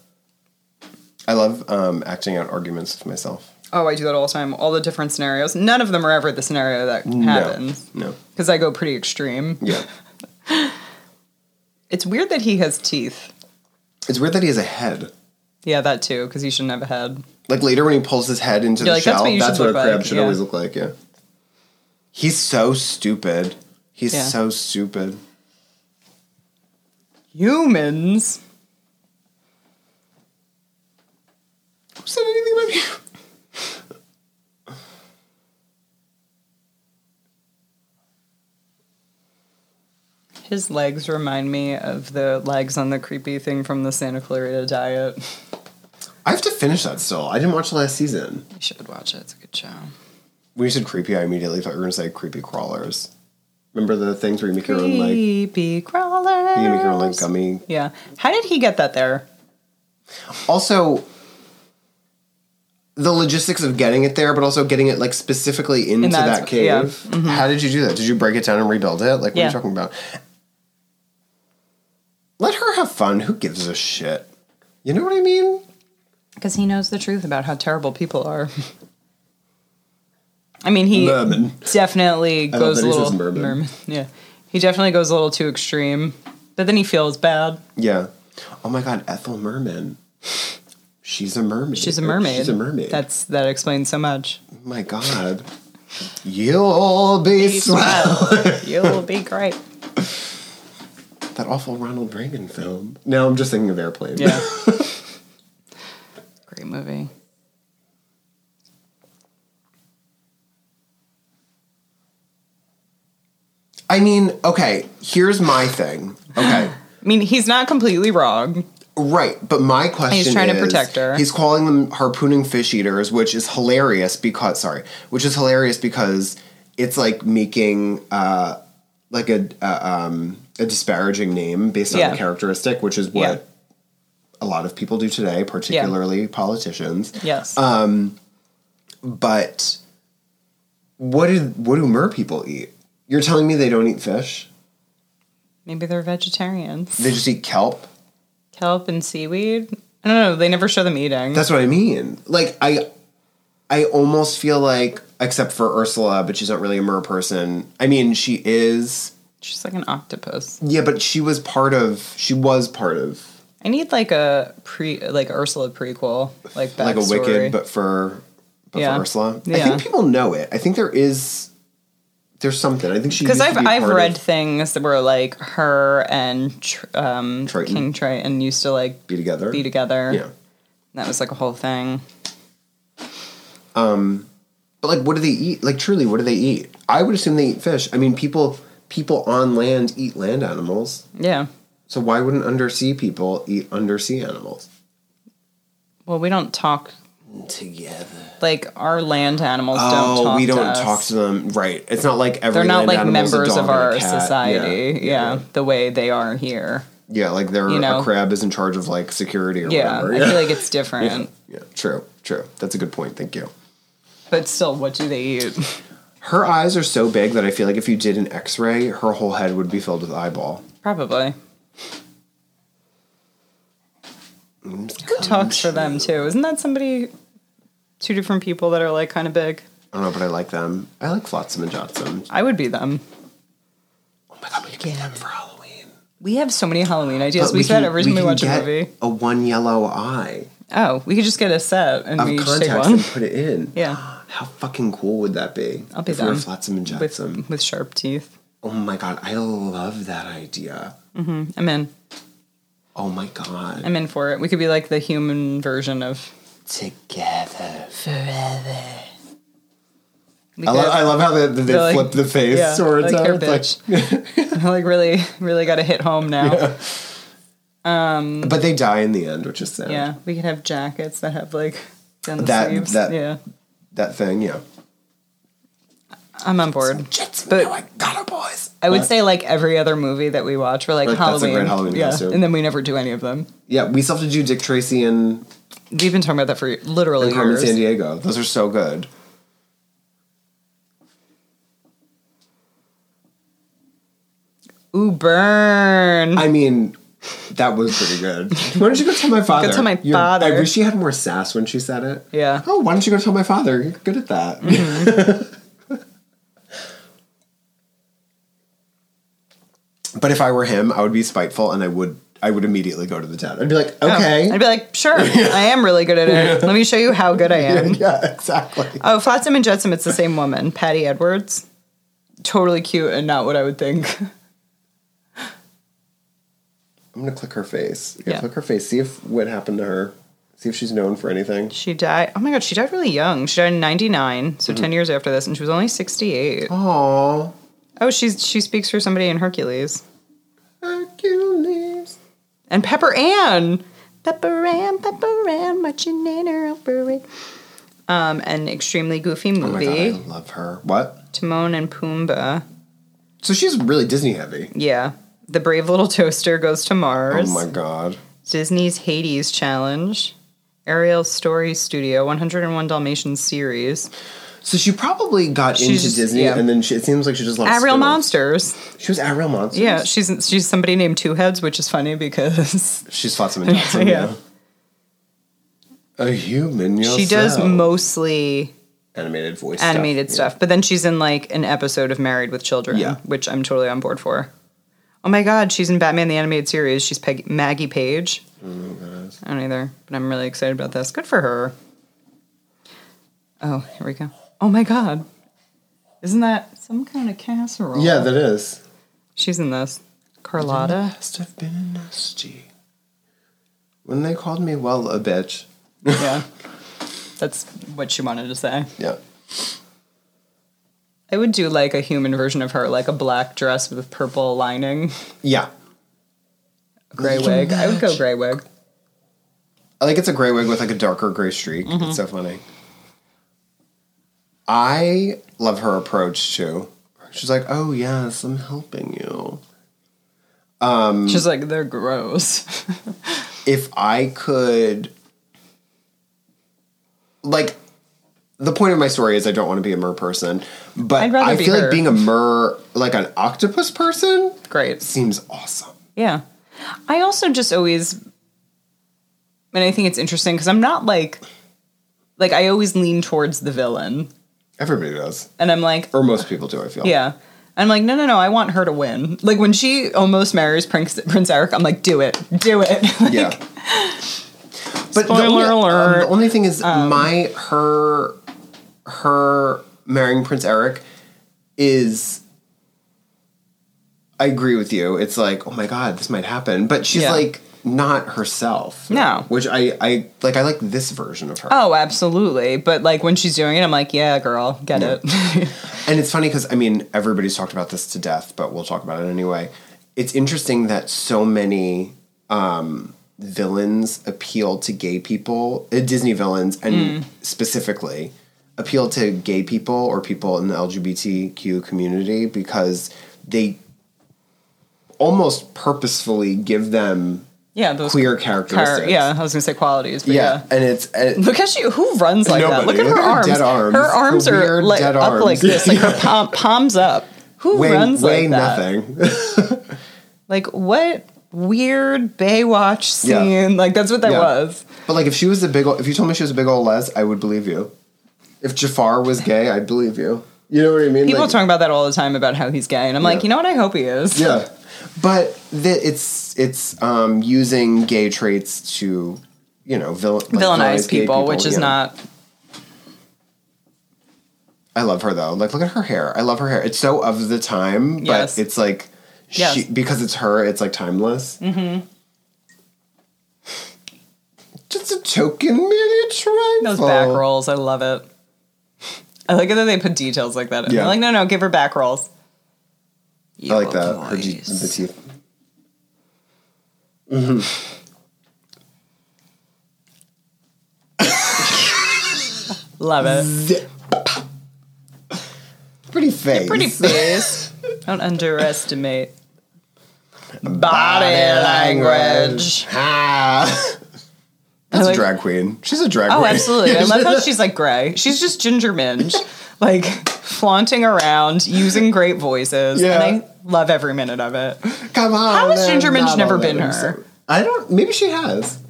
[SPEAKER 3] I love um, acting out arguments with myself.
[SPEAKER 2] Oh, I do that all the time. All the different scenarios. None of them are ever the scenario that happens
[SPEAKER 3] No. No.
[SPEAKER 2] because I go pretty extreme.
[SPEAKER 3] Yeah.
[SPEAKER 2] It's weird that he has teeth.
[SPEAKER 3] It's weird that he has a head.
[SPEAKER 2] Yeah, that too, because he shouldn't have a head.
[SPEAKER 3] Like later when he pulls his head into
[SPEAKER 2] You're
[SPEAKER 3] the
[SPEAKER 2] like, that's
[SPEAKER 3] shell,
[SPEAKER 2] what you
[SPEAKER 3] that's
[SPEAKER 2] should
[SPEAKER 3] what a
[SPEAKER 2] look
[SPEAKER 3] crab
[SPEAKER 2] like,
[SPEAKER 3] should
[SPEAKER 2] yeah.
[SPEAKER 3] always look like. Yeah. He's so stupid. He's
[SPEAKER 2] Yeah.
[SPEAKER 3] so stupid.
[SPEAKER 2] Humans.
[SPEAKER 3] Who said anything about you?
[SPEAKER 2] His legs remind me of the legs on the creepy thing from the Santa Clarita Diet.
[SPEAKER 3] I have to finish that still. I didn't watch the last season.
[SPEAKER 2] You should watch it. It's a good show.
[SPEAKER 3] When you said creepy, I immediately thought you were gonna say creepy crawlers. Remember the things where you make your own like you
[SPEAKER 2] Creepy crawler.
[SPEAKER 3] make your own like gummy.
[SPEAKER 2] Yeah. How did he get that there?
[SPEAKER 3] Also the logistics of getting it there, but also getting it like specifically into
[SPEAKER 2] that's-
[SPEAKER 3] that cave.
[SPEAKER 2] yeah. Mm-hmm.
[SPEAKER 3] How did you do that? Did you break it down and rebuild it? Like what are
[SPEAKER 2] Yeah.
[SPEAKER 3] you talking about? Let her have fun. Who gives a shit? You know what I mean?
[SPEAKER 2] Because he knows the truth about how terrible people are. I mean, he
[SPEAKER 3] Merman.
[SPEAKER 2] definitely
[SPEAKER 3] love
[SPEAKER 2] goes
[SPEAKER 3] that
[SPEAKER 2] a
[SPEAKER 3] he
[SPEAKER 2] little.
[SPEAKER 3] says merman.
[SPEAKER 2] Yeah, he definitely goes a little too extreme, but then he feels bad.
[SPEAKER 3] Yeah. Oh my god, Ethel Merman. She's a mermaid.
[SPEAKER 2] She's a mermaid.
[SPEAKER 3] She's a mermaid.
[SPEAKER 2] That's that explains so much.
[SPEAKER 3] oh my god. You'll be swell.
[SPEAKER 2] You'll be great.
[SPEAKER 3] That awful Ronald Reagan film. Now I'm just thinking of airplane.
[SPEAKER 2] Yeah. Great movie.
[SPEAKER 3] I mean, okay, here's my thing. Okay.
[SPEAKER 2] I mean, he's not completely wrong.
[SPEAKER 3] Right, but my question
[SPEAKER 2] He's trying to
[SPEAKER 3] is,
[SPEAKER 2] protect her.
[SPEAKER 3] He's calling them harpooning fish eaters, which is hilarious because sorry, which is hilarious because it's like making uh like a uh, um a disparaging name based on
[SPEAKER 2] Yeah.
[SPEAKER 3] the characteristic, which is what a lot of people do today, particularly politicians.
[SPEAKER 2] Yes.
[SPEAKER 3] Uh, But what do what do mer people eat? You're telling me they don't eat fish?
[SPEAKER 2] Maybe they're vegetarians.
[SPEAKER 3] They just eat kelp?
[SPEAKER 2] Kelp and seaweed. I don't know. They never show them eating.
[SPEAKER 3] That's what I mean. Like I I almost feel like except for Ursula, but she's not really a mer person. I mean, she is.
[SPEAKER 2] She's like an octopus.
[SPEAKER 3] Yeah, but she was part of she was part of
[SPEAKER 2] I need like a pre, like Ursula prequel, like backstory.
[SPEAKER 3] like a wicked but for but
[SPEAKER 2] Yeah.
[SPEAKER 3] for Ursula. I
[SPEAKER 2] Yeah.
[SPEAKER 3] think people know it. I think there is there's something. I think she
[SPEAKER 2] because
[SPEAKER 3] used to
[SPEAKER 2] I've
[SPEAKER 3] be a
[SPEAKER 2] I've
[SPEAKER 3] part
[SPEAKER 2] read
[SPEAKER 3] of
[SPEAKER 2] things that were like her and Tr- um,
[SPEAKER 3] Triton.
[SPEAKER 2] King Triton used to like
[SPEAKER 3] be together.
[SPEAKER 2] be together.
[SPEAKER 3] Yeah.
[SPEAKER 2] And that was like a whole thing.
[SPEAKER 3] But like, what do they eat? Like, truly, what do they eat? I would assume they eat fish. I mean, people people on land eat land animals.
[SPEAKER 2] Yeah.
[SPEAKER 3] So why wouldn't undersea people eat undersea animals?
[SPEAKER 2] Well, we don't talk
[SPEAKER 3] Together.
[SPEAKER 2] like our land animals don't
[SPEAKER 3] Oh,
[SPEAKER 2] talk.
[SPEAKER 3] we don't
[SPEAKER 2] to us.
[SPEAKER 3] talk to them. Right. It's not like every
[SPEAKER 2] They're not
[SPEAKER 3] land
[SPEAKER 2] like
[SPEAKER 3] animal's a
[SPEAKER 2] members
[SPEAKER 3] dog
[SPEAKER 2] of
[SPEAKER 3] and a
[SPEAKER 2] our
[SPEAKER 3] cat.
[SPEAKER 2] society.
[SPEAKER 3] Yeah.
[SPEAKER 2] yeah. The way they are here.
[SPEAKER 3] Yeah, like they're
[SPEAKER 2] You know?
[SPEAKER 3] a crab is in charge of like security or
[SPEAKER 2] Yeah.
[SPEAKER 3] whatever.
[SPEAKER 2] I
[SPEAKER 3] Yeah.
[SPEAKER 2] feel like it's different.
[SPEAKER 3] yeah. True. True. That's a good point. Thank you.
[SPEAKER 2] But still, what do they eat?
[SPEAKER 3] Her eyes are so big that I feel like if you did an X-ray, her whole head would be filled with eyeball.
[SPEAKER 2] Probably. Who talks for them too? Isn't that somebody? Two different people that are like kind of big.
[SPEAKER 3] I don't know, but I like them. I like Flotsam and Jetsam.
[SPEAKER 2] I would be them.
[SPEAKER 3] Oh my god, we could be them for Halloween.
[SPEAKER 2] We have so many Halloween ideas.
[SPEAKER 3] But
[SPEAKER 2] we, said
[SPEAKER 3] can-
[SPEAKER 2] every time we
[SPEAKER 3] can
[SPEAKER 2] watch a
[SPEAKER 3] get
[SPEAKER 2] movie.
[SPEAKER 3] A one yellow eye
[SPEAKER 2] Oh, we could just get a set and
[SPEAKER 3] of
[SPEAKER 2] we each take
[SPEAKER 3] contacts
[SPEAKER 2] one
[SPEAKER 3] and put it in.
[SPEAKER 2] Yeah.
[SPEAKER 3] How fucking cool would that be?
[SPEAKER 2] I'll be
[SPEAKER 3] if we were
[SPEAKER 2] down.
[SPEAKER 3] Flotsam and
[SPEAKER 2] with
[SPEAKER 3] Jetsam.
[SPEAKER 2] with sharp teeth.
[SPEAKER 3] oh my god, I love that idea.
[SPEAKER 2] I'm in.
[SPEAKER 3] Oh my god.
[SPEAKER 2] I'm in for it. We could be like the human version of.
[SPEAKER 1] Together.
[SPEAKER 2] We
[SPEAKER 3] I,
[SPEAKER 2] could-
[SPEAKER 3] lo- I love how they, they
[SPEAKER 2] They're like-
[SPEAKER 3] flip the face
[SPEAKER 2] yeah,
[SPEAKER 3] towards
[SPEAKER 2] like,
[SPEAKER 3] her.
[SPEAKER 2] "Here,
[SPEAKER 3] It's like-
[SPEAKER 2] bitch. like really, really got to hit home now. Yeah.
[SPEAKER 3] but they die in the end, which is sad.
[SPEAKER 2] we could have jackets that have like down the
[SPEAKER 3] That-
[SPEAKER 2] sleeves.
[SPEAKER 3] that-
[SPEAKER 2] yeah,
[SPEAKER 3] That thing, yeah.
[SPEAKER 2] I'm on board.
[SPEAKER 3] Jetsam,
[SPEAKER 2] But-
[SPEAKER 3] but, I got her, boys.
[SPEAKER 2] I would say like every other movie that we watch, we're like,
[SPEAKER 3] Like,
[SPEAKER 2] Halloween.
[SPEAKER 3] that's a great Halloween
[SPEAKER 2] yeah,
[SPEAKER 3] costume.
[SPEAKER 2] and then we never do any of them.
[SPEAKER 3] Yeah, we still have to do Dick Tracy and
[SPEAKER 2] We've been talking about that for literally
[SPEAKER 3] Carmen
[SPEAKER 2] years.
[SPEAKER 3] San Diego. Those are so good.
[SPEAKER 2] Ooh, burn.
[SPEAKER 3] I mean, that was pretty good. Why don't you go tell my father?
[SPEAKER 2] tell my
[SPEAKER 3] You-
[SPEAKER 2] father.
[SPEAKER 3] I wish she had more sass when she said it.
[SPEAKER 2] Yeah.
[SPEAKER 3] Oh, why don't you go tell my father? You're good at that. but if I were him, I would be spiteful and I would I would immediately go to the dad. I'd be like,
[SPEAKER 2] Oh,
[SPEAKER 3] okay.
[SPEAKER 2] I'd be like, sure, I am really good at it. Let me show you how good I am.
[SPEAKER 3] yeah, exactly.
[SPEAKER 2] Oh, Flotsam and Jetsam, it's the same woman, Patty Edwards. Totally cute and not what I would think.
[SPEAKER 3] I'm gonna click her face. Yeah,
[SPEAKER 2] Yeah.
[SPEAKER 3] click her face. See if what happened to her. See if she's known for anything.
[SPEAKER 2] She died. Oh my god, she died really young. She died in '99, so
[SPEAKER 3] Mm-hmm.
[SPEAKER 2] ten years after this, and she was only sixty-eight.
[SPEAKER 3] Aww.
[SPEAKER 2] Oh, she's she speaks for somebody in Hercules
[SPEAKER 3] Hercules.
[SPEAKER 2] and Pepper Ann. Pepper Ann, Pepper Ann, watching her over it. Um, an extremely goofy
[SPEAKER 3] Oh my
[SPEAKER 2] movie,
[SPEAKER 3] god, I love her. What?
[SPEAKER 2] Timon and Pumbaa.
[SPEAKER 3] So she's really Disney heavy.
[SPEAKER 2] Yeah, the brave little toaster goes to Mars.
[SPEAKER 3] Oh my god.
[SPEAKER 2] Disney's Hades Challenge, Ariel's Story Studio, 101 Dalmatians series,
[SPEAKER 3] So she probably got into
[SPEAKER 2] just-
[SPEAKER 3] Disney,
[SPEAKER 2] yeah.
[SPEAKER 3] and then she, it seems like she just loves.
[SPEAKER 2] Ariel
[SPEAKER 3] spin-offs.
[SPEAKER 2] Monsters.
[SPEAKER 3] She was Ariel Monster.
[SPEAKER 2] Yeah, she's she's somebody named Two Heads, which is funny because
[SPEAKER 3] she's Flotsam and Jetsam.
[SPEAKER 2] Yeah.
[SPEAKER 3] yeah. A human. Yourself.
[SPEAKER 2] she does mostly
[SPEAKER 3] animated voice.
[SPEAKER 2] animated
[SPEAKER 3] stuff.
[SPEAKER 2] stuff, but then she's in like an episode of Married with Children,
[SPEAKER 3] Yeah.
[SPEAKER 2] which I'm totally on board for. Oh my god, she's in Batman the Animated Series. She's Peg- Maggie Page. I don't either, but I'm really excited about this. Good for her. Oh, here we go. Oh my god. Isn't that some kind of casserole?
[SPEAKER 3] Yeah, that is.
[SPEAKER 2] She's in this. Carlotta.
[SPEAKER 3] Must have been nasty. When they called me, well, a bitch.
[SPEAKER 2] yeah. That's what she wanted to say.
[SPEAKER 3] Yeah.
[SPEAKER 2] I would do like a human version of her, like a black dress with purple lining,
[SPEAKER 3] Yeah.
[SPEAKER 2] gray wig. I would go gray wig.
[SPEAKER 3] I think it's a gray wig with like a darker gray streak.
[SPEAKER 2] Mm-hmm.
[SPEAKER 3] It's so funny. I love her approach too. She's like, "Oh yes, I'm helping you."
[SPEAKER 2] She's like, they're gross.
[SPEAKER 3] if I could, like, the point of my story is I don't want to be a mer person, but
[SPEAKER 2] I'd rather
[SPEAKER 3] I
[SPEAKER 2] be
[SPEAKER 3] feel
[SPEAKER 2] her.
[SPEAKER 3] like being a mer, like an octopus person,
[SPEAKER 2] Great.
[SPEAKER 3] seems awesome.
[SPEAKER 2] Yeah. I also just always, and I think it's interesting because I'm not like, like I always lean towards the villain,
[SPEAKER 3] Everybody does,
[SPEAKER 2] and I'm like,
[SPEAKER 3] or most people do. I feel.
[SPEAKER 2] yeah. I'm like, no, no, no. I want her to win. Like when she almost marries Prince Prince Eric, I'm like, do it, do it. Like,
[SPEAKER 3] Yeah. But
[SPEAKER 2] Spoiler
[SPEAKER 3] the only, um,
[SPEAKER 2] alert. Um,
[SPEAKER 3] the only thing is, my her her marrying Prince Eric is. I agree with you. It's like, oh my god, this might happen. But she's
[SPEAKER 2] Yeah.
[SPEAKER 3] like not herself.
[SPEAKER 2] No.
[SPEAKER 3] Which I I like. I like this version of her.
[SPEAKER 2] Oh, absolutely. But like when she's doing it, I'm like, yeah, girl, get it.
[SPEAKER 3] And it's funny because I mean everybody's talked about this to death, but we'll talk about it anyway. It's interesting that so many um, villains appeal to gay people, uh, Disney villains,
[SPEAKER 2] Mm.
[SPEAKER 3] and specifically appeal to gay people or people in the LGBTQ community because they almost purposefully give them
[SPEAKER 2] yeah, those
[SPEAKER 3] queer
[SPEAKER 2] car-
[SPEAKER 3] characteristics.
[SPEAKER 2] yeah, I was gonna say qualities, but
[SPEAKER 3] yeah,
[SPEAKER 2] yeah.
[SPEAKER 3] and it's and
[SPEAKER 2] Look at she. Who runs like that? Look at
[SPEAKER 3] Nobody.
[SPEAKER 2] her
[SPEAKER 3] Look at her
[SPEAKER 2] arms.
[SPEAKER 3] dead arms.
[SPEAKER 2] Her arms
[SPEAKER 3] Her
[SPEAKER 2] are
[SPEAKER 3] weird
[SPEAKER 2] like
[SPEAKER 3] dead
[SPEAKER 2] up like
[SPEAKER 3] arms.
[SPEAKER 2] this, like her pom- palms up. Who
[SPEAKER 3] way,
[SPEAKER 2] runs
[SPEAKER 3] way
[SPEAKER 2] like that?
[SPEAKER 3] nothing.
[SPEAKER 2] Like what weird Baywatch scene?
[SPEAKER 3] Yeah.
[SPEAKER 2] Like that's what that
[SPEAKER 3] Yeah.
[SPEAKER 2] was.
[SPEAKER 3] But like, if she was a big, ol- if you told me she was a big old les, I would believe you. If Jafar was gay, I'd believe you. You know what I mean?
[SPEAKER 2] People
[SPEAKER 3] Like,
[SPEAKER 2] talk about that all the time about how he's gay, and I'm like,
[SPEAKER 3] Yeah.
[SPEAKER 2] you know what? I hope he is.
[SPEAKER 3] Yeah, but th- it's it's um, using gay traits to you know villain, like,
[SPEAKER 2] Villainize
[SPEAKER 3] gay
[SPEAKER 2] people, which is
[SPEAKER 3] yeah.
[SPEAKER 2] not
[SPEAKER 3] I love her though. Like, look at her hair. I love her hair. It's so of the time, but
[SPEAKER 2] Yes.
[SPEAKER 3] it's like
[SPEAKER 2] Yes.
[SPEAKER 3] she because it's her. It's like timeless. Mm-hmm. Just a token miniature.
[SPEAKER 2] Those back rolls, I love it. I like it that they put details like that. in.
[SPEAKER 3] Yeah.
[SPEAKER 2] They're like, no, no, give her back rolls.
[SPEAKER 3] I like that. Her de- the teeth.
[SPEAKER 2] Love it.
[SPEAKER 3] Pretty face.
[SPEAKER 2] Pretty face. Don't underestimate body language.
[SPEAKER 3] Ah.
[SPEAKER 2] I
[SPEAKER 3] That's
[SPEAKER 2] like-
[SPEAKER 3] a drag queen. She's a drag
[SPEAKER 2] Oh,
[SPEAKER 3] queen.
[SPEAKER 2] absolutely. I love how she's like gray. She's just ginger minge, like flaunting around, using great voices.
[SPEAKER 3] Yeah.
[SPEAKER 2] And I love every minute of it.
[SPEAKER 3] Come on.
[SPEAKER 2] How has
[SPEAKER 3] and
[SPEAKER 2] Ginger Minge
[SPEAKER 3] not
[SPEAKER 2] never
[SPEAKER 3] all
[SPEAKER 2] been
[SPEAKER 3] that
[SPEAKER 2] her?
[SPEAKER 3] episode. I don't. Maybe she has.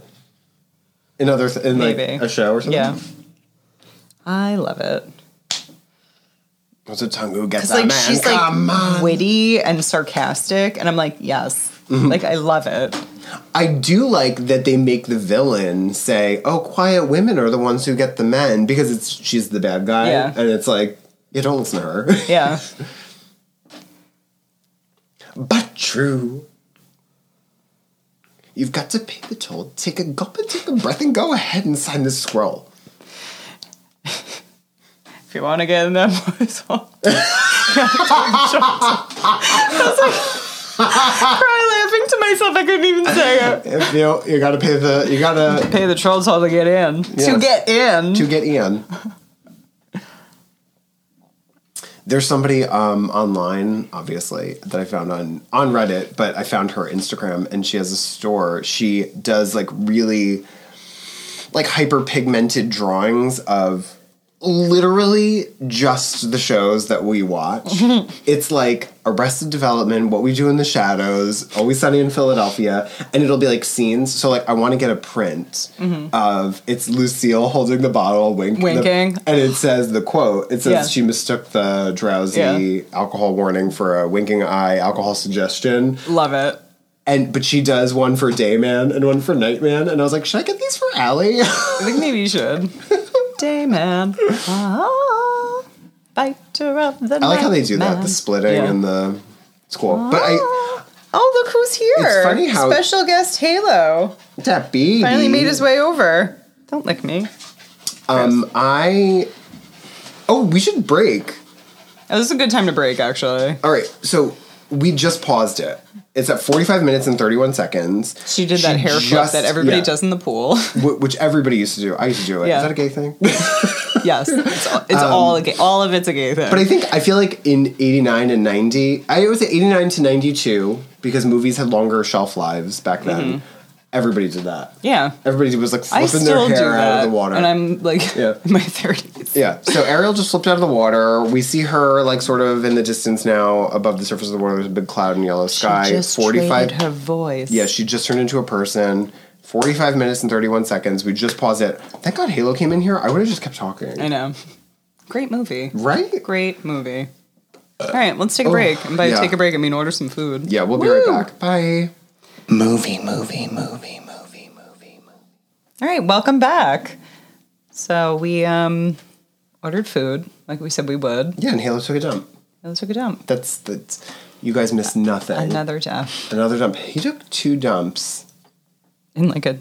[SPEAKER 3] In other, th- in like
[SPEAKER 2] Maybe.
[SPEAKER 3] a show or something.
[SPEAKER 2] Yeah. I love it.
[SPEAKER 3] What's a tongue who gets
[SPEAKER 2] It's
[SPEAKER 3] that
[SPEAKER 2] like
[SPEAKER 3] man?
[SPEAKER 2] she's
[SPEAKER 3] Come
[SPEAKER 2] like
[SPEAKER 3] on.
[SPEAKER 2] witty and sarcastic, and I'm like, yes,
[SPEAKER 3] Mm-hmm.
[SPEAKER 2] like I love it.
[SPEAKER 3] I do like that they make the villain say, "Oh, quiet women are the ones who get the men," because it's she's the bad guy,
[SPEAKER 2] Yeah.
[SPEAKER 3] and it's like, you don't listen to her.
[SPEAKER 2] Yeah,
[SPEAKER 3] but true. You've got to pay the toll, take a gulp and take a breath, and go ahead and sign this scroll.
[SPEAKER 2] if you want to get in that voice hole. I was like, cry laughing to myself. I couldn't even say it.
[SPEAKER 3] If you know, you gotta pay the, you gotta
[SPEAKER 2] Pay the trolls hall to get in. To
[SPEAKER 3] Yes.
[SPEAKER 2] get in.
[SPEAKER 3] to get Ian. There's somebody um, online, obviously, that I found on on Reddit, but I found her Instagram, and she has a store. She does like really, like hyper pigmented drawings of literally just the shows that we watch. it's like Arrested Development, What We Do in the Shadows, Always Sunny in Philadelphia, and it'll be like scenes. So like I want to get a print
[SPEAKER 2] Mm-hmm.
[SPEAKER 3] of it's Lucille holding the bottle, wink, the-
[SPEAKER 2] Winking.
[SPEAKER 3] and it says the quote. It says
[SPEAKER 2] Yeah.
[SPEAKER 3] she mistook the drowsy
[SPEAKER 2] Yeah.
[SPEAKER 3] alcohol warning for a winking eye alcohol suggestion.
[SPEAKER 2] Love it.
[SPEAKER 3] And but she does one for Dayman and one for Nightman, and I was like, should I get these for Allie?
[SPEAKER 2] I think maybe you should. Day man. Ah, fighter of the
[SPEAKER 3] I like how they do that, the splitting
[SPEAKER 2] Yeah.
[SPEAKER 3] and the it's cool. But I
[SPEAKER 2] Oh, look who's here.
[SPEAKER 3] It's funny how-
[SPEAKER 2] Special guest Halo
[SPEAKER 3] that baby
[SPEAKER 2] finally made his way over. Don't lick me.
[SPEAKER 3] Um, I oh, we should break.
[SPEAKER 2] Oh, this is a good time to break, actually.
[SPEAKER 3] All right, so we just paused it. It's at forty-five minutes and thirty-one seconds.
[SPEAKER 2] She did that hair flip
[SPEAKER 3] just-
[SPEAKER 2] that everybody
[SPEAKER 3] yeah.
[SPEAKER 2] does in the pool.
[SPEAKER 3] Wh- which everybody used to do. I used to do it. Is
[SPEAKER 2] Yeah.
[SPEAKER 3] that a gay thing?
[SPEAKER 2] yes, it's, all- it's all a gay, all of it's a gay thing.
[SPEAKER 3] Um, But I think I feel like in '89 and '90, I would say '89 to '92 because movies had longer shelf lives back then. Everybody did that.
[SPEAKER 2] Yeah.
[SPEAKER 3] Everybody was like
[SPEAKER 2] Mm-hmm. I
[SPEAKER 3] flipping
[SPEAKER 2] still
[SPEAKER 3] their
[SPEAKER 2] do
[SPEAKER 3] hair
[SPEAKER 2] that.
[SPEAKER 3] out of the water.
[SPEAKER 2] And I'm like
[SPEAKER 3] Yeah.
[SPEAKER 2] in my 30s.
[SPEAKER 3] Yeah. So Ariel just slipped out of the water. We see her like sort of in the distance now, above the surface of the water. There's a big cloud and yellow sky.
[SPEAKER 2] She just
[SPEAKER 3] Forty-five.
[SPEAKER 2] traded her voice.
[SPEAKER 3] Yeah, she just turned into a person. Forty-five minutes and thirty-one seconds. We just paused it. Thank God Halo came in here. I would have just kept talking.
[SPEAKER 2] I know. Great movie.
[SPEAKER 3] Right?
[SPEAKER 2] Great movie. All right, let's take a break. And by
[SPEAKER 3] Oh, yeah.
[SPEAKER 2] take a break, I mean order some food.
[SPEAKER 3] Yeah. We'll be
[SPEAKER 2] Woo!
[SPEAKER 3] right back. Bye.
[SPEAKER 1] Movie, movie, movie, movie, movie, movie.
[SPEAKER 2] All right, welcome back. So we um ordered food like we said we would.
[SPEAKER 3] Yeah, and Halo took a dump.
[SPEAKER 2] And we took a dump.
[SPEAKER 3] That's that's. You guys missed nothing.
[SPEAKER 2] Another dump
[SPEAKER 3] Another dump. He took two dumps.
[SPEAKER 2] in like a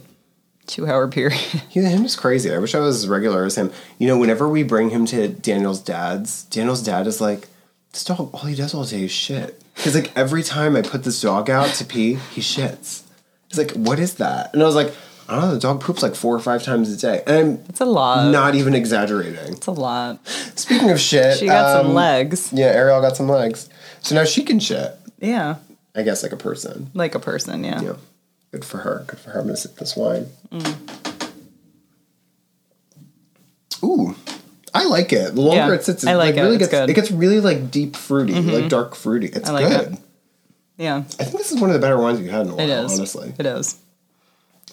[SPEAKER 2] two hour period.
[SPEAKER 3] He, him is crazy. I wish I was as regular as him. You know, whenever we bring him to Daniel's dad's, Daniel's dad is like, this dog, all he does all day is shit. Because, like, every time I put this dog out to pee, he shits. He's like, what is that? And I was like, I don't know, the dog poops like four or five times a day. And
[SPEAKER 2] It's a lot.
[SPEAKER 3] I'm not even exaggerating.
[SPEAKER 2] It's a lot.
[SPEAKER 3] Speaking of shit.
[SPEAKER 2] She got some
[SPEAKER 3] um,
[SPEAKER 2] legs.
[SPEAKER 3] Yeah, Ariel got some legs. So now she can shit,
[SPEAKER 2] Yeah.
[SPEAKER 3] I guess, like a person.
[SPEAKER 2] Like a person, yeah.
[SPEAKER 3] Yeah. Good for her. Good for her. I'm gonna sip this wine. Mm. Ooh. I like it. The longer
[SPEAKER 2] Yeah,
[SPEAKER 3] it sits,
[SPEAKER 2] I like it.
[SPEAKER 3] really
[SPEAKER 2] It's
[SPEAKER 3] gets
[SPEAKER 2] good. Mm-hmm.
[SPEAKER 3] it gets really like deep fruity, like dark fruity. It's
[SPEAKER 2] I like
[SPEAKER 3] good.
[SPEAKER 2] it. Yeah.
[SPEAKER 3] I think this is one of the better wines we've had in a while,
[SPEAKER 2] It is.
[SPEAKER 3] honestly.
[SPEAKER 2] It is.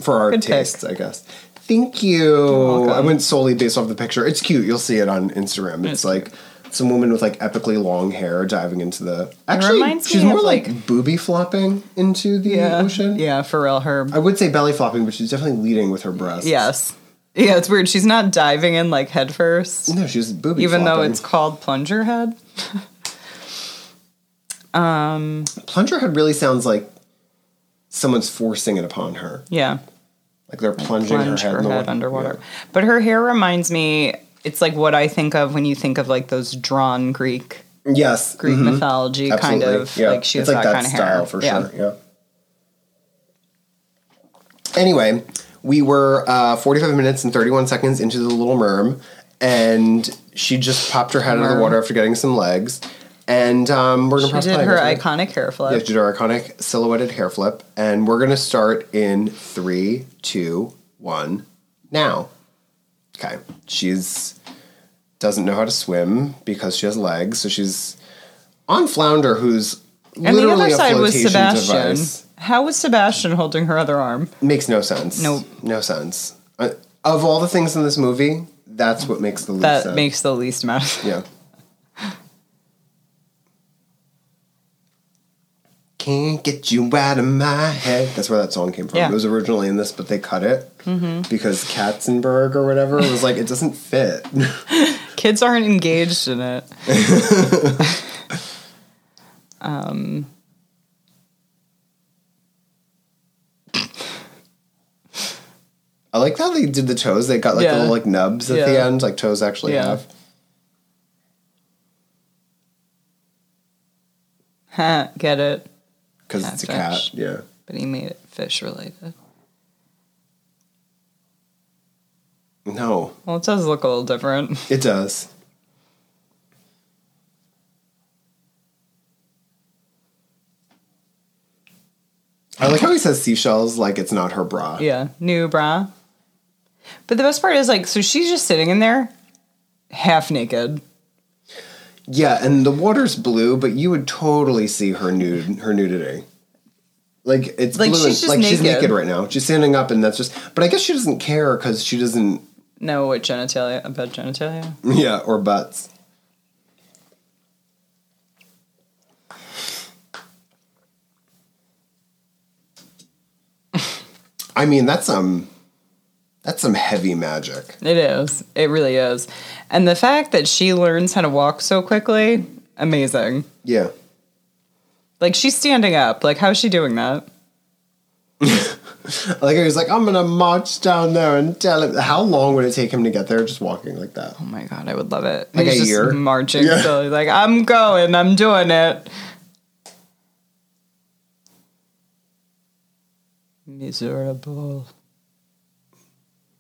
[SPEAKER 3] For our
[SPEAKER 2] Good pick.
[SPEAKER 3] tastes, I guess. Thank you.
[SPEAKER 2] welcome.
[SPEAKER 3] I went solely based off the picture. It's cute. You'll see it on Instagram. It's,
[SPEAKER 2] It's
[SPEAKER 3] like some woman with like epically long hair diving into the. Actually,
[SPEAKER 2] reminds
[SPEAKER 3] she's
[SPEAKER 2] me
[SPEAKER 3] more
[SPEAKER 2] of,
[SPEAKER 3] like,
[SPEAKER 2] like-
[SPEAKER 3] booby flopping into the
[SPEAKER 2] Yeah.
[SPEAKER 3] ocean.
[SPEAKER 2] Yeah, Pharrell Herb.
[SPEAKER 3] I would say belly flopping, but she's definitely leading with her breasts.
[SPEAKER 2] Yes. Yeah, it's weird. She's not diving in like head first,
[SPEAKER 3] No, she's booby.
[SPEAKER 2] even though
[SPEAKER 3] flopping.
[SPEAKER 2] it's called plunger head.
[SPEAKER 3] plunger head really sounds like someone's forcing it upon her.
[SPEAKER 2] Yeah.
[SPEAKER 3] Like they're plunging
[SPEAKER 2] Plunge
[SPEAKER 3] her head,
[SPEAKER 2] her
[SPEAKER 3] in the
[SPEAKER 2] head
[SPEAKER 3] wa-
[SPEAKER 2] underwater. But her hair reminds me, it's like what I think of when you think of like those drawn Greek,
[SPEAKER 3] Yeah. Yes,
[SPEAKER 2] Greek
[SPEAKER 3] mhm,
[SPEAKER 2] mythology
[SPEAKER 3] absolutely.
[SPEAKER 2] kind of.
[SPEAKER 3] Yeah.
[SPEAKER 2] Like she has
[SPEAKER 3] it's like
[SPEAKER 2] that,
[SPEAKER 3] that,
[SPEAKER 2] kind of
[SPEAKER 3] style
[SPEAKER 2] hair.
[SPEAKER 3] for
[SPEAKER 2] Yeah.
[SPEAKER 3] sure. Yeah. Anyway, we were uh, 45 minutes and 31 seconds into the little merm, and she just popped her head out of the
[SPEAKER 2] Merm.
[SPEAKER 3] water after getting some legs. And um, we're gonna
[SPEAKER 2] She
[SPEAKER 3] press
[SPEAKER 2] did
[SPEAKER 3] play,
[SPEAKER 2] her
[SPEAKER 3] guys, right?
[SPEAKER 2] iconic hair flip.
[SPEAKER 3] Yeah, she did our iconic silhouetted hair flip, and we're gonna start in three, two, one, now. Okay, she's doesn't know how to swim because she has legs, so she's on Flounder, who's
[SPEAKER 2] and the
[SPEAKER 3] literally
[SPEAKER 2] other side
[SPEAKER 3] a
[SPEAKER 2] was
[SPEAKER 3] flotation
[SPEAKER 2] Sebastian.
[SPEAKER 3] device.
[SPEAKER 2] How was Sebastian holding her other arm?
[SPEAKER 3] Makes no sense.
[SPEAKER 2] Nope.
[SPEAKER 3] no sense. Uh, of all the things in this movie, that's what makes the least
[SPEAKER 2] That
[SPEAKER 3] sense.
[SPEAKER 2] makes the least amount of
[SPEAKER 3] yeah. Can't get you out of my head. That's where that song came from.
[SPEAKER 2] Yeah. Mm-hmm.
[SPEAKER 3] It was originally in this, but they cut it because Katzenberg or whatever was like, it doesn't fit.
[SPEAKER 2] Kids aren't engaged in it. um,
[SPEAKER 3] I like how they did the toes. They got like
[SPEAKER 2] Yeah.
[SPEAKER 3] little like nubs at the
[SPEAKER 2] Yeah.
[SPEAKER 3] end, like toes actually
[SPEAKER 2] Yeah.
[SPEAKER 3] have.
[SPEAKER 2] ha, get it.
[SPEAKER 3] Because it's a cat.
[SPEAKER 2] Catfish.
[SPEAKER 3] Yeah.
[SPEAKER 2] But he made it fish related.
[SPEAKER 3] No,
[SPEAKER 2] Well, it does look a little different.
[SPEAKER 3] it does. I like how he says seashells like it's not her bra.
[SPEAKER 2] Yeah, new bra. But the best part is like, so she's just sitting in there, half naked.
[SPEAKER 3] Yeah, and the water's blue, but you would totally see her nude her nudity. Like it's
[SPEAKER 2] Like,
[SPEAKER 3] blue
[SPEAKER 2] she's
[SPEAKER 3] and-
[SPEAKER 2] just
[SPEAKER 3] like she's
[SPEAKER 2] naked.
[SPEAKER 3] naked right now. She's standing up and that's just but I guess she doesn't care cuz she doesn't
[SPEAKER 2] No, what genitalia about genitalia?
[SPEAKER 3] yeah, or butts. I mean, that's some that's some heavy magic.
[SPEAKER 2] It is. It really is. And the fact that she learns how to walk so quickly, amazing.
[SPEAKER 3] Yeah.
[SPEAKER 2] Like she's standing up. Like how's she doing that?
[SPEAKER 3] Like he was like, I'm gonna march down there and tell him. How long would it take him to get there just walking like that?
[SPEAKER 2] Oh my god, I would love it.
[SPEAKER 3] Like
[SPEAKER 2] He's
[SPEAKER 3] a
[SPEAKER 2] just
[SPEAKER 3] year?
[SPEAKER 2] marching
[SPEAKER 3] Yeah.
[SPEAKER 2] silly, like I'm going, I'm doing it. Miserable.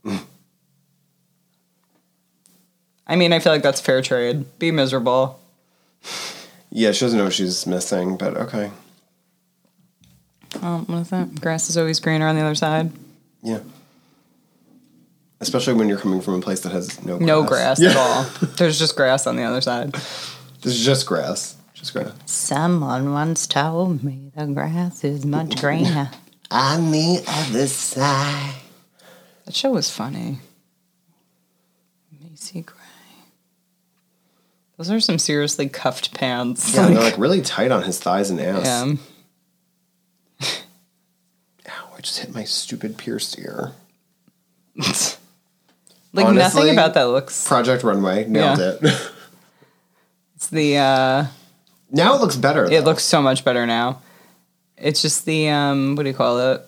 [SPEAKER 2] I mean, I feel like that's fair trade. Be miserable.
[SPEAKER 3] Yeah, she doesn't know what she's missing, but okay.
[SPEAKER 2] Um, what is that? Grass is always greener on the other side.
[SPEAKER 3] Yeah. Especially when you're coming from a place that has no grass.
[SPEAKER 2] No grass
[SPEAKER 3] Yeah.
[SPEAKER 2] at all. There's just grass on the other side.
[SPEAKER 3] This is just grass. Just grass.
[SPEAKER 2] Someone once told me the grass is much greener.
[SPEAKER 3] On the other side.
[SPEAKER 2] that show was funny. Macy Gray. Those are some seriously cuffed pants.
[SPEAKER 3] Yeah, they're like really tight on his thighs and ass.
[SPEAKER 2] Yeah.
[SPEAKER 3] Ow, I just hit my stupid pierced ear.
[SPEAKER 2] like
[SPEAKER 3] Honestly,
[SPEAKER 2] nothing about that looks.
[SPEAKER 3] Project Runway nailed
[SPEAKER 2] Yeah.
[SPEAKER 3] it.
[SPEAKER 2] It's the. uh
[SPEAKER 3] now it looks better.
[SPEAKER 2] It
[SPEAKER 3] though.
[SPEAKER 2] looks so much better now. It's just the um, what do you call it?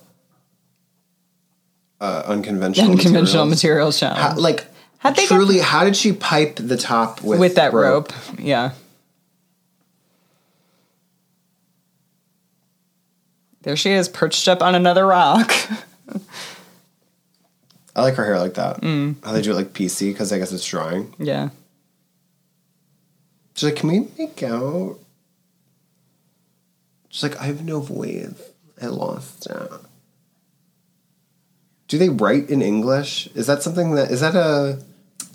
[SPEAKER 3] uh, unconventional.
[SPEAKER 2] Unconventional
[SPEAKER 3] materials.
[SPEAKER 2] material show
[SPEAKER 3] How- like,
[SPEAKER 2] How'd they get-
[SPEAKER 3] truly, how did she pipe the top with
[SPEAKER 2] with that rope. Yeah. There she is, perched up on another rock.
[SPEAKER 3] I like her hair like that.
[SPEAKER 2] Mm.
[SPEAKER 3] How they do it like PC because I guess it's drying.
[SPEAKER 2] yeah.
[SPEAKER 3] She's like, "Can we make out?" She's like, "I have no voice. I lost it." Do they write in English? Is that something that is that a?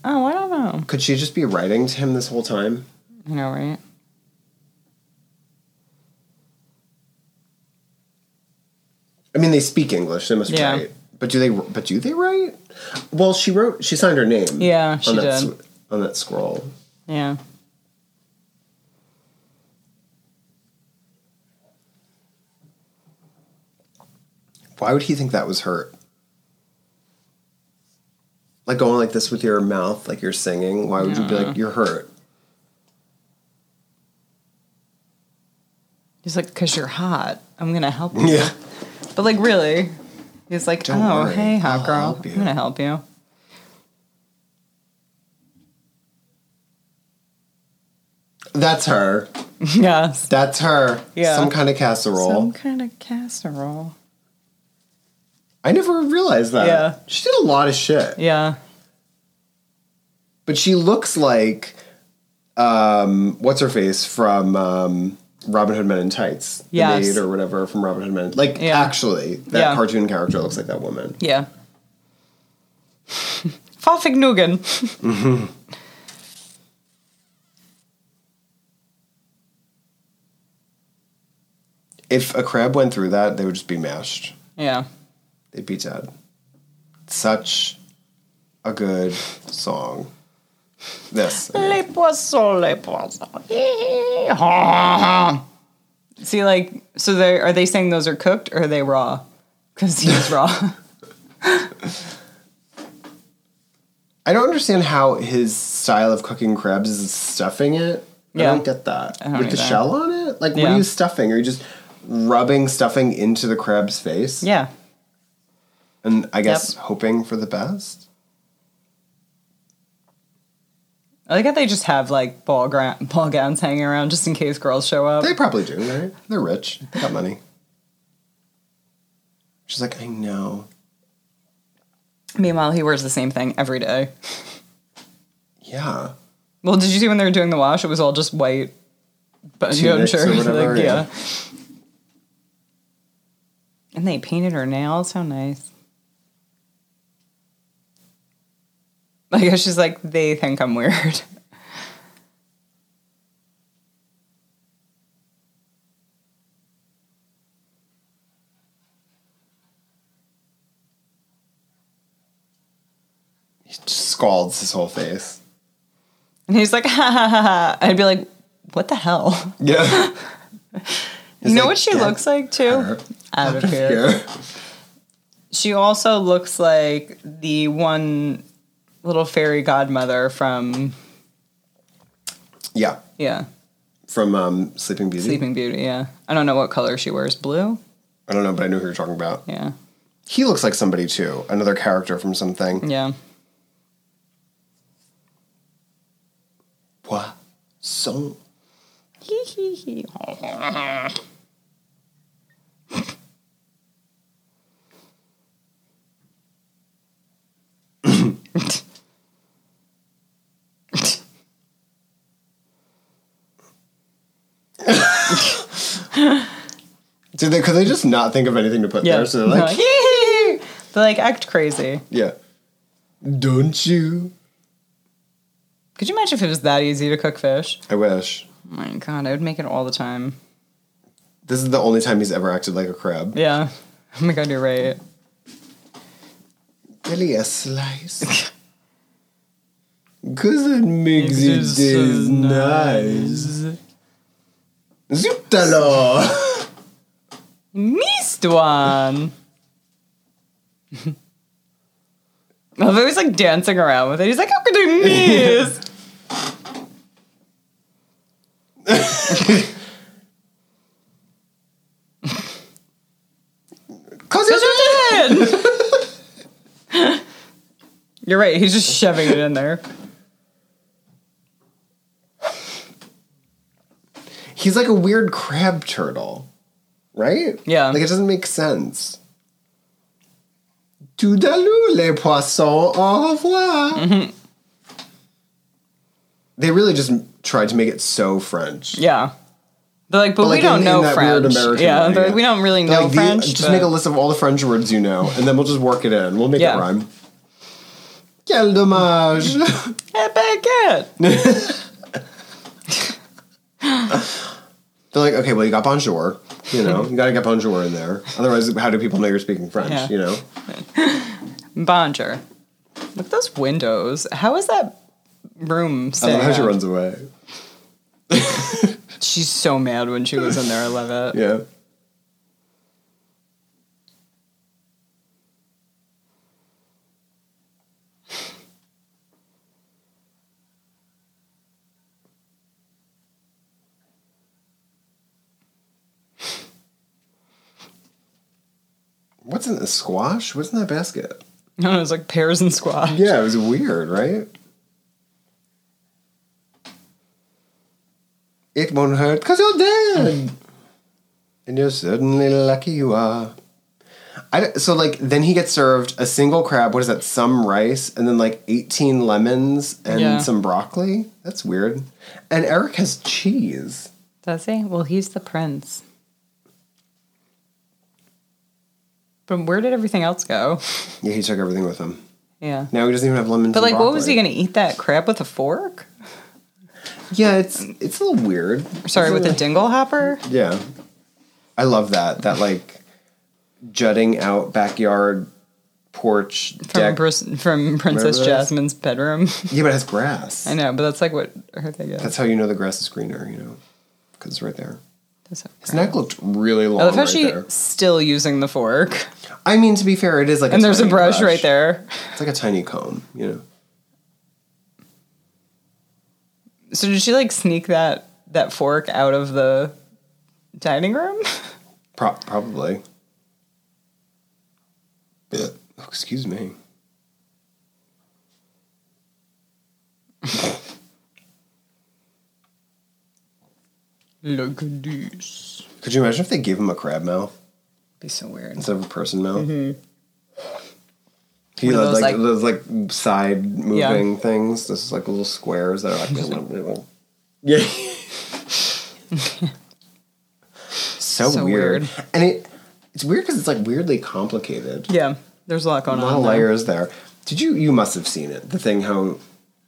[SPEAKER 2] Oh, I don't know.
[SPEAKER 3] Could she just be writing to him this whole time?
[SPEAKER 2] You know, right?
[SPEAKER 3] I mean, they speak English. They must
[SPEAKER 2] Yeah.
[SPEAKER 3] write. But do they? But do they write? Well, she wrote. She signed her name.
[SPEAKER 2] Yeah, she
[SPEAKER 3] on that
[SPEAKER 2] did.
[SPEAKER 3] s- on that scroll.
[SPEAKER 2] Yeah.
[SPEAKER 3] Why would he think that was hurt? Like going like this with your mouth, like you're singing. Why would you be like you're hurt?
[SPEAKER 2] He's like, because you're hot. I'm going to help you.
[SPEAKER 3] Yeah.
[SPEAKER 2] But, like, really? He's like,
[SPEAKER 3] Don't
[SPEAKER 2] oh,
[SPEAKER 3] worry.
[SPEAKER 2] hey, hot
[SPEAKER 3] I'll
[SPEAKER 2] girl. I'm
[SPEAKER 3] help you."
[SPEAKER 2] going to help you.
[SPEAKER 3] That's her.
[SPEAKER 2] yes.
[SPEAKER 3] That's her.
[SPEAKER 2] Yeah.
[SPEAKER 3] Some kind of casserole.
[SPEAKER 2] Some kind of casserole.
[SPEAKER 3] I never realized that.
[SPEAKER 2] Yeah.
[SPEAKER 3] She did a lot of shit.
[SPEAKER 2] Yeah.
[SPEAKER 3] But she looks like um what's her face from um Robin Hood Men in Tights. The
[SPEAKER 2] Yes.
[SPEAKER 3] maid or whatever from Robin Hood Men. Like
[SPEAKER 2] Yeah.
[SPEAKER 3] actually, that
[SPEAKER 2] Yeah.
[SPEAKER 3] cartoon character looks like that woman.
[SPEAKER 2] Yeah. Vergnügen.
[SPEAKER 3] If a crab went through that, they would just be mashed.
[SPEAKER 2] Yeah.
[SPEAKER 3] They'd be dead. Such a good song. This. I mean.
[SPEAKER 2] Les poissons, les poissons. See, like, so they are they saying those are cooked or are they raw? Because he's raw.
[SPEAKER 3] I don't understand how his style of cooking crabs is stuffing it.
[SPEAKER 2] Yeah.
[SPEAKER 3] I don't get that.
[SPEAKER 2] don't
[SPEAKER 3] With the
[SPEAKER 2] either.
[SPEAKER 3] shell on it? Like, what
[SPEAKER 2] Yeah.
[SPEAKER 3] are you stuffing? Are you just rubbing stuffing into the crab's face?
[SPEAKER 2] yeah.
[SPEAKER 3] And I guess hoping for the best?
[SPEAKER 2] I like how they just have like ball gra- ball gowns hanging around just in case girls show up.
[SPEAKER 3] They probably do, right? They're rich. They got money. She's like, I know.
[SPEAKER 2] Meanwhile, he wears the same thing every day.
[SPEAKER 3] Yeah.
[SPEAKER 2] Well, did you see when they were doing the wash? It was all just white, but you know,
[SPEAKER 3] Tunics or
[SPEAKER 2] shirts,
[SPEAKER 3] whatever,
[SPEAKER 2] like, yeah.
[SPEAKER 3] yeah.
[SPEAKER 2] And they painted her nails. How nice. I guess she's like, they think I'm weird.
[SPEAKER 3] He just scalds his whole face.
[SPEAKER 2] And he's like, ha ha ha ha. I'd be like, what the hell?
[SPEAKER 3] Yeah.
[SPEAKER 2] you know
[SPEAKER 3] like,
[SPEAKER 2] what she
[SPEAKER 3] "Get
[SPEAKER 2] looks like too? Out of here.
[SPEAKER 3] yeah.
[SPEAKER 2] She also looks like the one little fairy godmother from,
[SPEAKER 3] Yeah.
[SPEAKER 2] yeah.
[SPEAKER 3] From um, Sleeping Beauty.
[SPEAKER 2] Sleeping Beauty, yeah. I don't know what color she wears. Blue?
[SPEAKER 3] I don't know, but I know who you're talking about.
[SPEAKER 2] Yeah.
[SPEAKER 3] He looks like somebody too, another character from something.
[SPEAKER 2] Yeah.
[SPEAKER 3] What? So Did they? Could they just not think of anything to put there? So they're like,
[SPEAKER 2] they like act crazy.
[SPEAKER 3] yeah. Don't you?
[SPEAKER 2] Could you imagine if it was that easy to cook fish?
[SPEAKER 3] I wish.
[SPEAKER 2] Oh my god, I would make it all the time.
[SPEAKER 3] This is the only time he's ever acted like a crab.
[SPEAKER 2] Yeah. Oh my god, you're right.
[SPEAKER 3] Really a slice. Cause it makes it
[SPEAKER 2] Makes it
[SPEAKER 3] taste
[SPEAKER 2] so
[SPEAKER 3] nice. Zutalo!
[SPEAKER 2] Missed one. I love how he's like dancing around with it. He's like, how could I miss?
[SPEAKER 3] Cause it's
[SPEAKER 2] You're right. He's just shoving it in there.
[SPEAKER 3] He's like a weird crab turtle, right?
[SPEAKER 2] Yeah.
[SPEAKER 3] Like it doesn't make sense. Toodaloo les poissons, au revoir.
[SPEAKER 2] Mm-hmm.
[SPEAKER 3] They really just tried to make it so French.
[SPEAKER 2] Yeah. They're like, but,
[SPEAKER 3] But, like,
[SPEAKER 2] we don't
[SPEAKER 3] in- in
[SPEAKER 2] know
[SPEAKER 3] that weird
[SPEAKER 2] French.
[SPEAKER 3] American
[SPEAKER 2] Yeah,
[SPEAKER 3] way,
[SPEAKER 2] they're like,
[SPEAKER 3] yeah.
[SPEAKER 2] we don't really
[SPEAKER 3] They're
[SPEAKER 2] know
[SPEAKER 3] like, the-
[SPEAKER 2] French.
[SPEAKER 3] just
[SPEAKER 2] but-
[SPEAKER 3] make a list of all the French words you know, and then we'll just work it in. We'll make
[SPEAKER 2] Yeah.
[SPEAKER 3] it rhyme. Quel dommage.
[SPEAKER 2] Hey, baguette.
[SPEAKER 3] They're like, okay, well, you got bonjour. You know, you gotta get bonjour in there. Otherwise, how do people know you're speaking French?
[SPEAKER 2] Yeah.
[SPEAKER 3] You know?
[SPEAKER 2] Bonjour. Look at those windows. How is that room
[SPEAKER 3] I
[SPEAKER 2] sitting?
[SPEAKER 3] love how she
[SPEAKER 2] up?
[SPEAKER 3] runs away.
[SPEAKER 2] She's so mad when she was in there. I love it.
[SPEAKER 3] Yeah. What's in the squash? What's in that basket?
[SPEAKER 2] No, it was like pears and squash.
[SPEAKER 3] Yeah, it was weird, right? It won't hurt because you're dead. and you're certainly lucky you are. I, d- so, like, then he gets served a single crab. What is that? Some rice, and then like 18 lemons and
[SPEAKER 2] Yeah.
[SPEAKER 3] some broccoli. That's weird. And Eric has cheese.
[SPEAKER 2] Does he? Well, he's the prince. But where did everything else go?
[SPEAKER 3] Yeah, he took everything with him.
[SPEAKER 2] Yeah.
[SPEAKER 3] Now he doesn't even have lemons.
[SPEAKER 2] But
[SPEAKER 3] and
[SPEAKER 2] like, what was he
[SPEAKER 3] broccoli.
[SPEAKER 2] gonna eat that crab with a fork?
[SPEAKER 3] Yeah, it's it's a little weird.
[SPEAKER 2] Sorry,
[SPEAKER 3] It's
[SPEAKER 2] with a dingle hopper?
[SPEAKER 3] Yeah. I love that. That like jutting out backyard porch
[SPEAKER 2] From
[SPEAKER 3] deck.
[SPEAKER 2] Bris- from Princess
[SPEAKER 3] this?
[SPEAKER 2] Jasmine's bedroom.
[SPEAKER 3] yeah, but it has grass.
[SPEAKER 2] I know, but that's like what her thing is.
[SPEAKER 3] That's how you know the grass is greener, you know, because it's right there.
[SPEAKER 2] That's so
[SPEAKER 3] His neck looked really long.
[SPEAKER 2] I love how
[SPEAKER 3] right
[SPEAKER 2] she's
[SPEAKER 3] there.
[SPEAKER 2] still using the fork.
[SPEAKER 3] I mean, to be fair, it is like
[SPEAKER 2] And there's a
[SPEAKER 3] tiny
[SPEAKER 2] brush, right there.
[SPEAKER 3] It's like a tiny comb, you know.
[SPEAKER 2] So did she like sneak that that fork out of the dining room?
[SPEAKER 3] Pro- probably. Yeah. Oh, excuse me.
[SPEAKER 2] Look at this.
[SPEAKER 3] Could you imagine if they gave him a crab mouth
[SPEAKER 2] Be so weird.
[SPEAKER 3] instead of a person mouth? He
[SPEAKER 2] One of
[SPEAKER 3] had
[SPEAKER 2] those,
[SPEAKER 3] like,
[SPEAKER 2] like-
[SPEAKER 3] those like side moving things. This is like little squares that are like yeah. so,
[SPEAKER 2] So
[SPEAKER 3] weird.
[SPEAKER 2] weird.
[SPEAKER 3] and it it's weird because it's like weirdly complicated.
[SPEAKER 2] Yeah, there's a lot going
[SPEAKER 3] A lot
[SPEAKER 2] on.
[SPEAKER 3] of
[SPEAKER 2] there.
[SPEAKER 3] layers there. Did you? You must have seen it. The thing how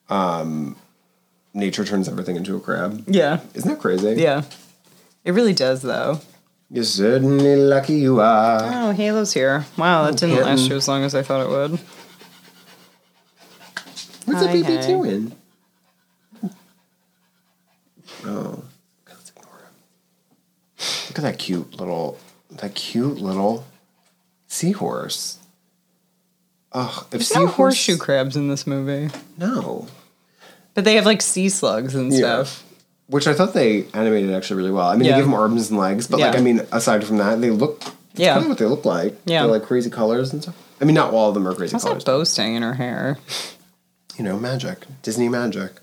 [SPEAKER 3] um, nature turns everything into a crab.
[SPEAKER 2] Yeah,
[SPEAKER 3] Isn't that crazy?
[SPEAKER 2] yeah. It really does though.
[SPEAKER 3] You're certainly lucky you are.
[SPEAKER 2] Oh, Halo's here. Wow, that didn't
[SPEAKER 3] Hinton.
[SPEAKER 2] last you as long as I thought it would.
[SPEAKER 3] What's the
[SPEAKER 2] Hi,
[SPEAKER 3] baby
[SPEAKER 2] hi.
[SPEAKER 3] doing? Oh, let's ignore him. Look at that cute little, that cute little seahorse. Ugh, if
[SPEAKER 2] There's no
[SPEAKER 3] seahorse,
[SPEAKER 2] horseshoe crabs in this movie,
[SPEAKER 3] no,
[SPEAKER 2] but they have like sea slugs and
[SPEAKER 3] Yeah.
[SPEAKER 2] stuff.
[SPEAKER 3] which I thought they animated actually really well. I mean,
[SPEAKER 2] Yeah.
[SPEAKER 3] they give them arms and legs, but like,
[SPEAKER 2] Yeah.
[SPEAKER 3] I mean, aside from that, they look it's
[SPEAKER 2] Yeah.
[SPEAKER 3] kind of what they look like.
[SPEAKER 2] Yeah.
[SPEAKER 3] they're like crazy colors and stuff. I mean, not all of them are crazy
[SPEAKER 2] How's
[SPEAKER 3] colors.
[SPEAKER 2] that bow staying in her hair?
[SPEAKER 3] you know, magic, Disney magic.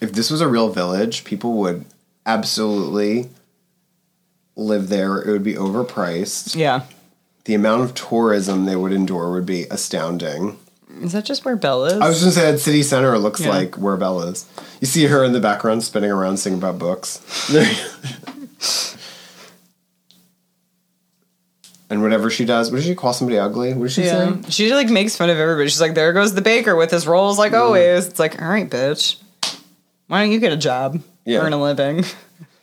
[SPEAKER 3] If this was a real village, people would absolutely live there. It would be overpriced.
[SPEAKER 2] Yeah,
[SPEAKER 3] The amount of tourism they would endure would be astounding.
[SPEAKER 2] Is that just where Belle is?
[SPEAKER 3] I was just gonna say at City Center it looks
[SPEAKER 2] Yeah.
[SPEAKER 3] like where Belle is. You see her in the background spinning around singing about books. and whatever she does, what does she call somebody ugly? What does she
[SPEAKER 2] yeah.
[SPEAKER 3] say?
[SPEAKER 2] She like makes fun of everybody. She's like, there goes the baker with his rolls like
[SPEAKER 3] Mm-hmm.
[SPEAKER 2] always. It's like, all right, bitch. Why don't you get a job?
[SPEAKER 3] Yeah.
[SPEAKER 2] Earn a living.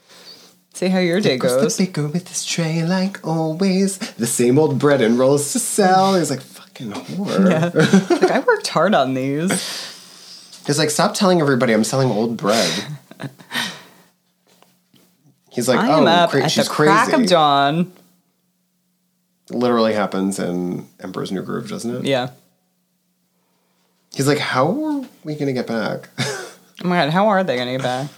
[SPEAKER 2] See how your day
[SPEAKER 3] Goes
[SPEAKER 2] goes.
[SPEAKER 3] the baker with his tray like always. The same old bread and rolls to sell. He's like, fucking whore.
[SPEAKER 2] like, I worked hard on these.
[SPEAKER 3] He's like, stop telling everybody I'm selling old bread. He's like,
[SPEAKER 2] I
[SPEAKER 3] oh,
[SPEAKER 2] am up
[SPEAKER 3] cra-
[SPEAKER 2] at
[SPEAKER 3] she's
[SPEAKER 2] the
[SPEAKER 3] crazy.
[SPEAKER 2] crack of dawn.
[SPEAKER 3] Literally happens in Emperor's New Groove, doesn't it?
[SPEAKER 2] Yeah.
[SPEAKER 3] He's like, how are we going to get back?
[SPEAKER 2] Oh my god, how are they gonna get back?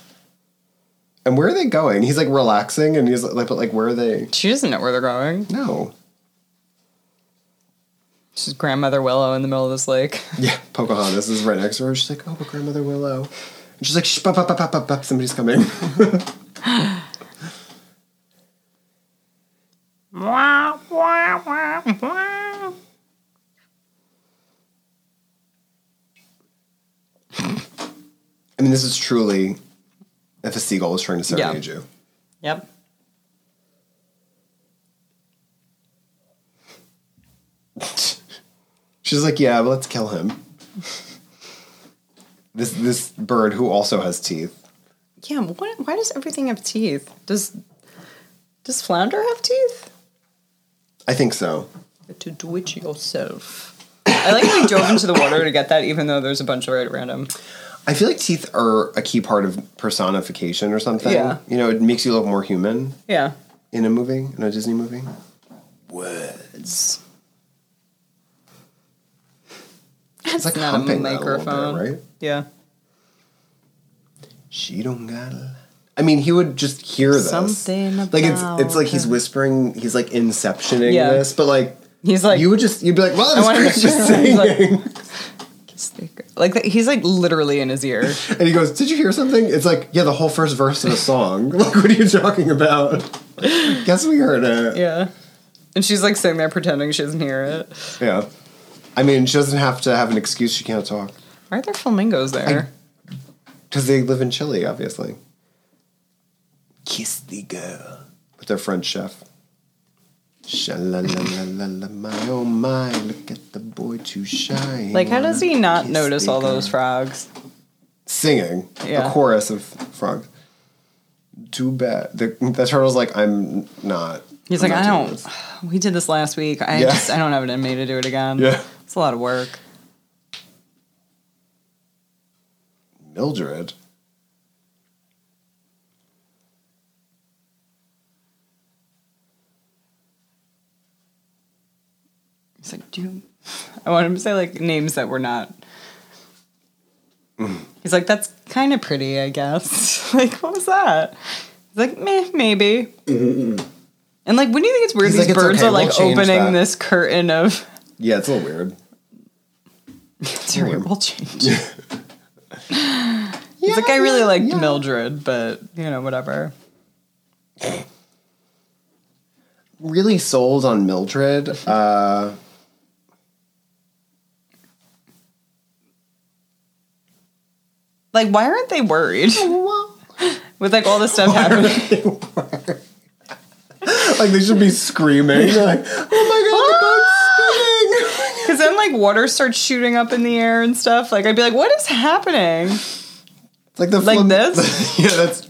[SPEAKER 3] and where are they going? He's like relaxing and he's like, but like, where are they?
[SPEAKER 2] She doesn't know where they're going.
[SPEAKER 3] No.
[SPEAKER 2] She's grandmother Willow in the middle of this lake.
[SPEAKER 3] Yeah, Pocahontas is right next to her. She's like, oh, but Grandmother Willow. And she's like, shh, bop, bop, bop, bop, bop, bop, somebody's coming. I mean, this is truly if a seagull was trying to serenade
[SPEAKER 2] Yeah.
[SPEAKER 3] you.
[SPEAKER 2] Yep.
[SPEAKER 3] She's like, yeah, but let's kill him. This this bird who also has teeth.
[SPEAKER 2] Yeah, what, why does everything have teeth? Does does flounder have teeth?
[SPEAKER 3] I think so.
[SPEAKER 2] To do it yourself. I like how he dove into the water to get that, even though there's a bunch right around him.
[SPEAKER 3] I feel like teeth are a key part of personification or something.
[SPEAKER 2] Yeah.
[SPEAKER 3] You know, it makes you look more human
[SPEAKER 2] Yeah.
[SPEAKER 3] in a movie, in a Disney movie.
[SPEAKER 2] It's,
[SPEAKER 3] It's like
[SPEAKER 2] not a
[SPEAKER 3] humping that little bit,
[SPEAKER 2] microphone.
[SPEAKER 3] right?
[SPEAKER 2] yeah.
[SPEAKER 3] She don't got a I mean, he would just hear this.
[SPEAKER 2] Something
[SPEAKER 3] like it's
[SPEAKER 2] about
[SPEAKER 3] it's like he's
[SPEAKER 2] her.
[SPEAKER 3] whispering. He's like inceptioning
[SPEAKER 2] Yeah.
[SPEAKER 3] this, but like
[SPEAKER 2] He's like,
[SPEAKER 3] you would just you'd be like, well,
[SPEAKER 2] I want to
[SPEAKER 3] that's just singing.
[SPEAKER 2] Like, like he's like literally in his ear.
[SPEAKER 3] And he goes, "Did you hear something?" It's like, yeah, the whole first verse of the song. like, what are you talking about? Guess we heard it.
[SPEAKER 2] Yeah. And she's like sitting there pretending she doesn't hear it.
[SPEAKER 3] Yeah. I mean, she doesn't have to have an excuse she can't talk.
[SPEAKER 2] Why are there flamingos there?
[SPEAKER 3] Because they live in Chile, obviously. Kiss the girl. With their French chef. Sha-la-la-la-la-la, my oh my, look at the boy too shy.
[SPEAKER 2] like, how does he not
[SPEAKER 3] Kiss
[SPEAKER 2] notice
[SPEAKER 3] the
[SPEAKER 2] all those
[SPEAKER 3] girl.
[SPEAKER 2] frogs?
[SPEAKER 3] Singing.
[SPEAKER 2] Yeah.
[SPEAKER 3] A chorus of frogs. Too bad. The, the turtle's like, I'm not.
[SPEAKER 2] He's
[SPEAKER 3] I'm
[SPEAKER 2] like, I
[SPEAKER 3] not doing
[SPEAKER 2] don't.
[SPEAKER 3] this."
[SPEAKER 2] We did this last week. I
[SPEAKER 3] Yeah.
[SPEAKER 2] just, I don't have it in me to do it again.
[SPEAKER 3] Yeah.
[SPEAKER 2] It's a lot of work.
[SPEAKER 3] Mildred.
[SPEAKER 2] He's like, do you? I want him to say like names that were not. He's like, that's kind of pretty, I guess. like, what was that? He's like, meh, maybe. and like, when do you think it's weird
[SPEAKER 3] He's
[SPEAKER 2] these
[SPEAKER 3] like, "It's
[SPEAKER 2] birds
[SPEAKER 3] okay,
[SPEAKER 2] are like
[SPEAKER 3] we'll change
[SPEAKER 2] opening
[SPEAKER 3] that."
[SPEAKER 2] this curtain of
[SPEAKER 3] Yeah, it's a little weird.
[SPEAKER 2] terrible change? He's like, I really liked Mildred, but you know, whatever.
[SPEAKER 3] really sold on Mildred. Uh,
[SPEAKER 2] Like, why aren't they worried? With like all this stuff happening.
[SPEAKER 3] like they should be screaming. They're like, oh my god, the boat's spinning.
[SPEAKER 2] Because then, like, water starts shooting up in the air and stuff. Like, I'd be like, what is happening?
[SPEAKER 3] It's like the
[SPEAKER 2] Like
[SPEAKER 3] flim-
[SPEAKER 2] this?
[SPEAKER 3] yeah, that's.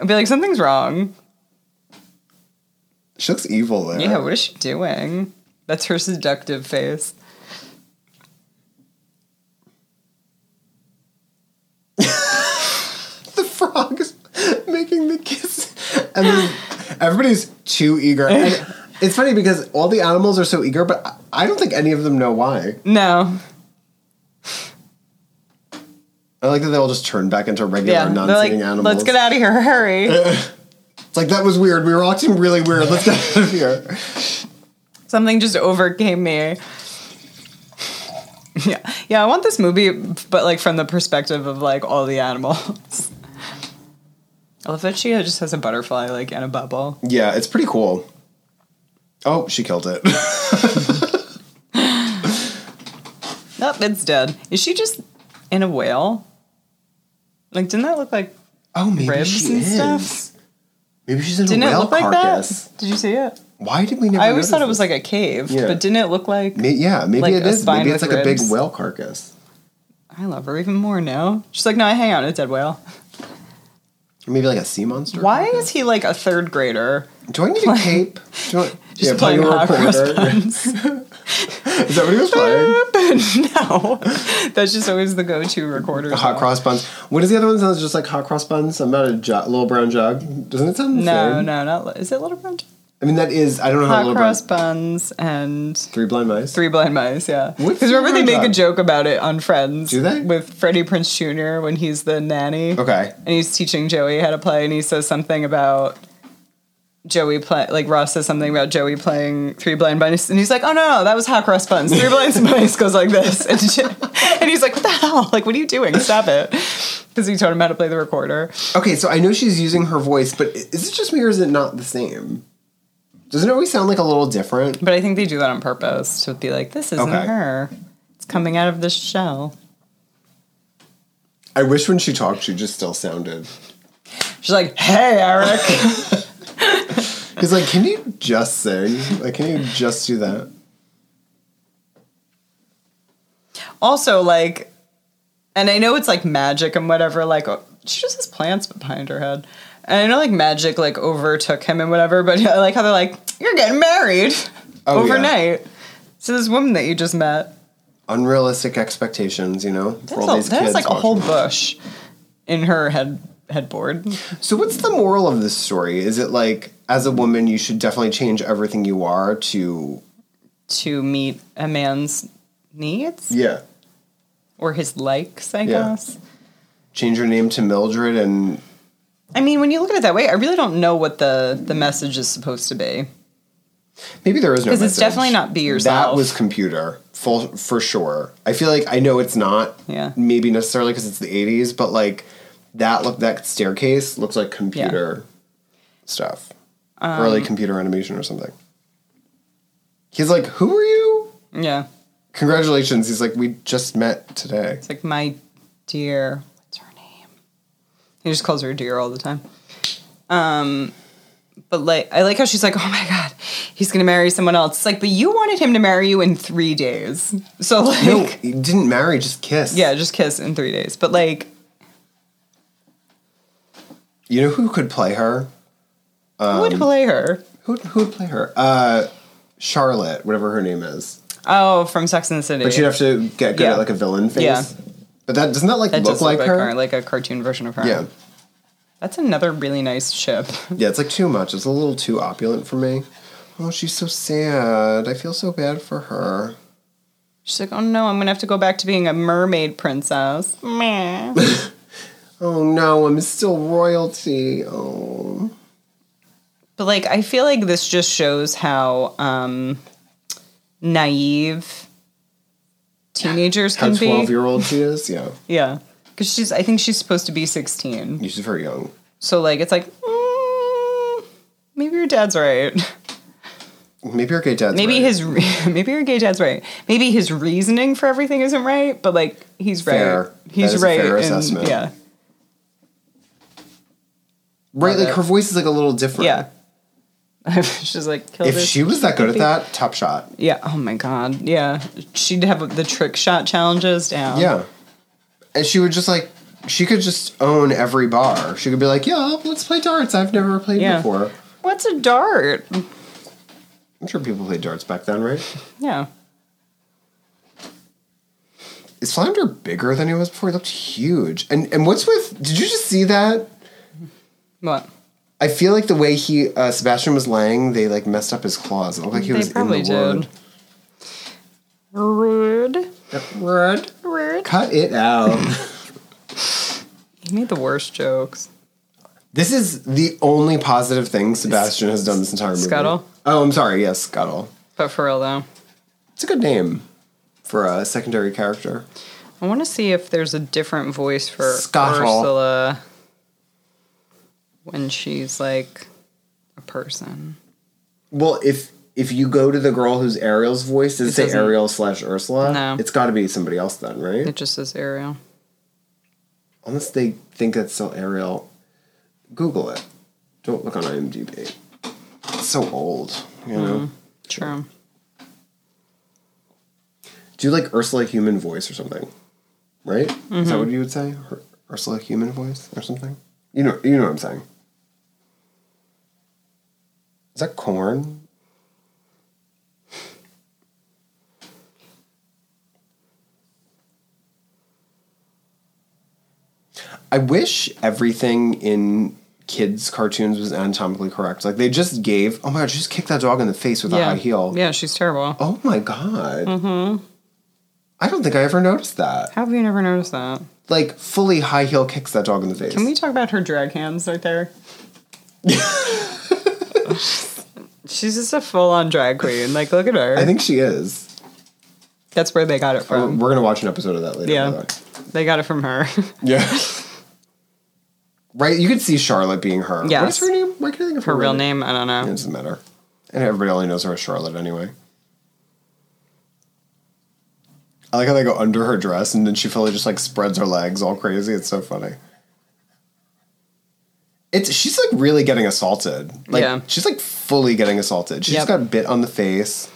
[SPEAKER 2] I'd be like, something's wrong.
[SPEAKER 3] She looks evil there.
[SPEAKER 2] Yeah, what is she doing? That's her seductive face.
[SPEAKER 3] the frog is making the kiss, and then everybody's too eager. And it's funny because all the animals are so eager, but I- I don't think any of them know why.
[SPEAKER 2] No.
[SPEAKER 3] I like that they all just turn back into regular
[SPEAKER 2] Yeah. They're like,
[SPEAKER 3] non-singing animals.
[SPEAKER 2] let's get out of here. Hurry.
[SPEAKER 3] It's like that was weird. We were acting really weird. Let's get out of here.
[SPEAKER 2] Something just overcame me. Yeah. Yeah, I want this movie, but like from the perspective of like all the animals. I love that she uh, just has a butterfly like in a bubble.
[SPEAKER 3] Yeah, it's pretty cool. Oh, she killed it.
[SPEAKER 2] Nope, it's dead. Is she just in a whale? Like, didn't that look like
[SPEAKER 3] Oh, maybe
[SPEAKER 2] ribs
[SPEAKER 3] she
[SPEAKER 2] and
[SPEAKER 3] is.
[SPEAKER 2] stuff?
[SPEAKER 3] Maybe she's in
[SPEAKER 2] Didn't
[SPEAKER 3] a
[SPEAKER 2] it
[SPEAKER 3] whale
[SPEAKER 2] look like
[SPEAKER 3] carcass.
[SPEAKER 2] that? Did you see it?
[SPEAKER 3] Why did we never?
[SPEAKER 2] I always
[SPEAKER 3] notice
[SPEAKER 2] thought it
[SPEAKER 3] this?
[SPEAKER 2] was like a cave,
[SPEAKER 3] Yeah.
[SPEAKER 2] but didn't it look like
[SPEAKER 3] May- yeah, maybe
[SPEAKER 2] like
[SPEAKER 3] it
[SPEAKER 2] a
[SPEAKER 3] is.
[SPEAKER 2] spine
[SPEAKER 3] Maybe it's
[SPEAKER 2] with
[SPEAKER 3] like a big
[SPEAKER 2] ribs.
[SPEAKER 3] whale carcass.
[SPEAKER 2] I love her even more now? She's like, no, hang on, it's dead whale.
[SPEAKER 3] Or maybe like a sea monster.
[SPEAKER 2] Why is he like a third grader?
[SPEAKER 3] Do I need a cape? Do I,
[SPEAKER 2] Just playing
[SPEAKER 3] a
[SPEAKER 2] hot cross
[SPEAKER 3] recorder?
[SPEAKER 2] buns.
[SPEAKER 3] Is that what he was playing?
[SPEAKER 2] no, that's just always the go-to recorder.
[SPEAKER 3] Hot
[SPEAKER 2] song.
[SPEAKER 3] cross buns. What is the other one? that Sounds just like hot cross buns. I'm about a jo- little brown jug. Doesn't it sound the
[SPEAKER 2] No,
[SPEAKER 3] same?
[SPEAKER 2] no, not li- is it Little Brown? Jug?
[SPEAKER 3] I mean, that is. I don't know how
[SPEAKER 2] Hot
[SPEAKER 3] eh? little
[SPEAKER 2] cross
[SPEAKER 3] brown.
[SPEAKER 2] buns and
[SPEAKER 3] Three blind mice.
[SPEAKER 2] Three Blind Mice, yeah.
[SPEAKER 3] What's
[SPEAKER 2] Because remember
[SPEAKER 3] Little
[SPEAKER 2] they
[SPEAKER 3] Brown
[SPEAKER 2] make a
[SPEAKER 3] Jug?
[SPEAKER 2] joke about it on Friends.
[SPEAKER 3] Do they?
[SPEAKER 2] With Freddie Prince Jr. when he's the nanny.
[SPEAKER 3] Okay.
[SPEAKER 2] And he's teaching Joey how to play, and he says something about Joey play like Ross says something about Joey playing Three Blind Mice, and he's like, "Oh no, no, that was Hot Cross Buns. Three Blind Mice goes like this," and, she- and he's like, "What the hell? Like, what are you doing? Stop it!" Because he taught him how to play the recorder.
[SPEAKER 3] Okay, so I know she's using her voice, but i- is it just me or is it not the same? Doesn't it always sound like a little different?
[SPEAKER 2] But I think they do that on purpose to be like, "This isn't
[SPEAKER 3] Okay.
[SPEAKER 2] her. It's coming out of this shell."
[SPEAKER 3] I wish when she talked, she just still sounded.
[SPEAKER 2] She's like, "Hey, Eric."
[SPEAKER 3] Because, like, can you just sing? Like, can you just do that?
[SPEAKER 2] also like and i know it's like magic and whatever like oh, she just has plants behind her head and i know like magic like overtook him and whatever but I like how they're like you're getting married
[SPEAKER 3] Oh, yeah.
[SPEAKER 2] overnight to this woman that you just met
[SPEAKER 3] Unrealistic expectations, you know?
[SPEAKER 2] that's, a, that's like a whole bush in her head headboard
[SPEAKER 3] So, what's the moral of this story? Is it like, as a woman, you should definitely change everything you are to.
[SPEAKER 2] to meet a man's needs
[SPEAKER 3] Yeah.
[SPEAKER 2] or his likes i
[SPEAKER 3] Yeah.
[SPEAKER 2] guess
[SPEAKER 3] Change your name to Mildred and.
[SPEAKER 2] i mean when you look at it that way i really don't know what the the message is supposed to be
[SPEAKER 3] Maybe there is no.
[SPEAKER 2] because it's
[SPEAKER 3] message.
[SPEAKER 2] definitely not be yourself
[SPEAKER 3] That was computer, full for sure. I feel like I know it's not.
[SPEAKER 2] Yeah.
[SPEAKER 3] Maybe necessarily because it's the '80s, but like that look that staircase looks like computer stuff,
[SPEAKER 2] Um,
[SPEAKER 3] early computer animation or something. He's like, "Who are you?"
[SPEAKER 2] yeah
[SPEAKER 3] Congratulations. He's like, "We just met today."
[SPEAKER 2] It's like my dear. What's her name? He just calls her dear all the time. Um, but like I like how she's like, oh my god, he's gonna marry someone else. It's like, but you wanted him to marry you in three days. So like,
[SPEAKER 3] No, he didn't marry, just kiss.
[SPEAKER 2] yeah, just kiss in three days. But like,
[SPEAKER 3] You know who could play her?
[SPEAKER 2] who
[SPEAKER 3] Um,
[SPEAKER 2] would play her?
[SPEAKER 3] Who who would play her? Uh, Charlotte, whatever her name is.
[SPEAKER 2] Oh, from Sex and the City.
[SPEAKER 3] But she'd have to get good
[SPEAKER 2] Yeah.
[SPEAKER 3] at like a villain face.
[SPEAKER 2] Yeah.
[SPEAKER 3] But that doesn't that like
[SPEAKER 2] that
[SPEAKER 3] look
[SPEAKER 2] does
[SPEAKER 3] like, her?
[SPEAKER 2] like a cartoon version of her.
[SPEAKER 3] Yeah.
[SPEAKER 2] that's another really nice ship.
[SPEAKER 3] Yeah, it's like too much. It's a little too opulent for me. Oh, she's so sad. I feel so bad for her.
[SPEAKER 2] She's like, oh no, I'm gonna have to go back to being a mermaid princess. Meh.
[SPEAKER 3] Oh no, I'm still royalty. Oh.
[SPEAKER 2] But like I feel like this just shows how um naive teenagers
[SPEAKER 3] How
[SPEAKER 2] can
[SPEAKER 3] 12
[SPEAKER 2] be.
[SPEAKER 3] year old she is? Yeah.
[SPEAKER 2] Yeah. Cuz she's I think she's supposed to be 16.
[SPEAKER 3] She's very young.
[SPEAKER 2] So like it's like mm, maybe your dad's right.
[SPEAKER 3] Maybe her gay dad's
[SPEAKER 2] Maybe
[SPEAKER 3] right.
[SPEAKER 2] his re- maybe your gay dad's right. Maybe his reasoning for everything isn't right, but like he's right.
[SPEAKER 3] Fair.
[SPEAKER 2] He's
[SPEAKER 3] That is a
[SPEAKER 2] right.
[SPEAKER 3] fair
[SPEAKER 2] and-
[SPEAKER 3] assessment.
[SPEAKER 2] yeah.
[SPEAKER 3] Right, like
[SPEAKER 2] it.
[SPEAKER 3] her voice is like a little different.
[SPEAKER 2] Yeah. she's like kill
[SPEAKER 3] If
[SPEAKER 2] this
[SPEAKER 3] she was that good at
[SPEAKER 2] hippie.
[SPEAKER 3] that, top shot.
[SPEAKER 2] Yeah. Oh my God. Yeah. She'd have the trick shot challenges down.
[SPEAKER 3] Yeah. And she would just like, she could just own every bar. She could be like, yeah, let's play darts. I've never played
[SPEAKER 2] Yeah.
[SPEAKER 3] before.
[SPEAKER 2] What's a dart?
[SPEAKER 3] I'm sure people played darts back then, right?
[SPEAKER 2] Yeah.
[SPEAKER 3] Is Flounder bigger than he was before? He looked huge. And and what's with? Did you just see that?
[SPEAKER 2] What?
[SPEAKER 3] I feel like the way he uh, Sebastian was laying, they like messed up his claws. It looked like he
[SPEAKER 2] They
[SPEAKER 3] was in the
[SPEAKER 2] probably
[SPEAKER 3] wood.
[SPEAKER 2] Rude.
[SPEAKER 3] Word.
[SPEAKER 2] Rude.
[SPEAKER 3] Cut it out.
[SPEAKER 2] He made the worst jokes.
[SPEAKER 3] this is the only positive thing Sebastian has done this entire movie.
[SPEAKER 2] Scuttle?
[SPEAKER 3] Oh, I'm sorry. Yes, Scuttle.
[SPEAKER 2] But for real though,
[SPEAKER 3] It's a good name for a secondary character.
[SPEAKER 2] I want to see if there's a different voice for
[SPEAKER 3] Scuttle.
[SPEAKER 2] Ursula when she's like a person.
[SPEAKER 3] Well, if if you go to the girl who's Ariel's voice, does it, say
[SPEAKER 2] doesn't-
[SPEAKER 3] Ariel slash Ursula?
[SPEAKER 2] No.
[SPEAKER 3] It's got to be somebody else then, right?
[SPEAKER 2] It just says Ariel.
[SPEAKER 3] Unless they think that's still Ariel. Google it. Don't look on IMDb. It's so old, you know.
[SPEAKER 2] Mm-hmm. True.
[SPEAKER 3] Do you like Ursula human voice or something? Right? Is that what you would say? Her- Ursula human voice or something? You know, you know what I'm saying. Is that corn? I wish everything in kids' cartoons was anatomically correct. Like they just gave. Oh my god! she Just kicked that dog in the face with a
[SPEAKER 2] yeah.
[SPEAKER 3] high heel.
[SPEAKER 2] Yeah, she's terrible.
[SPEAKER 3] Oh my god. Mm-hmm. I don't think I ever noticed that.
[SPEAKER 2] How have you never noticed that?
[SPEAKER 3] Like fully high heel kicks that dog in the face.
[SPEAKER 2] Can we talk about her drag hands right there? She's just a full on drag queen. Like, look at her.
[SPEAKER 3] I think Um, she is.
[SPEAKER 2] That's where they got it
[SPEAKER 3] We're
[SPEAKER 2] from.
[SPEAKER 3] gonna watch an episode of that later. by
[SPEAKER 2] Um, Yeah.
[SPEAKER 3] the way.
[SPEAKER 2] They got it from her.
[SPEAKER 3] Yeah. right. You could see Charlotte being her. What
[SPEAKER 2] Yes.
[SPEAKER 3] is her name? Why can't I think of her,
[SPEAKER 2] Her real name, I don't
[SPEAKER 3] It
[SPEAKER 2] know.
[SPEAKER 3] doesn't matter. And everybody only knows her as Charlotte anyway. I like how they go under her dress and then she fully just like spreads her legs all crazy. It's so funny. It's she's like really getting assaulted. Like
[SPEAKER 2] Yeah.
[SPEAKER 3] she's like fully getting assaulted. She just
[SPEAKER 2] Yep.
[SPEAKER 3] got bit on the face.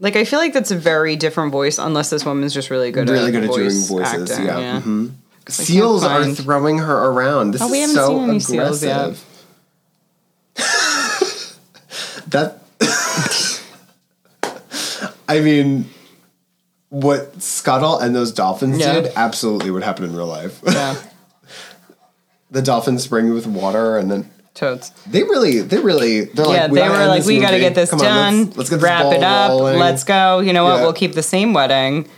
[SPEAKER 2] Like, I feel like that's a very different voice, unless this woman's just really good
[SPEAKER 3] Really
[SPEAKER 2] at
[SPEAKER 3] good at doing
[SPEAKER 2] voice
[SPEAKER 3] voices,
[SPEAKER 2] acting,
[SPEAKER 3] yeah, mhm. Seals
[SPEAKER 2] can't
[SPEAKER 3] are
[SPEAKER 2] find-
[SPEAKER 3] throwing her around. This
[SPEAKER 2] Oh, we
[SPEAKER 3] is
[SPEAKER 2] haven't
[SPEAKER 3] so
[SPEAKER 2] seen any
[SPEAKER 3] aggressive.
[SPEAKER 2] seals yet.
[SPEAKER 3] that I mean what Scuttle and those dolphins
[SPEAKER 2] Yeah.
[SPEAKER 3] did absolutely would happen in real life.
[SPEAKER 2] Yeah.
[SPEAKER 3] the dolphins spring with water and then
[SPEAKER 2] Totes.
[SPEAKER 3] they really they really they're
[SPEAKER 2] yeah,
[SPEAKER 3] like
[SPEAKER 2] they were like, we got to
[SPEAKER 3] to
[SPEAKER 2] get this done.
[SPEAKER 3] let's, let's get this
[SPEAKER 2] wrap
[SPEAKER 3] ball
[SPEAKER 2] it up.
[SPEAKER 3] rolling."
[SPEAKER 2] Let's go. You know what?
[SPEAKER 3] Yeah.
[SPEAKER 2] We'll keep the same wedding.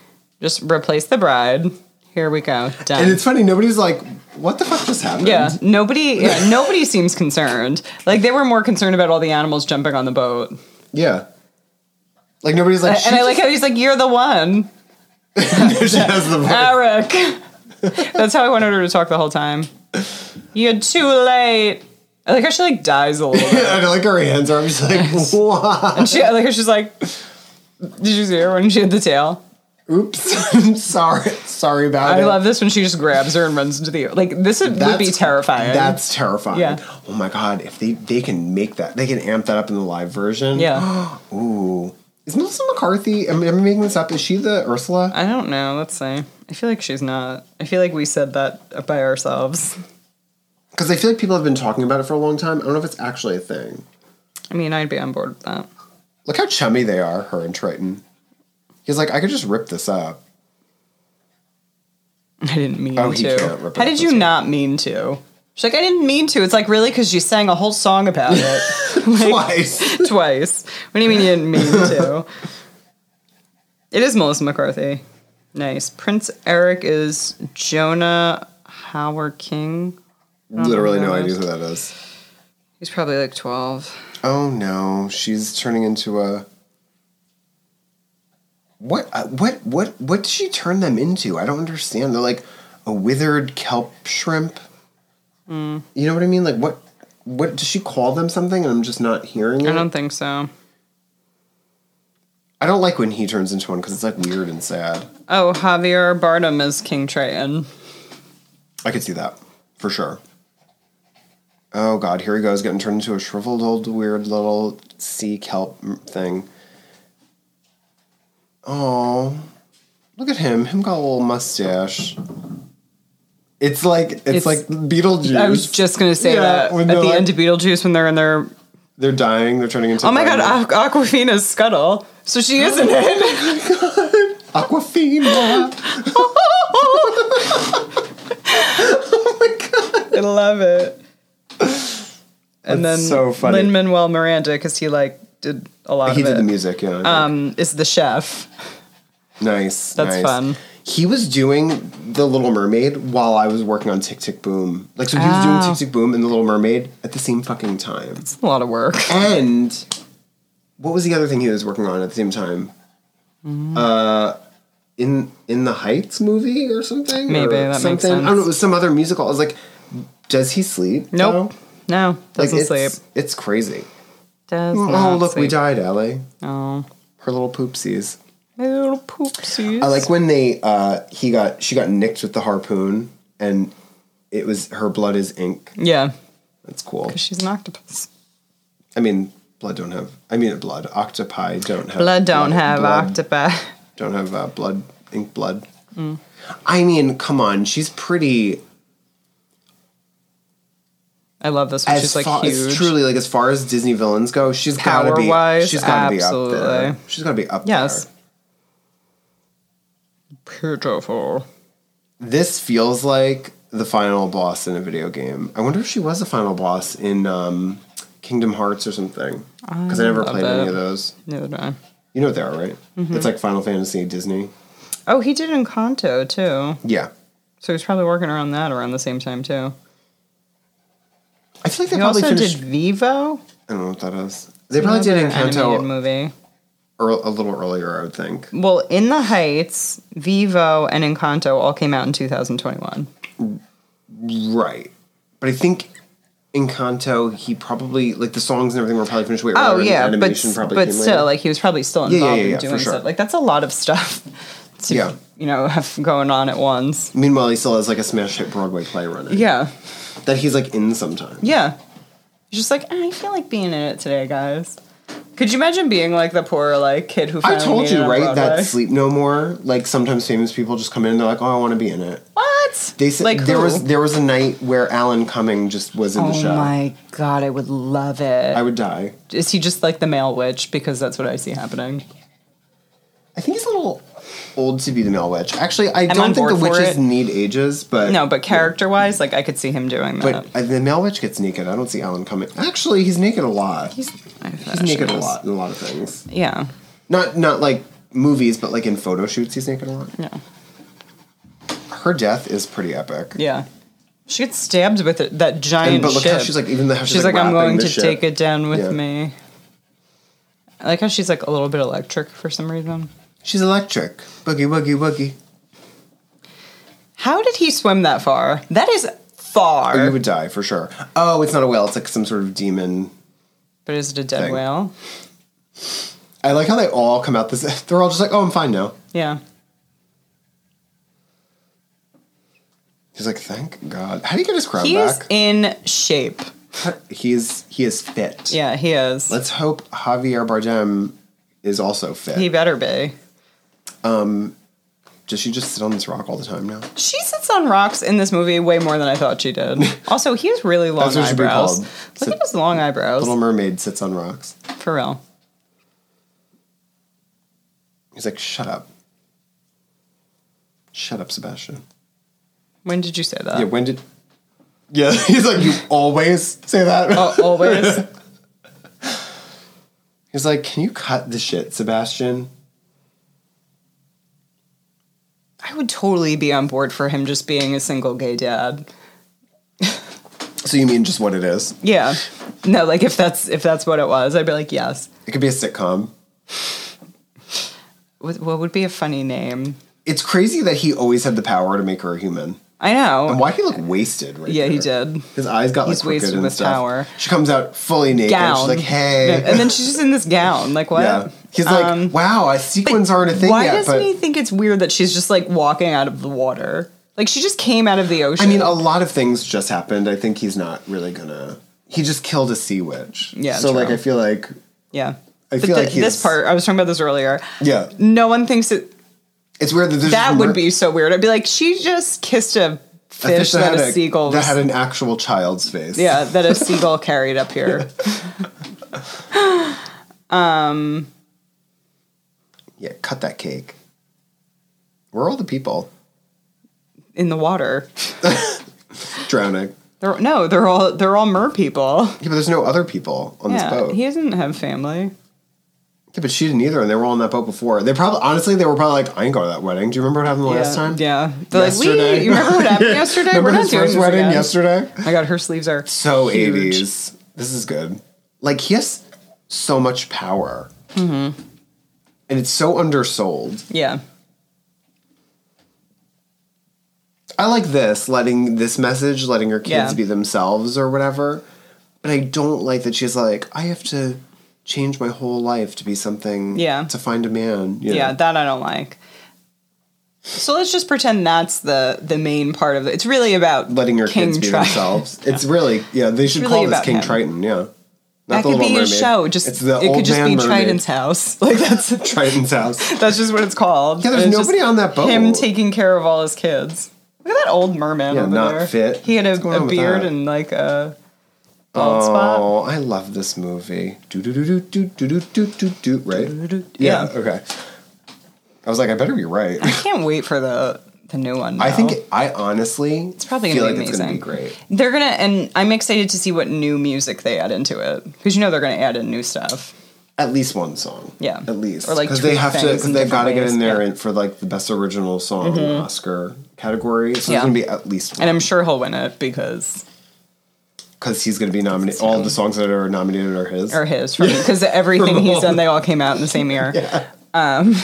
[SPEAKER 2] Just replace the bride. Here we go. Done.
[SPEAKER 3] And it's funny nobody's like what the fuck just happened?
[SPEAKER 2] yeah, nobody. Yeah, nobody seems concerned. Like they were more concerned about all the animals jumping on the boat.
[SPEAKER 3] Yeah. Like nobody's like
[SPEAKER 2] And I like how he's like, "You're the one,
[SPEAKER 3] she has the voice.
[SPEAKER 2] Eric." That's how I wanted her to talk the whole time. You're too late. I like how she like dies a little.
[SPEAKER 3] I know, like her hands are. I'm just like, what?
[SPEAKER 2] She, I like how she's like, "Did you see her when she had the tail?"
[SPEAKER 3] Oops, I'm sorry, sorry about it.
[SPEAKER 2] I love this when she just grabs her and runs into the like. This would, would be terrifying.
[SPEAKER 3] That's terrifying.
[SPEAKER 2] Yeah.
[SPEAKER 3] Oh my god, if they they can make that, they can amp that up in the live version.
[SPEAKER 2] yeah.
[SPEAKER 3] Ooh. Is Melissa McCarthy? Am, am I making this up? Is she the Ursula?
[SPEAKER 2] I don't know. Let's see. I feel like she's not. I feel like we said that by ourselves.
[SPEAKER 3] Because I feel like people have been talking about it for a long time. I don't know if it's actually a thing.
[SPEAKER 2] I mean, I'd be on board with that.
[SPEAKER 3] Look how chummy they are, her and Triton. He's like, I could just rip this up.
[SPEAKER 2] I didn't mean
[SPEAKER 3] Oh, he
[SPEAKER 2] to.
[SPEAKER 3] can't rip it
[SPEAKER 2] How
[SPEAKER 3] up,
[SPEAKER 2] did you
[SPEAKER 3] that's
[SPEAKER 2] not mean to? She's like, I didn't mean to. It's like really because you sang a whole song about it oh
[SPEAKER 3] Twice.
[SPEAKER 2] twice. What do you mean you didn't mean to? It is Melissa McCarthy. Nice. Prince Eric is Jonah Howard King.
[SPEAKER 3] Literally no
[SPEAKER 2] gosh.
[SPEAKER 3] idea who that is.
[SPEAKER 2] He's probably like twelve.
[SPEAKER 3] Oh no, she's turning into a. What? Uh, what? What? What did she turn them into? I don't understand. They're like a withered kelp shrimp.
[SPEAKER 2] Mm.
[SPEAKER 3] You know what I mean? Like what? What does she call them? Something? And I'm just not hearing it.
[SPEAKER 2] I don't think so.
[SPEAKER 3] I don't like when he turns into one because it's like weird and sad.
[SPEAKER 2] Oh, Javier Bardem is King Triton.
[SPEAKER 3] I could see that for sure. Oh god, here he goes, getting turned into a shriveled old weird little sea kelp m- thing. Oh, look at him! Him got a little mustache. It's like it's,
[SPEAKER 2] It's-
[SPEAKER 3] like Beetlejuice.
[SPEAKER 2] I was just gonna say
[SPEAKER 3] Yeah,
[SPEAKER 2] that
[SPEAKER 3] when
[SPEAKER 2] at the
[SPEAKER 3] they're like-
[SPEAKER 2] end of Beetlejuice when they're in their
[SPEAKER 3] They're dying. They're turning into.
[SPEAKER 2] oh my god
[SPEAKER 3] Aquafina.
[SPEAKER 2] Aqu- Aquafina's scuttle. So she is in it.
[SPEAKER 3] Aquafina.
[SPEAKER 2] I love it. And
[SPEAKER 3] That's
[SPEAKER 2] then
[SPEAKER 3] so funny.
[SPEAKER 2] Lin Manuel Miranda because he like did a lot
[SPEAKER 3] he
[SPEAKER 2] of
[SPEAKER 3] did
[SPEAKER 2] it.
[SPEAKER 3] the music. Yeah.
[SPEAKER 2] Um, is the chef.
[SPEAKER 3] Nice.
[SPEAKER 2] That's
[SPEAKER 3] nice.
[SPEAKER 2] fun.
[SPEAKER 3] He was doing The Little Mermaid while I was working on Tick Tick Boom. Like, so he was doing
[SPEAKER 2] Oh.
[SPEAKER 3] Tick Tick Boom and The Little Mermaid at the same fucking time.
[SPEAKER 2] It's a lot of work.
[SPEAKER 3] And what was the other thing he was working on at the same time? Uh,
[SPEAKER 2] Mm.
[SPEAKER 3] in in the Heights movie or something?
[SPEAKER 2] Maybe,
[SPEAKER 3] or
[SPEAKER 2] that makes
[SPEAKER 3] something. I don't know. It was some other musical. I was like, does he sleep?
[SPEAKER 2] Nope. No,
[SPEAKER 3] though? Like,
[SPEAKER 2] doesn't
[SPEAKER 3] it's,
[SPEAKER 2] sleep.
[SPEAKER 3] It's crazy.
[SPEAKER 2] Does
[SPEAKER 3] Oh,
[SPEAKER 2] not
[SPEAKER 3] look, we
[SPEAKER 2] sleep.
[SPEAKER 3] died, Ellie.
[SPEAKER 2] Oh,
[SPEAKER 3] Her little poopsies.
[SPEAKER 2] my little poopsies.
[SPEAKER 3] I like when they uh he got she got nicked with the harpoon and it was her blood is ink.
[SPEAKER 2] Yeah,
[SPEAKER 3] That's cool.
[SPEAKER 2] she's an octopus.
[SPEAKER 3] I mean, blood don't have. I mean, blood octopi don't have.
[SPEAKER 2] Blood don't have
[SPEAKER 3] blood-
[SPEAKER 2] octopi.
[SPEAKER 3] Don't have uh, blood ink blood.
[SPEAKER 2] Mm.
[SPEAKER 3] I mean, come on, she's pretty.
[SPEAKER 2] I love this one.
[SPEAKER 3] As
[SPEAKER 2] She's like
[SPEAKER 3] far, as
[SPEAKER 2] huge.
[SPEAKER 3] truly like as far as Disney villains go, she's gotta be.
[SPEAKER 2] Power-wise,
[SPEAKER 3] she's gotta be up there.
[SPEAKER 2] absolutely.
[SPEAKER 3] She's gotta be up
[SPEAKER 2] yes.
[SPEAKER 3] there.
[SPEAKER 2] Beautiful.
[SPEAKER 3] This feels like the final boss in a video game. I wonder if she was a final boss in um, Kingdom Hearts or something. Because I, never
[SPEAKER 2] love
[SPEAKER 3] played any
[SPEAKER 2] it.
[SPEAKER 3] of those.
[SPEAKER 2] Neither do I.
[SPEAKER 3] You know what they are, right?
[SPEAKER 2] Mm-hmm.
[SPEAKER 3] It's like Final Fantasy Disney.
[SPEAKER 2] Oh, he did Encanto too.
[SPEAKER 3] Yeah.
[SPEAKER 2] So he's probably working around that around the same time too.
[SPEAKER 3] I feel like they
[SPEAKER 2] He
[SPEAKER 3] probably
[SPEAKER 2] also
[SPEAKER 3] finished.
[SPEAKER 2] did Vivo.
[SPEAKER 3] I don't know what that is. They probably did
[SPEAKER 2] Another
[SPEAKER 3] Encanto
[SPEAKER 2] animated movie.
[SPEAKER 3] ear- a little earlier, I would think.
[SPEAKER 2] Well, In the Heights, Vivo, and Encanto all came out in 2021.
[SPEAKER 3] Right. But I think Encanto, he probably, like the songs and everything were probably finished way earlier.
[SPEAKER 2] Oh
[SPEAKER 3] and the
[SPEAKER 2] yeah, but
[SPEAKER 3] animation
[SPEAKER 2] s-
[SPEAKER 3] probably
[SPEAKER 2] but
[SPEAKER 3] came
[SPEAKER 2] still,
[SPEAKER 3] later.
[SPEAKER 2] like he was probably still
[SPEAKER 3] yeah,
[SPEAKER 2] involved
[SPEAKER 3] yeah,
[SPEAKER 2] in
[SPEAKER 3] for
[SPEAKER 2] doing
[SPEAKER 3] sure.
[SPEAKER 2] stuff. Like that's a lot of stuff to
[SPEAKER 3] Yeah.
[SPEAKER 2] you know have going on at once.
[SPEAKER 3] Meanwhile, he still has like a smash hit Broadway play running
[SPEAKER 2] Yeah,
[SPEAKER 3] that he's like in sometimes.
[SPEAKER 2] yeah. He's just like "Ah, I feel like being in it today, guys. Could you imagine being like the poor like kid who
[SPEAKER 3] I
[SPEAKER 2] finally
[SPEAKER 3] told
[SPEAKER 2] made it
[SPEAKER 3] you,
[SPEAKER 2] on
[SPEAKER 3] right,
[SPEAKER 2] Broadway?
[SPEAKER 3] that Sleep No More, like sometimes famous people just come in and they're like, oh, I want to be in it.
[SPEAKER 2] what
[SPEAKER 3] They said
[SPEAKER 2] like
[SPEAKER 3] there
[SPEAKER 2] who?
[SPEAKER 3] was there was a night where Alan Cumming just was in
[SPEAKER 2] oh
[SPEAKER 3] the show.
[SPEAKER 2] my god, I would love it.
[SPEAKER 3] I would die.
[SPEAKER 2] Is he just like the male witch because that's what I see happening?
[SPEAKER 3] I think he's a little old to be the male witch. Actually, I
[SPEAKER 2] on
[SPEAKER 3] don't think the
[SPEAKER 2] board for
[SPEAKER 3] witches
[SPEAKER 2] it.
[SPEAKER 3] need ages, but
[SPEAKER 2] No, but character wise, like I could see him doing that.
[SPEAKER 3] But uh, the male witch gets naked. I don't see Alan coming. Actually, he's naked a lot. He's,
[SPEAKER 2] I
[SPEAKER 3] naked a lot in a lot of things.
[SPEAKER 2] Yeah,
[SPEAKER 3] Not not like movies, but like in photo shoots, he's naked a lot.
[SPEAKER 2] yeah.
[SPEAKER 3] Her death is pretty epic.
[SPEAKER 2] Yeah. She gets stabbed with it, that giant
[SPEAKER 3] And, but look
[SPEAKER 2] ship.
[SPEAKER 3] how she's like even the how she's,
[SPEAKER 2] She's like, I'm
[SPEAKER 3] wrapping
[SPEAKER 2] going
[SPEAKER 3] the
[SPEAKER 2] to
[SPEAKER 3] ship.
[SPEAKER 2] take it down with
[SPEAKER 3] Yeah.
[SPEAKER 2] me. I like how she's like a little bit electric for some reason.
[SPEAKER 3] She's electric. Boogie woogie woogie.
[SPEAKER 2] How did he swim that far? That is
[SPEAKER 3] Oh,
[SPEAKER 2] far.
[SPEAKER 3] you would die for sure. Oh, it's not a whale. It's like some sort of demon.
[SPEAKER 2] but is it a dead
[SPEAKER 3] Thing.
[SPEAKER 2] whale?
[SPEAKER 3] I like how they all come out this. They're all just like, oh, I'm fine now.
[SPEAKER 2] Yeah.
[SPEAKER 3] He's like, thank God. How do you get his crown
[SPEAKER 2] He is
[SPEAKER 3] back?
[SPEAKER 2] in shape.
[SPEAKER 3] He's he is fit.
[SPEAKER 2] Yeah, he is.
[SPEAKER 3] Let's hope Javier Bardem is also fit.
[SPEAKER 2] he better be.
[SPEAKER 3] Does she just sit on this rock all the time now?
[SPEAKER 2] She sits on rocks in this movie way more than I thought she did. Also, he has really long
[SPEAKER 3] what it should be
[SPEAKER 2] eyebrows.
[SPEAKER 3] called.
[SPEAKER 2] Look at his long eyebrows.
[SPEAKER 3] Little Mermaid sits on rocks.
[SPEAKER 2] For real.
[SPEAKER 3] He's like, shut up. Shut up, Sebastian.
[SPEAKER 2] When did you say that?
[SPEAKER 3] Yeah, when did. Yeah, he's like, you always say that.
[SPEAKER 2] Oh, always.
[SPEAKER 3] He's like, can you cut the shit, Sebastian?
[SPEAKER 2] I would totally be on board for him just being a single gay dad.
[SPEAKER 3] So you mean just what it is?
[SPEAKER 2] Yeah. No, like if that's if that's what it was, I'd be like, yes.
[SPEAKER 3] It could be a sitcom.
[SPEAKER 2] What, what would be a funny name?
[SPEAKER 3] It's crazy that he always had the power to make her a human.
[SPEAKER 2] I
[SPEAKER 3] And
[SPEAKER 2] know.
[SPEAKER 3] why he look wasted right
[SPEAKER 2] Yeah, he
[SPEAKER 3] there?
[SPEAKER 2] did.
[SPEAKER 3] His eyes got
[SPEAKER 2] He's
[SPEAKER 3] like crooked
[SPEAKER 2] wasted
[SPEAKER 3] and
[SPEAKER 2] with
[SPEAKER 3] stuff.
[SPEAKER 2] power.
[SPEAKER 3] She comes out fully naked.
[SPEAKER 2] Gown.
[SPEAKER 3] She's like, hey.
[SPEAKER 2] And then she's just in this gown. Like what? Um,
[SPEAKER 3] yeah. He's like, wow, I sequins aren't a thing
[SPEAKER 2] Why
[SPEAKER 3] yet.
[SPEAKER 2] doesn't
[SPEAKER 3] but
[SPEAKER 2] he think it's weird that she's just like walking out of the water? Like she just came out of the ocean.
[SPEAKER 3] I mean, a lot of things just happened. I think he's not really gonna. He just killed a sea witch.
[SPEAKER 2] Yeah,
[SPEAKER 3] So like,
[SPEAKER 2] true.
[SPEAKER 3] I feel like.
[SPEAKER 2] yeah.
[SPEAKER 3] I
[SPEAKER 2] But
[SPEAKER 3] feel
[SPEAKER 2] the-
[SPEAKER 3] like he
[SPEAKER 2] this
[SPEAKER 3] is-
[SPEAKER 2] part, I was talking about this earlier.
[SPEAKER 3] Yeah.
[SPEAKER 2] No one thinks it.
[SPEAKER 3] It's weird that there's
[SPEAKER 2] That
[SPEAKER 3] just
[SPEAKER 2] would
[SPEAKER 3] mer-
[SPEAKER 2] be so weird. I'd be like, she just kissed a
[SPEAKER 3] a
[SPEAKER 2] fish, that,
[SPEAKER 3] had
[SPEAKER 2] a, seagull
[SPEAKER 3] that
[SPEAKER 2] was
[SPEAKER 3] had an actual child's face.
[SPEAKER 2] Yeah, that a seagull carried up here.
[SPEAKER 3] Yeah. Cut that cake. Where are all the people
[SPEAKER 2] in the water.
[SPEAKER 3] drowning?
[SPEAKER 2] They're, no, they're all they're all mer people.
[SPEAKER 3] Yeah, but there's no other people on this
[SPEAKER 2] Yeah,
[SPEAKER 3] boat.
[SPEAKER 2] he doesn't have family.
[SPEAKER 3] yeah, but she didn't either, and they were all on that boat before. They probably, honestly, they were probably like, "I ain't going to that wedding." Do you remember what happened the last
[SPEAKER 2] yeah,
[SPEAKER 3] time?
[SPEAKER 2] yeah. They're like,
[SPEAKER 3] Yesterday.
[SPEAKER 2] we, you remember what happened yesterday?
[SPEAKER 3] Remember
[SPEAKER 2] We're not
[SPEAKER 3] his
[SPEAKER 2] doing
[SPEAKER 3] first
[SPEAKER 2] this
[SPEAKER 3] wedding
[SPEAKER 2] again.
[SPEAKER 3] yesterday?
[SPEAKER 2] My God, her sleeves are
[SPEAKER 3] so
[SPEAKER 2] huge.
[SPEAKER 3] 80s. This is good. Like he has so much power. Mm-hmm. And it's so undersold.
[SPEAKER 2] Yeah,
[SPEAKER 3] I like this, letting this message, letting her kids
[SPEAKER 2] Yeah.
[SPEAKER 3] be themselves or whatever. But I don't like that she's like, I have to change my whole life to be something.
[SPEAKER 2] Yeah.
[SPEAKER 3] To find a man. you know.
[SPEAKER 2] Yeah, that I don't like. So let's just pretend that's the the main part of it. It's really about
[SPEAKER 3] Letting your
[SPEAKER 2] King
[SPEAKER 3] kids be
[SPEAKER 2] Tri-
[SPEAKER 3] themselves. It's really yeah. They should
[SPEAKER 2] really
[SPEAKER 3] call this
[SPEAKER 2] about
[SPEAKER 3] King
[SPEAKER 2] him.
[SPEAKER 3] Triton. Yeah.
[SPEAKER 2] That could be your show. Just
[SPEAKER 3] it's the
[SPEAKER 2] it
[SPEAKER 3] old
[SPEAKER 2] could just
[SPEAKER 3] man
[SPEAKER 2] be
[SPEAKER 3] mermaid.
[SPEAKER 2] Triton's house. Like that's
[SPEAKER 3] Triton's house.
[SPEAKER 2] that's just what it's called.
[SPEAKER 3] Yeah, there's
[SPEAKER 2] It's just
[SPEAKER 3] nobody on that boat.
[SPEAKER 2] Him taking care of all his kids. Look at that old merman
[SPEAKER 3] Yeah,
[SPEAKER 2] over
[SPEAKER 3] not
[SPEAKER 2] there.
[SPEAKER 3] fit.
[SPEAKER 2] He had
[SPEAKER 3] What's
[SPEAKER 2] a,
[SPEAKER 3] going on
[SPEAKER 2] a
[SPEAKER 3] with
[SPEAKER 2] beard
[SPEAKER 3] that?
[SPEAKER 2] and like a bald spot.
[SPEAKER 3] Oh, I love this movie. Do do do do do do do do do. Right.
[SPEAKER 2] Do-do-do.
[SPEAKER 3] Yeah.
[SPEAKER 2] Yeah.
[SPEAKER 3] Okay. I was like, I better be right.
[SPEAKER 2] I can't wait for the the new one.
[SPEAKER 3] I
[SPEAKER 2] though.
[SPEAKER 3] think I honestly it's
[SPEAKER 2] probably
[SPEAKER 3] feel
[SPEAKER 2] gonna be
[SPEAKER 3] like it's gonna be
[SPEAKER 2] amazing.
[SPEAKER 3] great.
[SPEAKER 2] They're gonna, and I'm excited to see what new music they add into it because you know they're gonna add in new stuff.
[SPEAKER 3] At least one song.
[SPEAKER 2] Yeah.
[SPEAKER 3] At least.
[SPEAKER 2] Or, like,
[SPEAKER 3] because they
[SPEAKER 2] tweak
[SPEAKER 3] have to
[SPEAKER 2] things
[SPEAKER 3] because
[SPEAKER 2] in
[SPEAKER 3] they've got to
[SPEAKER 2] different
[SPEAKER 3] get in
[SPEAKER 2] ways,
[SPEAKER 3] there
[SPEAKER 2] yeah. Mm-hmm.
[SPEAKER 3] and for like the best original song Oscar category. So
[SPEAKER 2] Yeah.
[SPEAKER 3] there's gonna be at least
[SPEAKER 2] And
[SPEAKER 3] one
[SPEAKER 2] I'm sure he'll win it because
[SPEAKER 3] because he's gonna be nominated. All the songs that are nominated are his.
[SPEAKER 2] or his from because everything he's done, they all came out in the same year. Um,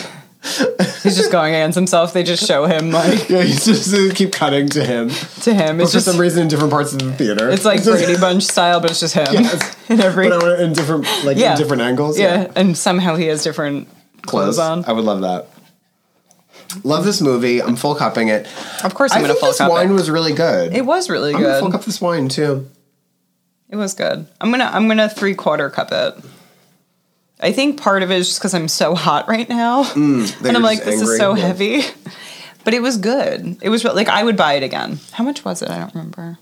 [SPEAKER 2] he's just going against himself. They just show him like
[SPEAKER 3] Yeah, he's just they keep cutting to him.
[SPEAKER 2] to him.
[SPEAKER 3] But
[SPEAKER 2] It's
[SPEAKER 3] for
[SPEAKER 2] just
[SPEAKER 3] some reason, in different parts of the theater,
[SPEAKER 2] it's like
[SPEAKER 3] just-
[SPEAKER 2] Brady Bunch style, but it's just him
[SPEAKER 3] Yes.
[SPEAKER 2] in every
[SPEAKER 3] but on- in different like
[SPEAKER 2] Yeah.
[SPEAKER 3] in different angles.
[SPEAKER 2] yeah. And somehow he has different
[SPEAKER 3] clothes
[SPEAKER 2] clothes on.
[SPEAKER 3] I would love that. Love this movie. I'm full cupping it.
[SPEAKER 2] Of course,
[SPEAKER 3] I
[SPEAKER 2] I'm gonna
[SPEAKER 3] think
[SPEAKER 2] full
[SPEAKER 3] this
[SPEAKER 2] cup
[SPEAKER 3] wine
[SPEAKER 2] it.
[SPEAKER 3] was really good.
[SPEAKER 2] It was really
[SPEAKER 3] I'm gonna full
[SPEAKER 2] good.
[SPEAKER 3] cup this wine too.
[SPEAKER 2] It was good. I'm gonna I'm gonna three quarter cup it. I think part of it is just because I'm so hot right now, and I'm
[SPEAKER 3] Mm, you're
[SPEAKER 2] like,
[SPEAKER 3] just
[SPEAKER 2] this
[SPEAKER 3] angry,
[SPEAKER 2] is so
[SPEAKER 3] yeah.
[SPEAKER 2] heavy. But it was good. It was re- like I would buy it again. How much was it? I don't remember.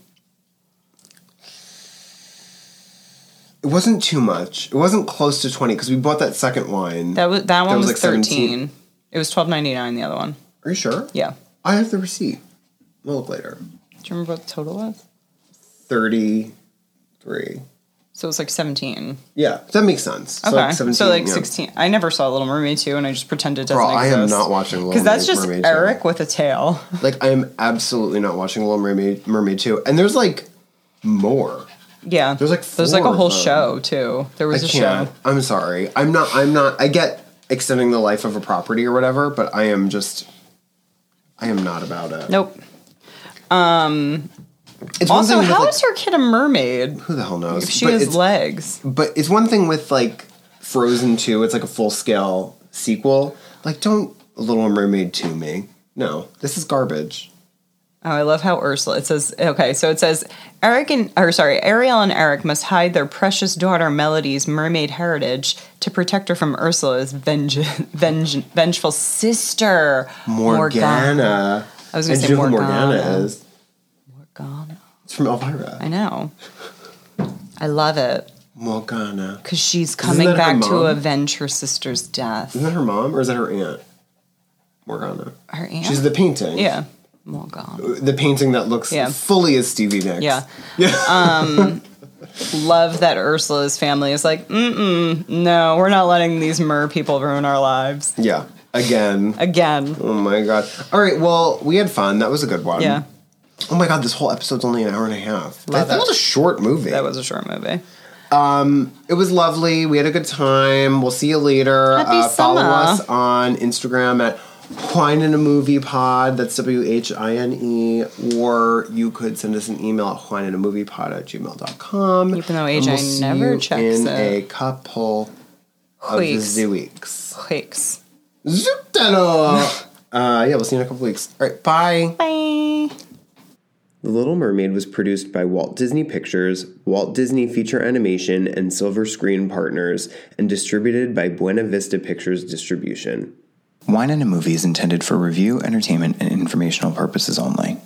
[SPEAKER 3] It wasn't too much. It wasn't close to 20 because we bought that second wine.
[SPEAKER 2] That was that one
[SPEAKER 3] was
[SPEAKER 2] was,
[SPEAKER 3] like 17.
[SPEAKER 2] thirteen. It was twelve ninety nine. The other one,
[SPEAKER 3] Are you sure?
[SPEAKER 2] yeah.
[SPEAKER 3] I have the receipt. We'll look later.
[SPEAKER 2] Do you remember what the total was?
[SPEAKER 3] 33.
[SPEAKER 2] So it was like seventeen.
[SPEAKER 3] Yeah, that makes sense.
[SPEAKER 2] Okay,
[SPEAKER 3] So like 17. yeah.
[SPEAKER 2] sixteen. I never saw Little Mermaid two, and I just pretended it doesn't
[SPEAKER 3] Bro, I
[SPEAKER 2] exist.
[SPEAKER 3] am not watching Little
[SPEAKER 2] because that's
[SPEAKER 3] Mermaid-
[SPEAKER 2] just
[SPEAKER 3] Mermaid 2.
[SPEAKER 2] Eric with a tail.
[SPEAKER 3] Like, I am absolutely not watching Little Mermaid, Mermaid 2. And there's like more.
[SPEAKER 2] Yeah, there's
[SPEAKER 3] like,
[SPEAKER 2] there's like
[SPEAKER 3] four
[SPEAKER 2] a
[SPEAKER 3] of
[SPEAKER 2] whole
[SPEAKER 3] them.
[SPEAKER 2] show too. There was
[SPEAKER 3] I
[SPEAKER 2] a
[SPEAKER 3] can't.
[SPEAKER 2] show.
[SPEAKER 3] I'm sorry. I'm not. I'm not. I get extending the life of a property or whatever, but I am just. I am not about it.
[SPEAKER 2] Nope.
[SPEAKER 3] It's one
[SPEAKER 2] Also,
[SPEAKER 3] thing with,
[SPEAKER 2] how
[SPEAKER 3] like,
[SPEAKER 2] is your kid a mermaid?
[SPEAKER 3] who the hell knows?
[SPEAKER 2] She
[SPEAKER 3] But
[SPEAKER 2] has
[SPEAKER 3] it's-
[SPEAKER 2] legs.
[SPEAKER 3] but it's one thing with like Frozen 2, it's like a full scale sequel. Like, don't Little Mermaid to me. No, this is garbage.
[SPEAKER 2] Oh, I love how Ursula. It says okay, so it says Eric and or sorry, Ariel and Eric must hide their precious daughter Melody's mermaid heritage to protect her from Ursula's venge, venge, vengeful sister
[SPEAKER 3] Morgana.
[SPEAKER 2] I was gonna
[SPEAKER 3] And
[SPEAKER 2] say
[SPEAKER 3] do you know who
[SPEAKER 2] Morgana.
[SPEAKER 3] is?
[SPEAKER 2] Morgana.
[SPEAKER 3] It's from Elvira.
[SPEAKER 2] I know. I love it
[SPEAKER 3] Morgana.
[SPEAKER 2] because she's coming
[SPEAKER 3] that her
[SPEAKER 2] back to
[SPEAKER 3] mom?
[SPEAKER 2] avenge her sister's death.
[SPEAKER 3] Isn't that her mom or is that her aunt? Morgana.
[SPEAKER 2] Her aunt.
[SPEAKER 3] She's the painting.
[SPEAKER 2] yeah. Morgana.
[SPEAKER 3] The painting that looks
[SPEAKER 2] Yeah.
[SPEAKER 3] fully as Stevie Nicks.
[SPEAKER 2] Yeah. Um, love that Ursula's family is like, mm mm, no, we're not letting these mer people ruin our lives
[SPEAKER 3] Yeah. Again.
[SPEAKER 2] again.
[SPEAKER 3] Oh my god. All right, well, we had fun. That was a good one.
[SPEAKER 2] Yeah,
[SPEAKER 3] Oh my god, this whole episode's only an hour and a half.
[SPEAKER 2] Love
[SPEAKER 3] that, that
[SPEAKER 2] it.
[SPEAKER 3] was a short movie.
[SPEAKER 2] that was a short movie.
[SPEAKER 3] It was lovely. We had a good time. We'll see you later. Uh,
[SPEAKER 2] Happy
[SPEAKER 3] Follow
[SPEAKER 2] summer.
[SPEAKER 3] us on Instagram at Wine in a Movie Pod. That's W H I N E. Or you could send us an email at wine in a movie pod at gmail.com.
[SPEAKER 2] Even though AJ never checks
[SPEAKER 3] in
[SPEAKER 2] it.
[SPEAKER 3] a couple
[SPEAKER 2] Weeks.
[SPEAKER 3] of the weeks.
[SPEAKER 2] Quakes.
[SPEAKER 3] Zoop-da-da. uh, yeah, we'll see you in a couple weeks. All right, bye.
[SPEAKER 2] Bye.
[SPEAKER 3] The Little Mermaid was produced by Walt Disney Pictures, Walt Disney Feature Animation, and Silver Screen Partners, and distributed by Buena Vista Pictures Distribution.
[SPEAKER 1] Wine and a Movie is intended for review, entertainment, and informational purposes only.